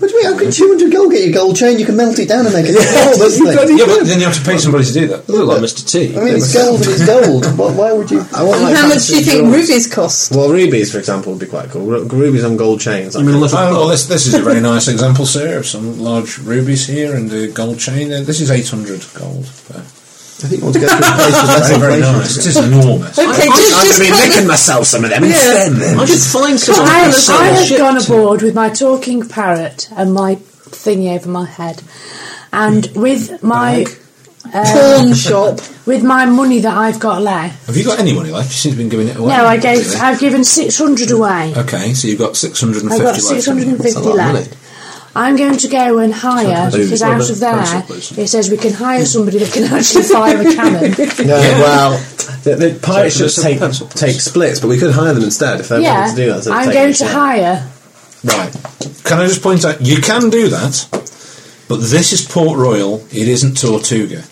S4: What do you mean? How can 200 gold get you a gold chain? You can melt it down and make it gold, doesn't it?
S9: Yeah, but then you have to pay somebody to do that.
S6: They look like Mr. T.
S4: I mean, it's gold and it's gold. Why, why would you?
S2: I want
S7: And
S2: like
S7: how much
S2: fancy
S7: do you think
S2: jewellery.
S7: rubies cost?
S2: Well, rubies, for example, would be quite cool. Ru- Rubies on gold chains.
S6: I mean,
S2: like-
S6: look
S9: Oh, well, this this is a very nice example, sir, of some large rubies here and a gold chain. Uh, This is eight hundred gold. Uh,
S4: I think you want to go to a place with less
S9: very
S4: inflation.
S9: nice. It is enormous.
S7: Okay, just, just cut this-
S2: myself some of them
S6: I should find someone
S8: I,
S6: who can sell
S8: I had
S6: shit
S8: gone
S6: to.
S8: aboard with my talking parrot and my thingy over my head, and with my uh,
S7: pawn shop.
S8: with my money that I've got left.
S9: Have you got any money left? You seem to have been giving it away.
S8: No, I gave.
S9: Really?
S8: I've given six hundred away.
S9: Okay, so you've got six hundred and
S8: I've
S9: fifty.
S8: got six hundred and
S2: That's a
S8: fifty
S2: lot of money.
S8: left. I'm going to go and hire
S2: Booze.
S8: because out of there it says we can hire somebody that can actually fire a cannon.
S2: No, well, the, the pirates
S6: Pencil,
S2: should take,
S6: pencil, please.
S2: take splits, but we could hire them instead if they wanted to do that.
S8: Yeah,
S2: so
S8: I'm
S2: take
S8: going
S2: it,
S8: to
S2: yeah.
S8: hire
S2: Right. Can I just point out, you can do that, but this is Port Royal, it isn't Tortuga.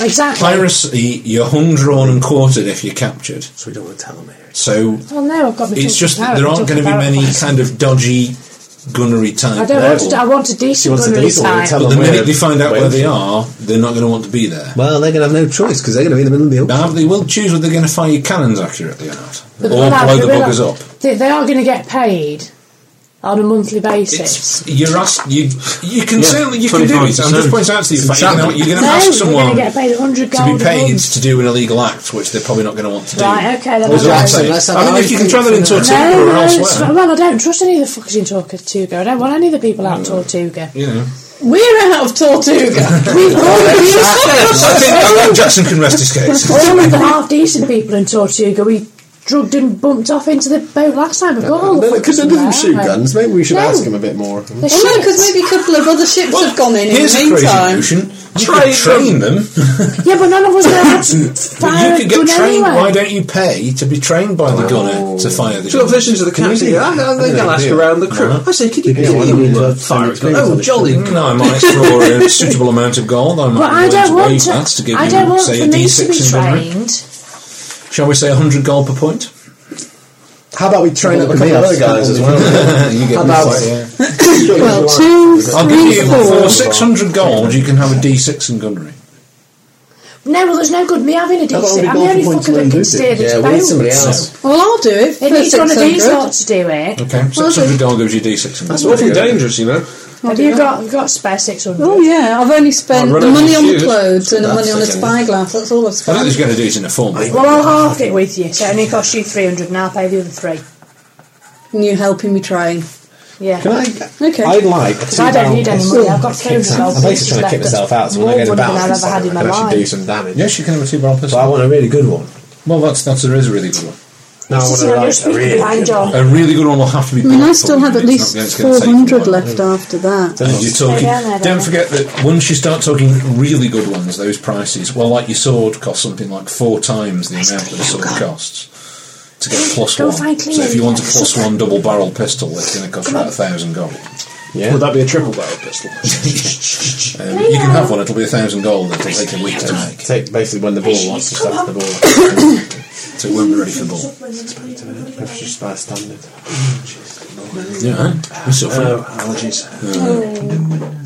S8: Exactly.
S2: Piracy, you're hung, drawn, and quartered if you're captured. So
S6: we don't want to tell them here.
S2: So
S8: Well, no, I've got my
S2: it's
S8: talking
S2: just that
S8: parrot,
S2: there
S8: my
S2: aren't going to be
S8: talking
S2: many
S8: parrot.
S2: kind of dodgy gunnery type.
S8: I don't want to. I want a decent gunnery type.
S2: But the minute they find out where they are, they're not going to want to be there.
S4: Well, they're going to have no choice because they're going to be in the middle of the open.
S2: Now, they will choose whether they're going to fire your cannons accurately or not, or
S8: But they'll have
S2: blow
S8: to
S2: the
S8: realise-
S2: buggers up.
S8: They, they are going to get paid on a monthly basis.
S2: You're asked. You you can
S8: Yeah,
S2: certainly you can do it. I'm
S6: 25%.
S2: just pointing out to you, in fact, you know, you're going to
S8: no,
S2: ask
S8: They're
S2: someone
S8: going to get paid 100
S2: to
S8: gold
S2: be
S8: a
S2: paid
S8: month.
S2: to do an illegal act, which they're probably not going to want to do.
S8: Right, okay, then
S2: That's
S8: I'll
S2: what I'm
S8: do it.
S2: saying.
S8: Let's have
S2: I
S8: an
S2: mean, if you can
S8: argument
S2: try that in
S8: No,
S2: Tortuga or
S8: no, it's-
S2: elsewhere,
S8: well, I don't trust any of the fuckers in Tortuga. I don't want any of the people out in Tortuga.
S2: you know.
S8: We're out of Tortuga. We've already
S2: I think Owen Jackson can rest his case.
S8: All of the half decent people in Tortuga, we drugged and bumped off into the boat last time. We've got all the
S4: Because
S8: fuckers
S4: they
S8: in there,
S4: doesn't shoot
S8: haven't we?
S4: guns. Maybe we should
S8: No.
S4: ask him a bit more.
S8: The
S7: Well, no,
S8: ships.
S7: because maybe a couple of other ships have gone in in
S2: Here's
S7: the
S2: a crazy
S7: meantime.
S2: notion. You
S7: Train
S2: could train
S6: um,
S2: them.
S8: Yeah, but none of us know how to fire
S2: But you
S8: a
S2: could
S8: gun
S2: get trained.
S8: anyway.
S2: Why don't you pay to be trained by the gunner to fire the
S6: So I've
S2: gun?
S6: listened to the captain. I, I think I'll ask around the crew.
S2: Uh-huh.
S6: I say, could you
S2: Yeah, why
S6: please
S2: don't we,
S6: uh,
S2: uh,
S6: fire a gun? Oh, jolly.
S2: Mm, I might for a suitable amount of gold. I might
S8: But
S2: be
S8: I
S2: willing
S8: don't
S2: to
S8: want
S2: waive that to
S8: to.
S2: give
S8: I
S2: you,
S8: don't want
S2: say,
S8: for
S2: a
S8: me to
S2: D6
S8: be
S2: in gunnery.
S8: trained.
S2: Shall we say 100 gold per point?
S4: How about we train up a couple of other guys as well?
S2: You get
S4: How
S2: me
S4: about
S2: fight, yeah.
S8: Well, two,
S2: I'll give
S8: three,
S2: you for
S8: four.
S2: 600 gold, you can have a d6 in gunnery.
S8: No, well, there's no good me having a
S4: That would
S8: decent.
S4: be
S8: I'm the
S4: gone
S8: only
S4: from point to
S8: fucker that
S4: end,
S8: can
S4: isn't it?
S8: steer this
S4: Yeah,
S8: boat.
S4: we need somebody else.
S7: Well, I'll do it.
S8: If he's
S7: for
S8: got a
S7: 600.
S8: decent to do it.
S2: Okay, 600 gold gives you d6 in
S6: That's
S2: gunnery.
S6: awfully dangerous, you know.
S8: Have you got you got a spare six hundred?
S7: Oh yeah, I've only spent
S2: I'll run
S7: the
S2: out
S7: money
S2: of
S7: on the
S2: shoes.
S7: clothes and the
S2: That's
S7: money on a
S2: okay.
S7: spyglass. That's all I've
S2: I think
S7: spent.
S2: he's going to do it in a form.
S8: Well, I'll half it with you, so it only costs you three hundred, and I'll pay the other three.
S7: And you helping me train.
S8: Yeah.
S4: Can I?
S7: Okay.
S4: I'd like.
S8: Because I don't need any money. I've got three hundred gold.
S4: I'm basically trying to kick myself out, so when I go to battle,
S8: I've ever had in
S4: I
S8: my
S4: can actually do
S8: life.
S4: some damage.
S2: Yes, you can have a two barrel pistol.
S4: But I want a really good one.
S2: Well, that's, that's there is a really good one.
S4: Now I want
S8: See,
S4: a,
S8: I
S4: like,
S8: just
S4: a really
S8: behind
S4: good
S8: John.
S2: A really good one will have to be.
S7: I mean, I
S2: built
S7: still
S2: for you.
S7: have at
S2: It's
S7: least
S2: not- it's gonna take
S7: 400
S2: you a while.
S7: left after that.
S2: And you're talking.
S8: Yeah, yeah, yeah.
S2: Don't forget that once you start talking really good ones, those prices. Well, like your sword costs something like four times the amount that a sword costs to get plus
S8: Go
S2: one.
S8: find
S2: So if you want a plus one double barrel pistol, it's going to cost you about a thousand gold.
S4: Yeah.
S6: Would that be a triple barrel pistol?
S2: Um, you can have one. It'll be a thousand gold. It'll take a week to make,
S4: Take basically when the ball wants to start the ball.
S2: so it won't be ready for ball.
S4: That's just by standard.
S2: Yeah, you're suffering.
S6: Oh, allergies.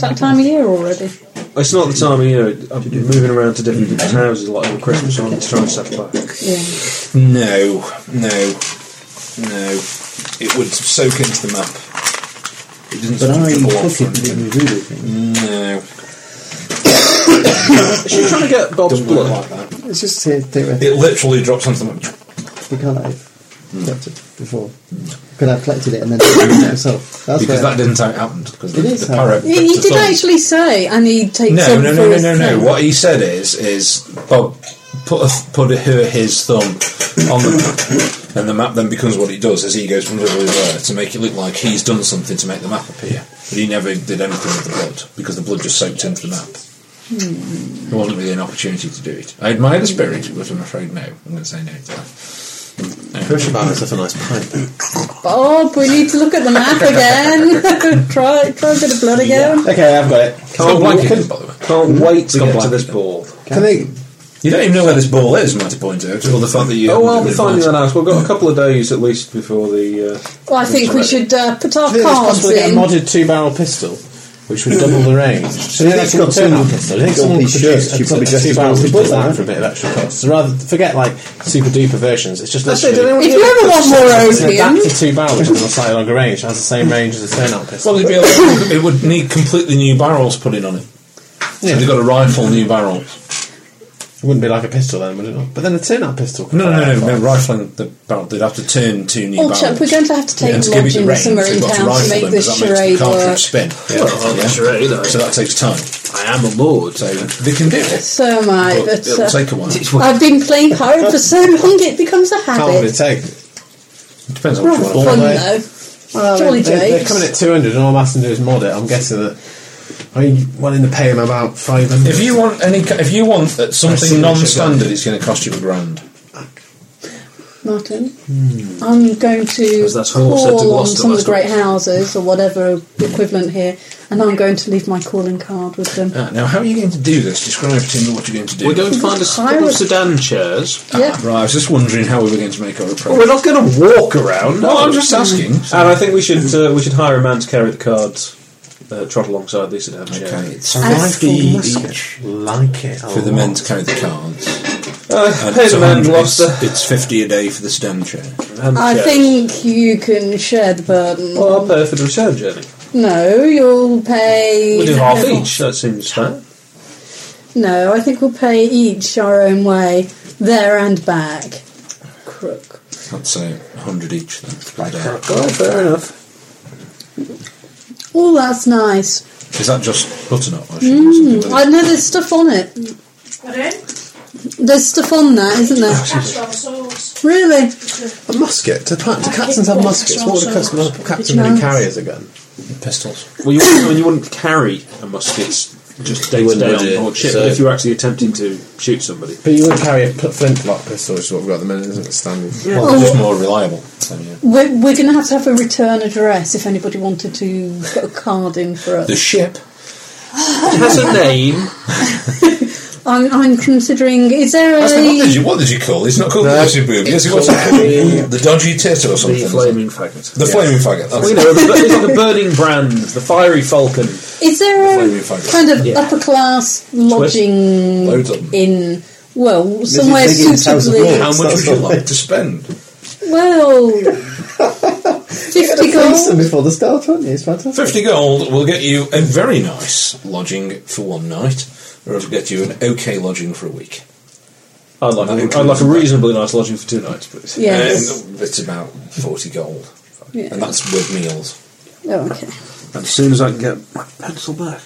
S7: That time of year already.
S6: It's not the time of year. I've been moving around to different people's houses like on Christmas. so I need to try and settle back.
S7: Yeah.
S2: No, no, no. It would soak into the map. It doesn't
S9: But I
S2: dribble
S9: cook
S2: off or
S9: it with
S2: anything.
S9: the voodoo thing.
S2: No.
S6: She's trying to get Bob's
S2: Doesn't work
S6: blood.
S2: like that.
S9: It's just the- theoretical.
S2: It literally drops onto the map.
S9: We can't have
S4: Hmm.
S9: collected before. Could I have collected it and then done it myself? That's
S2: Because
S9: where-
S2: that didn't how it happened. Because the,
S9: It is
S2: the
S9: how it
S2: parrot.
S7: You,
S2: picked
S7: you
S2: us
S7: did
S2: up.
S7: actually say, and he takes
S2: No,
S7: some
S2: no, no,
S7: for
S2: no,
S7: his
S2: no, no.
S7: thing.
S2: What he said is, is Bob put a, th- put her his thumb on the map, and the map then becomes what it does as he goes from there to there to make it look like he's done something to make the map appear. But he never did anything with the blood because the blood just soaked into the map.
S8: Hmm.
S2: There wasn't really an opportunity to do it. I admire the spirit, but I'm afraid no. I'm going to say no to that.
S4: Push about is a nice pipe.
S7: Bob, we need to look at the map again. try, try a bit of blood again.
S4: Okay, I've got it.
S2: Can't
S6: wait.
S2: blanket, by the way.
S6: Can't wait
S2: It's
S6: to
S2: got
S6: get to
S2: black.
S6: this ball.
S4: Can they?
S2: You don't even know where this ball is, might I point out, or the fact that you.
S6: Oh, well,
S2: haven't
S6: we're
S2: been
S6: finding
S2: invited.
S6: that out. We've got a couple of days at least before the. Uh,
S7: Well, I think we should uh, put our
S4: I think it's
S7: cards
S4: possible to get a
S7: in.
S4: modded two barrel pistol, which would double the range. So yeah, that's
S9: got
S4: got two barrel
S9: some
S4: pistol. You think
S9: got
S4: someone
S9: these
S4: could
S9: shirts,
S4: just
S9: you probably
S4: a
S9: just
S4: two
S9: as
S4: barrel
S9: well as
S4: pistol
S9: put that.
S4: that for a bit of extra cost. So rather forget like super duper versions. It's just
S6: I say,
S4: literally.
S6: do they want
S7: If you ever want more
S4: it's an
S7: opium,
S4: adapted two barrel pistol on a slightly longer range. It has the same range as a turnout pistol.
S2: Well, it'd be a, it would need completely new barrels put in on it. So they've got to rifle new barrels.
S4: It wouldn't be like a pistol then, would it not? But then a turnout pistol. could
S2: No,
S4: fire
S2: no, no,
S4: off.
S2: no, rifling the barrel. They'd have to turn two new
S7: Old
S2: barrels.
S7: chap, we're going to have to take
S2: and to give it the
S7: lodging
S2: range,
S7: somewhere in
S2: they've got to
S7: town to
S2: rifle
S7: make
S2: them,
S7: this
S2: 'cause that makes
S7: charade
S2: the cartridge
S7: work.
S2: spin.
S6: Well,
S2: Yeah.
S6: charade, I-
S2: So that takes time.
S6: I am a lord.
S2: So they can do it,
S7: So am I,
S2: but
S7: but
S2: it'll
S7: uh,
S2: take a while. It
S7: I've been playing pirate for so long it becomes a
S4: How long would it
S7: habit.
S4: take?
S2: depends on
S7: Rather
S2: which one.
S7: fun
S4: Ball
S7: though.
S4: Well,
S7: Jolly
S4: they're, they're
S7: Jakes.
S4: coming at 200 and all I'm asking to do is mod it. I'm guessing that. Are you wanting to pay him about 500?
S2: If you want any, ki- if you want uh,
S4: I've seen
S2: something
S4: what you've
S2: non-standard, it's going to cost you a grand.
S7: Martin.
S2: Hmm.
S7: I'm going to
S6: As that's Hall said to
S7: call on
S6: Gloucester
S7: some of the
S6: last
S7: great
S6: week.
S7: houses or whatever equivalent here, and I'm going to leave my calling card with them.
S2: Uh,
S9: Ah, now, how are you going to do this? Describe to me what you're going to do.
S7: We're going to find us a couple of Pirate-
S9: sedan chairs.
S7: Yeah.
S2: uh,
S9: right, I was just wondering how we were going to make our approach.
S6: Well, we're not going to walk around.
S9: No, I'm just asking.
S6: And I think we should uh, we should hire a man to carry the cards, uh, trot alongside these sedan chairs.
S9: Okay, it's fifty each. Like it for the men to carry the cards.
S6: Uh,
S9: And
S6: pay
S9: it's
S6: the man
S9: 100
S6: lost
S9: it's, it's fifty a day for the sedan chair.
S7: I think you can share the burden.
S6: Well, I'll pay for the return journey.
S7: no, you'll pay.
S6: We'll do half each. That seems fair.
S7: No, I think we'll pay each our own way, there and back. Crook.
S9: I'd say hundred each then. per day.
S6: Well, Oh, fair enough.
S7: Oh, that's nice.
S9: Is that just butternut? or should-
S7: Mm, I know there's stuff on it. There's stuff on that, isn't there? Really?
S4: A musket? Do, pa- do captains have muskets? What would a captain, captain really carry as a gun?
S9: Pistols.
S6: Well, you wouldn't, you wouldn't carry a musket just day to
S4: wouldn't,
S6: day
S4: would you?
S6: on board ship,
S4: So-
S6: but if you were actually attempting to shoot somebody.
S4: But you would carry a pl- flintlock pistol, which is what we've got at the minute, isn't it? Standard.
S7: Yeah. Well, just
S9: more reliable. yeah.
S7: We're, we're going to have to have a return address if anybody wanted to put a card in for us.
S9: The ship
S6: has a name.
S7: I'm, I'm considering. Is there
S9: That's not- what, did
S7: a.
S9: you, what did you call it? It's not called the Dirty Boob. Yes, it was the Dodgy Tit or something. The Flaming
S6: Faggot.
S9: The Flaming Faggot.
S6: Well, you know, the, it's the burning brand, the fiery falcon.
S7: Is there
S6: Flaming
S7: a
S6: Faggot.
S7: kind of
S6: Yeah.
S7: upper class lodging
S9: Loads of them.
S7: in. Well, somewhere
S9: Mrs. Higgins House of
S7: suitably.
S9: Lords, How much would you like to spend?
S7: Well.
S16: You're
S7: 50
S16: going to face them
S7: gold?
S16: before the start, aren't you? It's fantastic.
S9: 50 gold will get you a very nice lodging for one night, or it'll get you an okay lodging for a week.
S6: I'd like,
S9: That
S6: a, I'd like a
S9: includes-
S6: reasonably nice lodging for two nights, please.
S7: Yes.
S9: Um, it's about 40 gold,
S7: Yeah.
S9: and that's with meals.
S7: Oh, okay.
S6: As soon as I can get my pencil back.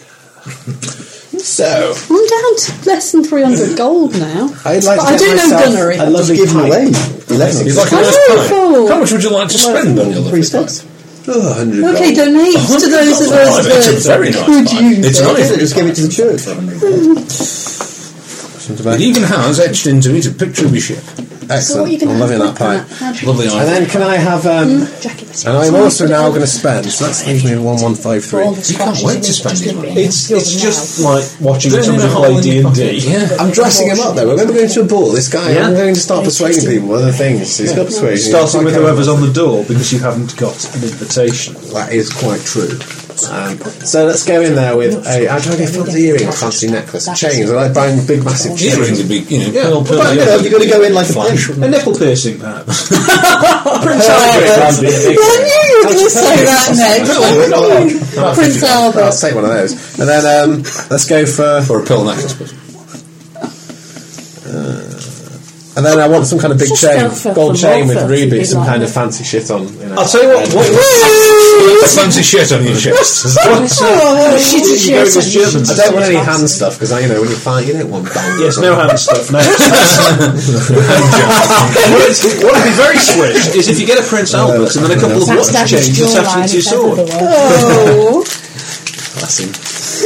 S9: So,
S7: I'm down to less than 300 gold now.
S4: I'd like
S7: but
S4: to
S7: I
S4: get
S7: do know
S4: myself
S7: gunnery.
S4: a lovely
S16: Give them
S4: pipe.
S16: away.
S9: You'd
S16: Eleven.
S9: like a
S7: I
S9: nice
S7: know,
S9: pie.
S7: Paul.
S9: How much would you like to spend on the other
S16: Three
S9: pie?
S16: stocks.
S4: Oh, 100
S7: Okay, donate to those of us
S9: Oh, It's a
S7: that
S9: very nice
S7: could
S9: pie.
S7: use
S9: It's
S7: it.
S9: nice.
S16: Just give it to the church.
S9: It even has etched into it a picture of your ship.
S7: So what are you
S4: Excellent.
S7: gonna
S4: I'm loving
S7: have
S4: that pie.
S7: with that?
S9: Lovely
S4: And
S9: idea.
S4: then can I have. Um, and I'm also now going to spend, so that leaves me with 1153.
S9: You can't wait to spend it. money.
S6: It's, it's just like watching
S9: Burning
S6: somebody
S9: a hole
S6: play
S9: in your
S6: D&D.
S9: pocket.
S4: I'm dressing him up though. Remember going to a ball, this guy,
S6: Yeah.
S4: I'm going to start persuading people with other things. He's got persuasion.
S6: Starting with whoever's on the door because you haven't got an invitation.
S4: That is quite true. Um, so let's go in there with a. How do I get fancy earrings, fancy necklace, chains? And I bang big, massive chains.
S9: Earrings would be, you know,
S6: Yeah,
S9: pearl,
S6: but
S9: pearl,
S6: I
S9: yeah,
S6: know,
S9: but
S4: you've got to go in like a
S9: flash.
S4: pimp.
S6: A nipple piercing, perhaps.
S7: Prince Albert. Oh, I knew you were going to say that next. I knew. oh, Prince
S4: I'll
S7: Albert.
S4: take one of those. And then um, let's go for.
S9: Or a pearl necklace. but-
S4: uh, And then I want some kind of big
S8: Just
S4: chain,
S8: go for-
S4: gold
S8: for
S4: chain with
S8: Morpheus,
S4: ruby,
S8: you'd
S4: some
S8: like
S4: kind
S8: that.
S4: of fancy shit on. You know.
S6: I'll tell you what, what,
S9: Put fancy shit on your chest.
S6: what,
S7: Oh, shit, shit,
S6: you go
S7: shit.
S6: with Germans.
S4: I don't want any hand stuff because you know when you fight, you don't want bangs.
S6: Yes, no hand stuff, no. what would be very swift is if you get a Prince Albert and then a couple of watch chains attached into your sword.
S7: Oh.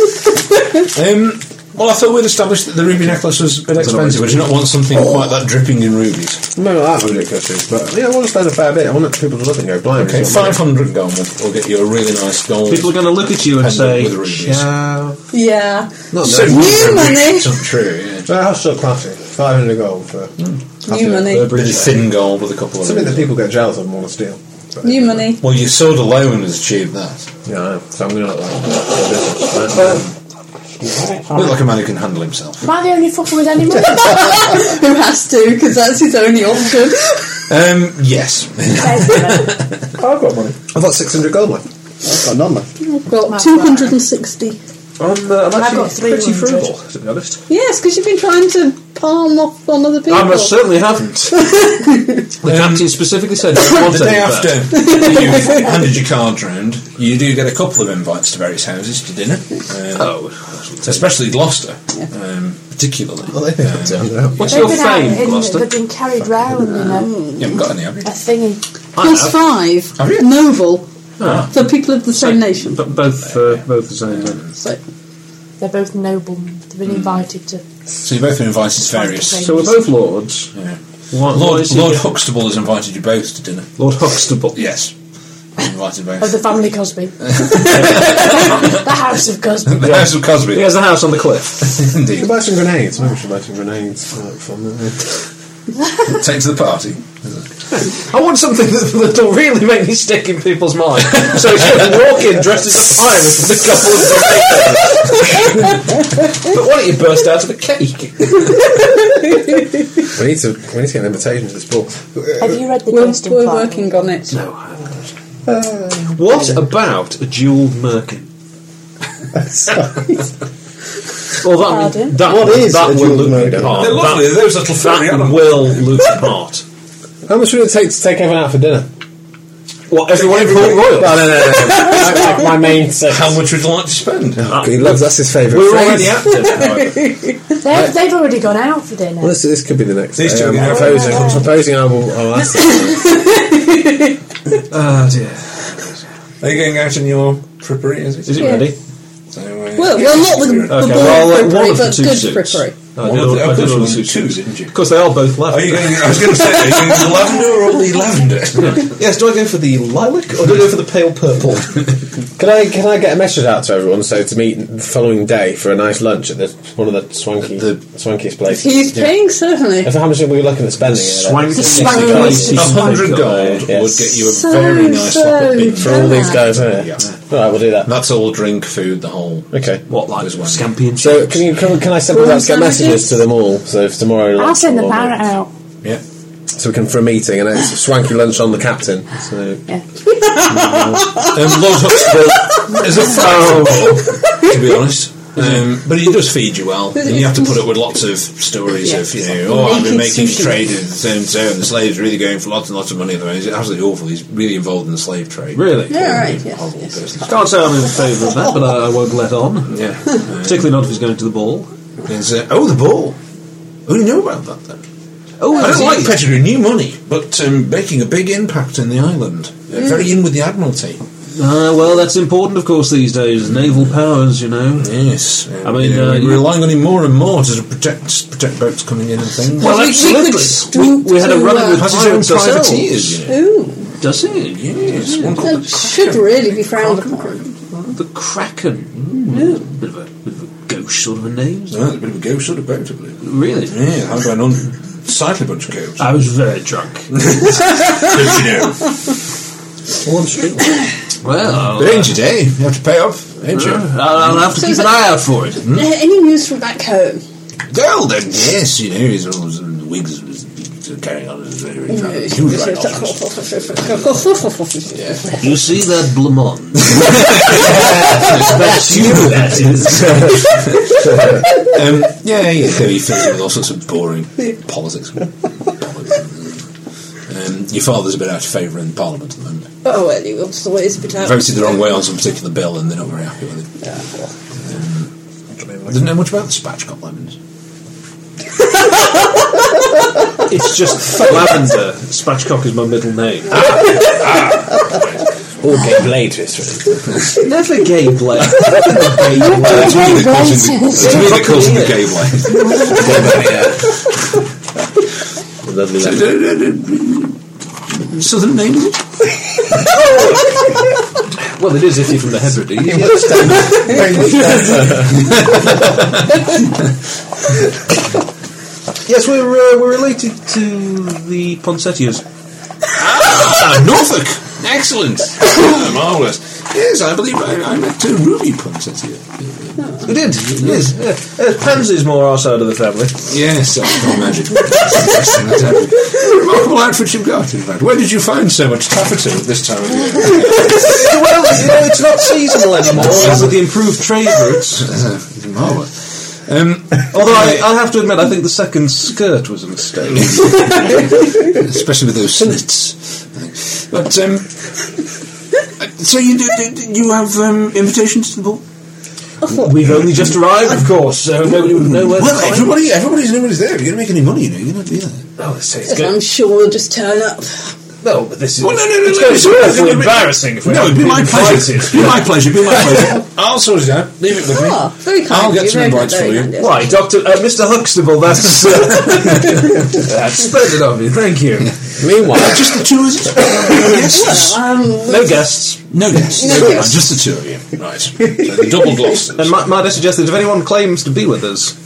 S9: Um, well, I thought we'd established that the ruby necklace was a bit expensive. Oh. Would you not want something quite that dripping in rubies?
S4: No, not that ridiculous, but yeah, I want to spend a fair bit. I want people to look and go blind.
S9: Okay, 500 gold will, will get you a really nice gold.
S6: People are going to look at you and
S9: pendant
S6: say,
S9: with rubies.
S4: Uh,
S7: Yeah.
S4: not
S9: So
S4: no.
S7: New money.
S9: It's not true, yeah.
S4: Well, that's still classic. Five hundred gold for
S7: Mm. New money.
S9: Really thin gold with a couple of
S4: something that
S9: rubies.
S4: people get jealous of and want to steal. But,
S7: New money.
S9: Well, your sword alone has achieved that.
S4: Yeah, I know. so I'm going to look like a business.
S6: Um,
S9: A bit like a man who can handle himself.
S8: Am I the only fucker with any money?
S7: Who has to, because that's his only option.
S9: Um, yes.
S4: I've got money. I've got six hundred gold one.
S16: I've got none left.
S7: I've got 260.
S6: I'm, uh, I'm
S8: got
S6: actually pretty
S8: 300.
S6: frugal, to be honest.
S7: Yes, because you've been trying to palm off on other people.
S6: I most certainly haven't. the captain specifically said he didn't want
S9: Um, The day
S6: any of
S9: after
S6: that.
S9: you've handed your card round, you do get a couple of invites to various houses to dinner. Um,
S6: Oh,
S9: Especially Gloucester, um, particularly.
S4: Well, they think it's under out.
S6: what's
S8: They've
S6: your
S8: been out
S6: fame,
S8: in-
S6: Gloucester?
S8: They've been carried round in a,
S9: You haven't got any, have you?
S8: a thingy.
S7: Plus five.
S9: Have you?
S7: Noble.
S6: Ah.
S7: For people of the same nation.
S6: But both, uh, both the same. then.
S7: So,
S8: They're both
S4: Hmm.
S8: noble. They've been invited to.
S9: So you've both been invited to various.
S6: So we're both lords.
S9: Yeah.
S6: What-
S9: Lord,
S6: what is he
S9: Lord
S6: doing?
S9: Huxtable has invited you both to dinner.
S6: Lord Huxtable?
S9: Yes. He's invited both.
S8: Of Oh, the family Cosby. the house of Cosby.
S9: The House of Cosby.
S6: He has the house on the cliff.
S9: Indeed.
S4: buy some grenades. Maybe we should buy some grenades. That'd be fun, wouldn't it?
S9: Take to the party.
S6: I want something that, that'll really make me stick in people's minds. So it's just walk in dressed as a pirate with a couple of tomatoes. But why don't you burst out of a cake?
S4: we need to. We need to get an invitation to this ball.
S7: Have you read the We're, we're working on it.
S6: No, I haven't. What about a dual merkin? well, that,
S7: Pardon?
S6: that,
S4: What is
S6: that
S4: a
S6: will
S4: duurd
S6: look
S4: merkin?
S6: apart.
S4: They're lovely,
S6: That-
S4: those little furry
S6: That
S4: animals.
S6: will look apart.
S4: How much would it take to take everyone out for dinner?
S6: What, everyone in Port
S4: No,
S6: Royal?
S4: no, no, no. Like my main six.
S9: How much would you like to spend?
S4: He loves. That's his favourite.
S6: We're
S4: phrase.
S6: already at dinner.
S8: They've, they've already gone out for dinner.
S4: Well, this, this could be the next.
S6: These two
S4: I'm
S6: are the-
S4: proposing. I'm proposing. I will. I'll ask.
S6: Ah, dear.
S9: Are you going out in your frippery? Is it,
S6: Is it ready?
S9: So, uh,
S7: Well, well, not the, the
S6: Okay,
S7: board
S6: well, I'll let one
S7: frippery,
S6: of the
S7: but
S6: two
S7: good
S6: suits.
S7: frippery.
S6: No, Oh, I
S9: One
S6: did
S9: of
S6: order-
S9: the-
S6: I
S9: of
S6: did
S9: course
S6: order
S9: you
S6: two
S9: ordered two,
S6: suits.
S9: didn't you?
S6: Of course, they are both
S9: Are
S6: left.
S9: you going? I was going to say, are you going to the lavender or the lavender?
S6: Yes, do I go for the lilac or do I go for the pale purple?
S4: Can I can I get a message out to everyone so to meet the following day for a nice lunch at the, one of the swanky swankiest places?
S7: He's paying, certainly.
S4: If- How much are we looking at spending?
S6: Swanky
S7: Swanky
S6: place.
S9: A hundred gold
S4: Yes.
S9: would get you a
S7: So,
S9: very nice
S7: so
S9: lot of big
S4: for all these guys, isn't it?
S9: Yeah.
S4: All right, we'll do that.
S9: That's all drink, food, the whole.
S4: Okay.
S6: What, like
S9: There's one.
S6: scampi and
S4: So can you can, can I send them out get
S8: Sandwiches?
S4: messages to them all? So if tomorrow,
S8: I'll
S4: lunch,
S8: send the
S4: we'll-
S8: parrot out.
S9: Yeah.
S4: So we can for a meeting and it's a swanky lunch on the captain. So
S9: Um, Lord Huxtable is a fireball, to be honest. Um, but he does feed you well, and you have to put up with lots of stories of you know, oh, I've been making
S7: Naked sushi.
S9: trade with so and so, and the slave's really going for lots and lots of money at the moment. It's absolutely awful. He's really involved in the slave trade.
S6: Really?
S7: Yeah, right, yes,
S9: Horrible
S7: yes.
S9: person.
S6: Can't say I'm in favour of that, but I, I won't let on.
S9: Yeah. Uh,
S6: Particularly not if he's going to the ball.
S9: There's, uh, oh, the ball. Who knew about that then?
S6: Oh,
S9: I don't like
S6: petty.
S9: Pettigrew, new money, but um, making a big impact in the island. Uh, Very in with the Admiralty.
S6: Uh, well, that's important, of course, these days. Naval powers, you know.
S9: Yes.
S6: I mean,
S9: you know,
S6: uh,
S9: we're
S6: you-
S9: relying on him more and more to protect protect boats coming in and things.
S6: Well,
S7: we- we
S6: absolutely.
S7: could
S6: We,
S7: stoop
S6: we had a
S7: to,
S6: run in
S7: uh,
S6: with
S9: Has his own
S6: pirates ourselves.
S9: privateers. you know.
S7: Ooh,
S6: Does he?
S9: Yes. One called
S7: that
S9: the
S7: should
S9: Kraken.
S7: really be frowned upon.
S6: The Kraken. Mm, Bit, of a, bit of a ghost sort of a name. isn't it?
S9: No, it's a bit of a ghost sort of boat, I believe.
S6: Really?
S9: Yeah, how about an unsightly bunch of ghosts?
S6: I was very drunk.
S9: Don't you know?
S6: Well,
S9: But ain't your day? You have to pay up, ain't you?
S6: uh, I'll, I'll have to
S7: So
S6: keep
S7: is
S6: an
S7: it-
S6: eye out for it.
S7: Uh, any news from back home?
S9: Well, then, yes, you know, he's all the wigs was carrying on as very, very proud. He was right on.
S6: You see that blamond? That's you, that is.
S9: um, yeah, he, he fills in with all sorts of boring politics. Um, your father's a bit out of favour in Parliament at the moment.
S7: Oh, well, he was always a bit out.
S9: Voted the wrong way on some particular bill, and they're not very happy with it. Doesn't know much about the spatchcock lemons.
S6: It's just lavender. Spatchcock is my middle name.
S4: all game blade to us, really.
S6: Never gay blade.
S8: Very
S9: It's
S8: blatant.
S9: me that calls him the gay blade.
S4: Lovely. lunch.
S9: Southern name? is it?
S6: well, it is if you're from the Hebrides. yes, we're uh, we're related to the Poncetius.
S9: Ah, Norfolk! Excellent! Ah, Marvellous. Yes, I believe I, I met uh, Ruby Princess here.
S6: We did. Yes, yeah. uh, Pansy's more our side of the family.
S9: Yes, I can imagine. That's interesting, that's happening. Remarkable outfit you've got, in fact. Where did you find so much taffeta at this time of year?
S6: well, you know, it's not seasonal anymore. with the improved trade routes.
S9: Uh, Marvellous. Um,
S6: Although I, I have to admit, I think the second skirt was a mistake.
S9: especially with those sonnets. I think. But, um, uh, so you, do- you have um, invitations to the ball?
S6: We've only just arrived, of course, so nobody would know where to
S9: Well,
S6: find
S9: everybody, everybody's nobody's there. If you're going to make any money, you know, you're not doing that.
S6: Oh, let's say it's
S7: I'm sure we'll just turn up.
S6: No, but this is.
S9: Well, no, no, no,
S6: it's
S9: no,
S6: going
S9: it's
S6: to be
S9: awful.
S6: awful embarrassing if we
S9: No,
S6: haven't
S9: be
S6: been
S9: my pleasure.
S6: invited.
S9: Be my pleasure. Be my pleasure. I'll sort it out. Leave it with me.
S7: Ah, very kind
S9: I'll
S7: of
S9: get
S7: you,
S9: some
S7: very
S9: invites
S7: kind,
S9: for
S7: very
S9: you.
S7: kind, yes.
S6: Right, Doctor, uh, Mr. Huxtable, that's uh, that's splendid of you. Thank you.
S4: Meanwhile,
S9: just the two of us. yes.
S6: No guests.
S9: No guests.
S6: No
S9: Right,
S6: guests.
S9: Just the two of you. Right. So the double gloss.
S6: And might, might I suggest that if anyone claims to be with us,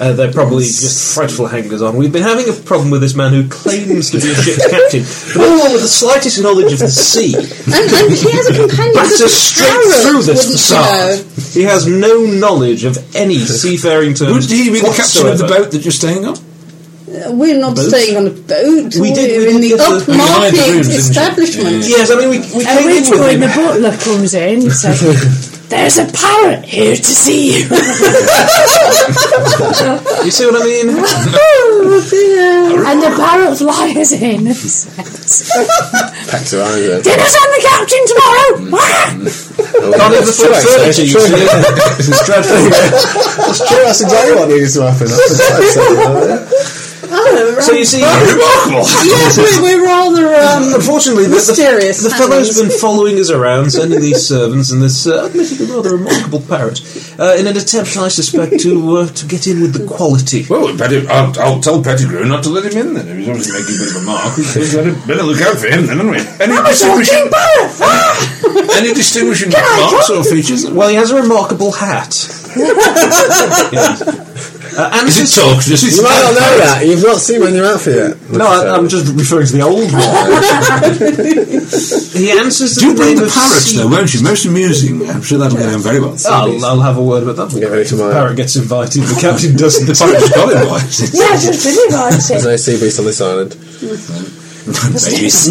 S6: uh, they're probably just frightful hangers on. We've been having a problem with this man who claims to be a ship's captain, but no one with the slightest knowledge of the sea.
S7: And, and he has a companion.
S6: Batters straight
S7: Harold
S6: through this
S7: wouldn't
S6: facade.
S7: know.
S6: He has no knowledge of any seafaring terms.
S9: Would he be the captain of the
S6: whatsoever.
S9: boat that you're staying on?
S7: Uh, We're not
S6: Boat?
S7: staying on a boat.
S6: We
S7: are
S6: did- we
S7: in
S6: did
S7: the
S6: get the- we hired the
S7: upmarket
S6: rooms, didn't we?
S7: establishment.
S6: Yes, I mean, we, we
S8: At
S6: came in
S8: which
S6: with
S8: point
S6: him.
S8: the butler comes in eh? and says, There's a parrot here to see you.
S6: You see what I mean?
S8: oh dear. And the parrot flies in and says,
S4: Packs around with it.
S8: Dinner's on the captain tomorrow! Ah!
S6: Not even the full furniture, you see.
S4: This is dreadful. That's true. That's exactly what needed to happen. That's exactly
S7: Oh, right.
S6: So you see,
S9: remarkable.
S7: yes, we're, we're rather um,
S6: Unfortunately, the,
S7: mysterious.
S6: the, the fellow's been following us around, sending these servants and this uh, admittedly rather remarkable parrot uh, in an attempt, I suspect, to uh, to get in with the quality.
S9: Well, Pettig- I'll, I'll tell Pettigrew not to let him in then. If He's obviously making a bit of a mark. We better, better look out for him then, haven't we? Any distinguishing, any distinguishing marks or features?
S6: Well, he has a remarkable hat. Uh, Yes. Uh, and
S9: Is it talk? Does it
S4: You might not know that. You've not seen when you're out for yet.
S6: No, I, I'm just referring to the old one. he answers.
S9: Do
S6: the name
S9: bring the
S6: of
S9: parrots
S6: Sea-
S9: though, won't you? Most amusing. I'm sure that'll go down very well.
S6: I'll, I'll have a word with that.
S4: Get ready
S6: The
S4: tomorrow.
S6: parrot gets invited. The captain doesn't. The
S9: Sorry,
S6: parrot
S9: just got it right.
S8: Yeah, just been
S4: There's no
S8: invited.
S4: sea beast on this island.
S9: Babies.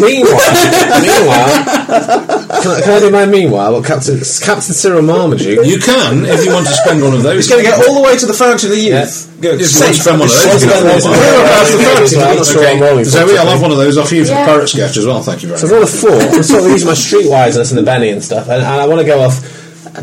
S4: Meanwhile, meanwhile, can I, can I do my meanwhile? Well, Captain Captain Cyril Marmaduke.
S9: You can if you want to spend one of those.
S6: He's going to get all the way to the fountain of
S4: Yeah.
S6: youth. Go,
S9: Just
S6: safe.
S9: want to spend one of those.
S4: Just
S9: you can
S4: spend
S9: have
S4: those.
S9: one.
S4: Yeah, that's the
S9: Whereabouts
S4: parrot.
S9: the
S4: That's what I'm
S9: parrot?
S4: rolling
S9: Okay.
S4: for.
S9: Zoe, I'll have one of those off you for the
S8: Yeah.
S9: parrot sketch as well. Thank you very
S4: So
S9: much.
S4: I've rolled a four. I'm sort of using my streetwiseness and the Benny and stuff, and, and I want to go off,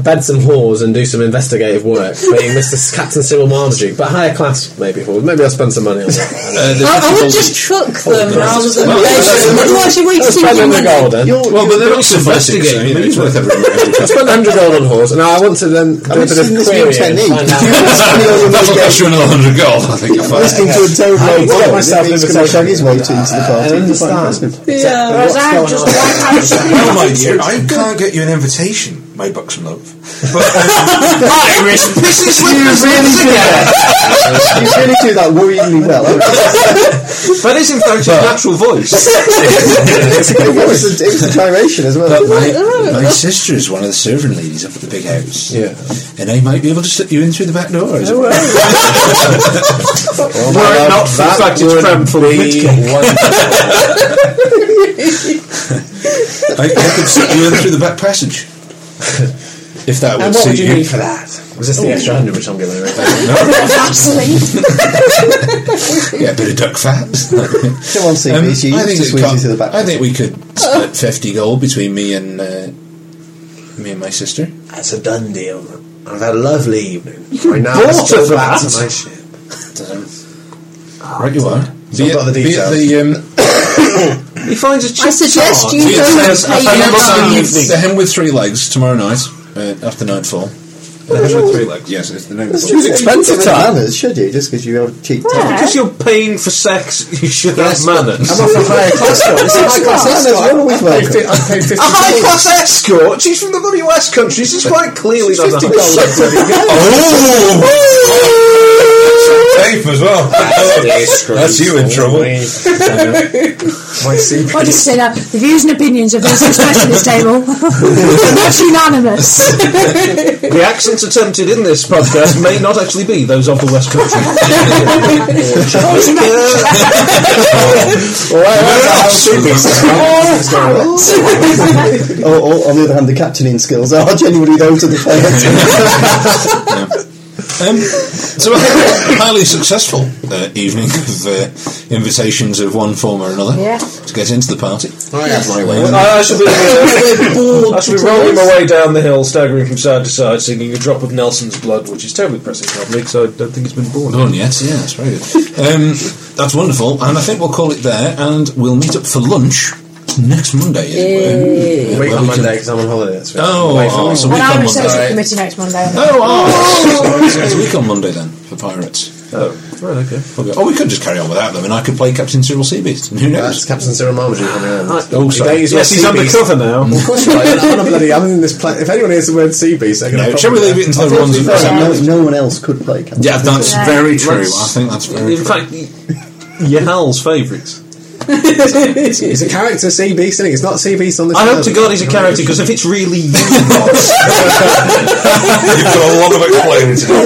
S4: bed some whores, and do some investigative work, being Mr. Captain Cyril Marmaduke, but higher class maybe. whores. Maybe I'll spend some money on that.
S9: Uh, the
S7: I, I
S9: difficult-
S7: would just cook them rather than
S9: Well, that's-
S7: Why should we
S4: I'll
S7: sing
S4: spend
S7: your
S4: hundred
S7: money?
S4: gold then.
S17: You're,
S9: Well, but they're
S6: It's
S9: also investigating.
S6: investigating,
S9: So, you know, it's worth every
S4: I'll spend hundred gold on whores. Now I want to then do a bit
S17: seen
S4: of
S17: this new
S4: query and
S17: technique.
S4: find out.
S9: That'll cost you another hundred gold, I think. You'll find.
S17: listening to a
S4: I
S17: terrible
S4: need to
S17: boy
S4: get myself
S17: who's going to
S4: invitation.
S17: shag his way to into the party.
S4: I
S17: It'd be quite
S4: Uh, understand.
S17: impressive.
S7: Yeah,
S8: Whereas I'm just like, I'm
S9: Well, my dear, I can't get you an invitation, my buxom love. But um, Irish pisses
S17: You really do that. you really do that worryingly well.
S6: That is, in fact, his natural voice.
S17: It was a, it was a gyration as well.
S9: my, my sister is one of the servant ladies up at the big house.
S4: Yeah.
S9: And I might be able to slip you in through the back door. Is it?
S4: Oh,
S6: Were it
S4: my
S6: not
S4: love,
S6: for the
S4: that
S6: fact it's
S4: would
S6: crammed full of
S4: be
S6: whitkey.
S4: wonderful.
S9: I, I could slip you in through the back passage. If that would
S4: And what
S9: suit
S4: would you need for that? Was this the extra hundred which I'm giving away?
S9: Yeah, a bit of duck fat.
S17: Come on, see,
S9: Um,
S17: you used to
S9: it
S17: squeeze
S9: co-
S17: you through the back.
S9: I think we could split fifty gold between me and uh, me and my sister.
S4: That's a done deal. I've had a lovely evening. I now
S6: bought
S4: must go
S6: her for
S4: back
S6: that.
S4: to my ship.
S9: right, you are.
S4: So I've got the details.
S9: Be it the, um,
S6: He finds a cheap
S7: I suggest
S6: charge.
S7: you
S9: Yes,
S7: go
S9: yes,
S7: and
S9: I
S7: pay
S9: found
S7: your
S9: the hen with-
S7: tithes.
S9: um, The hen with three legs tomorrow night uh, after nightfall.
S6: Because
S9: Yes, it's the name.
S17: It's
S9: of
S17: expensive manners, should you? Just because you have cheap time.
S6: you're paying for sex, you should have manners.
S17: I'm off a higher class though. It's a high class manners. You're always welcome.
S4: I paid
S6: A
S4: fifty.
S6: high class escort? She's from the bloody West Country. She's quite clearly not a
S9: Tape Oh! as well. That's you in trouble.
S4: My seat.
S8: What did you say now? The views and opinions of those expressed at this table are not unanimous.
S6: The accents attempted in this podcast may not actually be those of the West Country.
S4: Oh,
S17: Or, or, on the other hand, the captaining skills are genuinely those of the players.
S9: Um, so I had a highly successful uh, evening of uh, invitations of one form or another
S8: Yeah.
S9: to get into the party.
S6: I, I should be, I should be rolling my way down the hill, staggering from side to side, singing a drop of Nelson's blood, which is terribly pressing public, so I don't think it's been born.
S9: Done yet? Yeah, that's very good. Um, that's wonderful, and I think we'll call it there, and we'll meet up for lunch Next Monday. Is
S4: Yay.
S9: it?
S4: Week on Monday, 'cause I'm on holiday this week.
S9: Oh,
S4: Away from
S9: oh, it's a
S4: home.
S9: week
S8: And I'm
S9: on
S8: a social
S9: Monday.
S8: committee next Monday.
S9: Oh, oh, so it's a week on Monday then for Pirates.
S4: Oh, right, okay.
S9: Oh, we could just carry on without them, and I could play Captain Cyril Seabeast. Who knows? That's
S4: Captain Cyril Marmaduke coming in.
S9: Oh, sorry.
S4: Yes, he's undercover
S6: Oh.
S4: now. Of course you are. I'm not bloody. I'm in this planet. If anyone hears the word sea beast, they're going to.
S9: No, shall we leave it until everyone's-
S2: No, no one else could play. Captain
S9: Yeah, that's
S2: Cyril.
S9: very true. I think that's very
S6: In
S9: true.
S6: fact, Yahal's favourites.
S4: Is a character sea beast? Isn't it? It's not sea beast on the.
S6: I hope to
S4: channel.
S6: God he's a character because if it's really you,
S9: You've got a lot of explaining to do.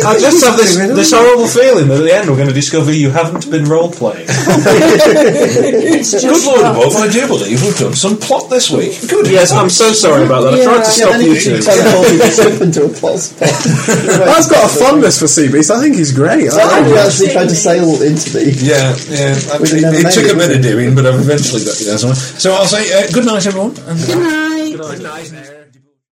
S6: I just have this this horrible feeling that at the end we're going to discover you haven't been role playing.
S9: Good Lord above, I do believe we've done some plot this week. Good.
S6: Yes, I'm so sorry about that. I tried to
S2: Yeah,
S6: stop
S2: then
S6: you
S2: he can
S6: two.
S2: teleport himself into a plot spot.
S4: I've got a fondness for sea beast. I think he's great.
S2: So I you actually tried to sail into the.
S9: Yeah, yeah.
S2: We'd have never
S9: it
S2: made
S9: took
S2: it,
S9: a bit of doing, but I've eventually got you there somewhere. So I'll say uh, good night, everyone. And
S18: Good night.
S6: Good night.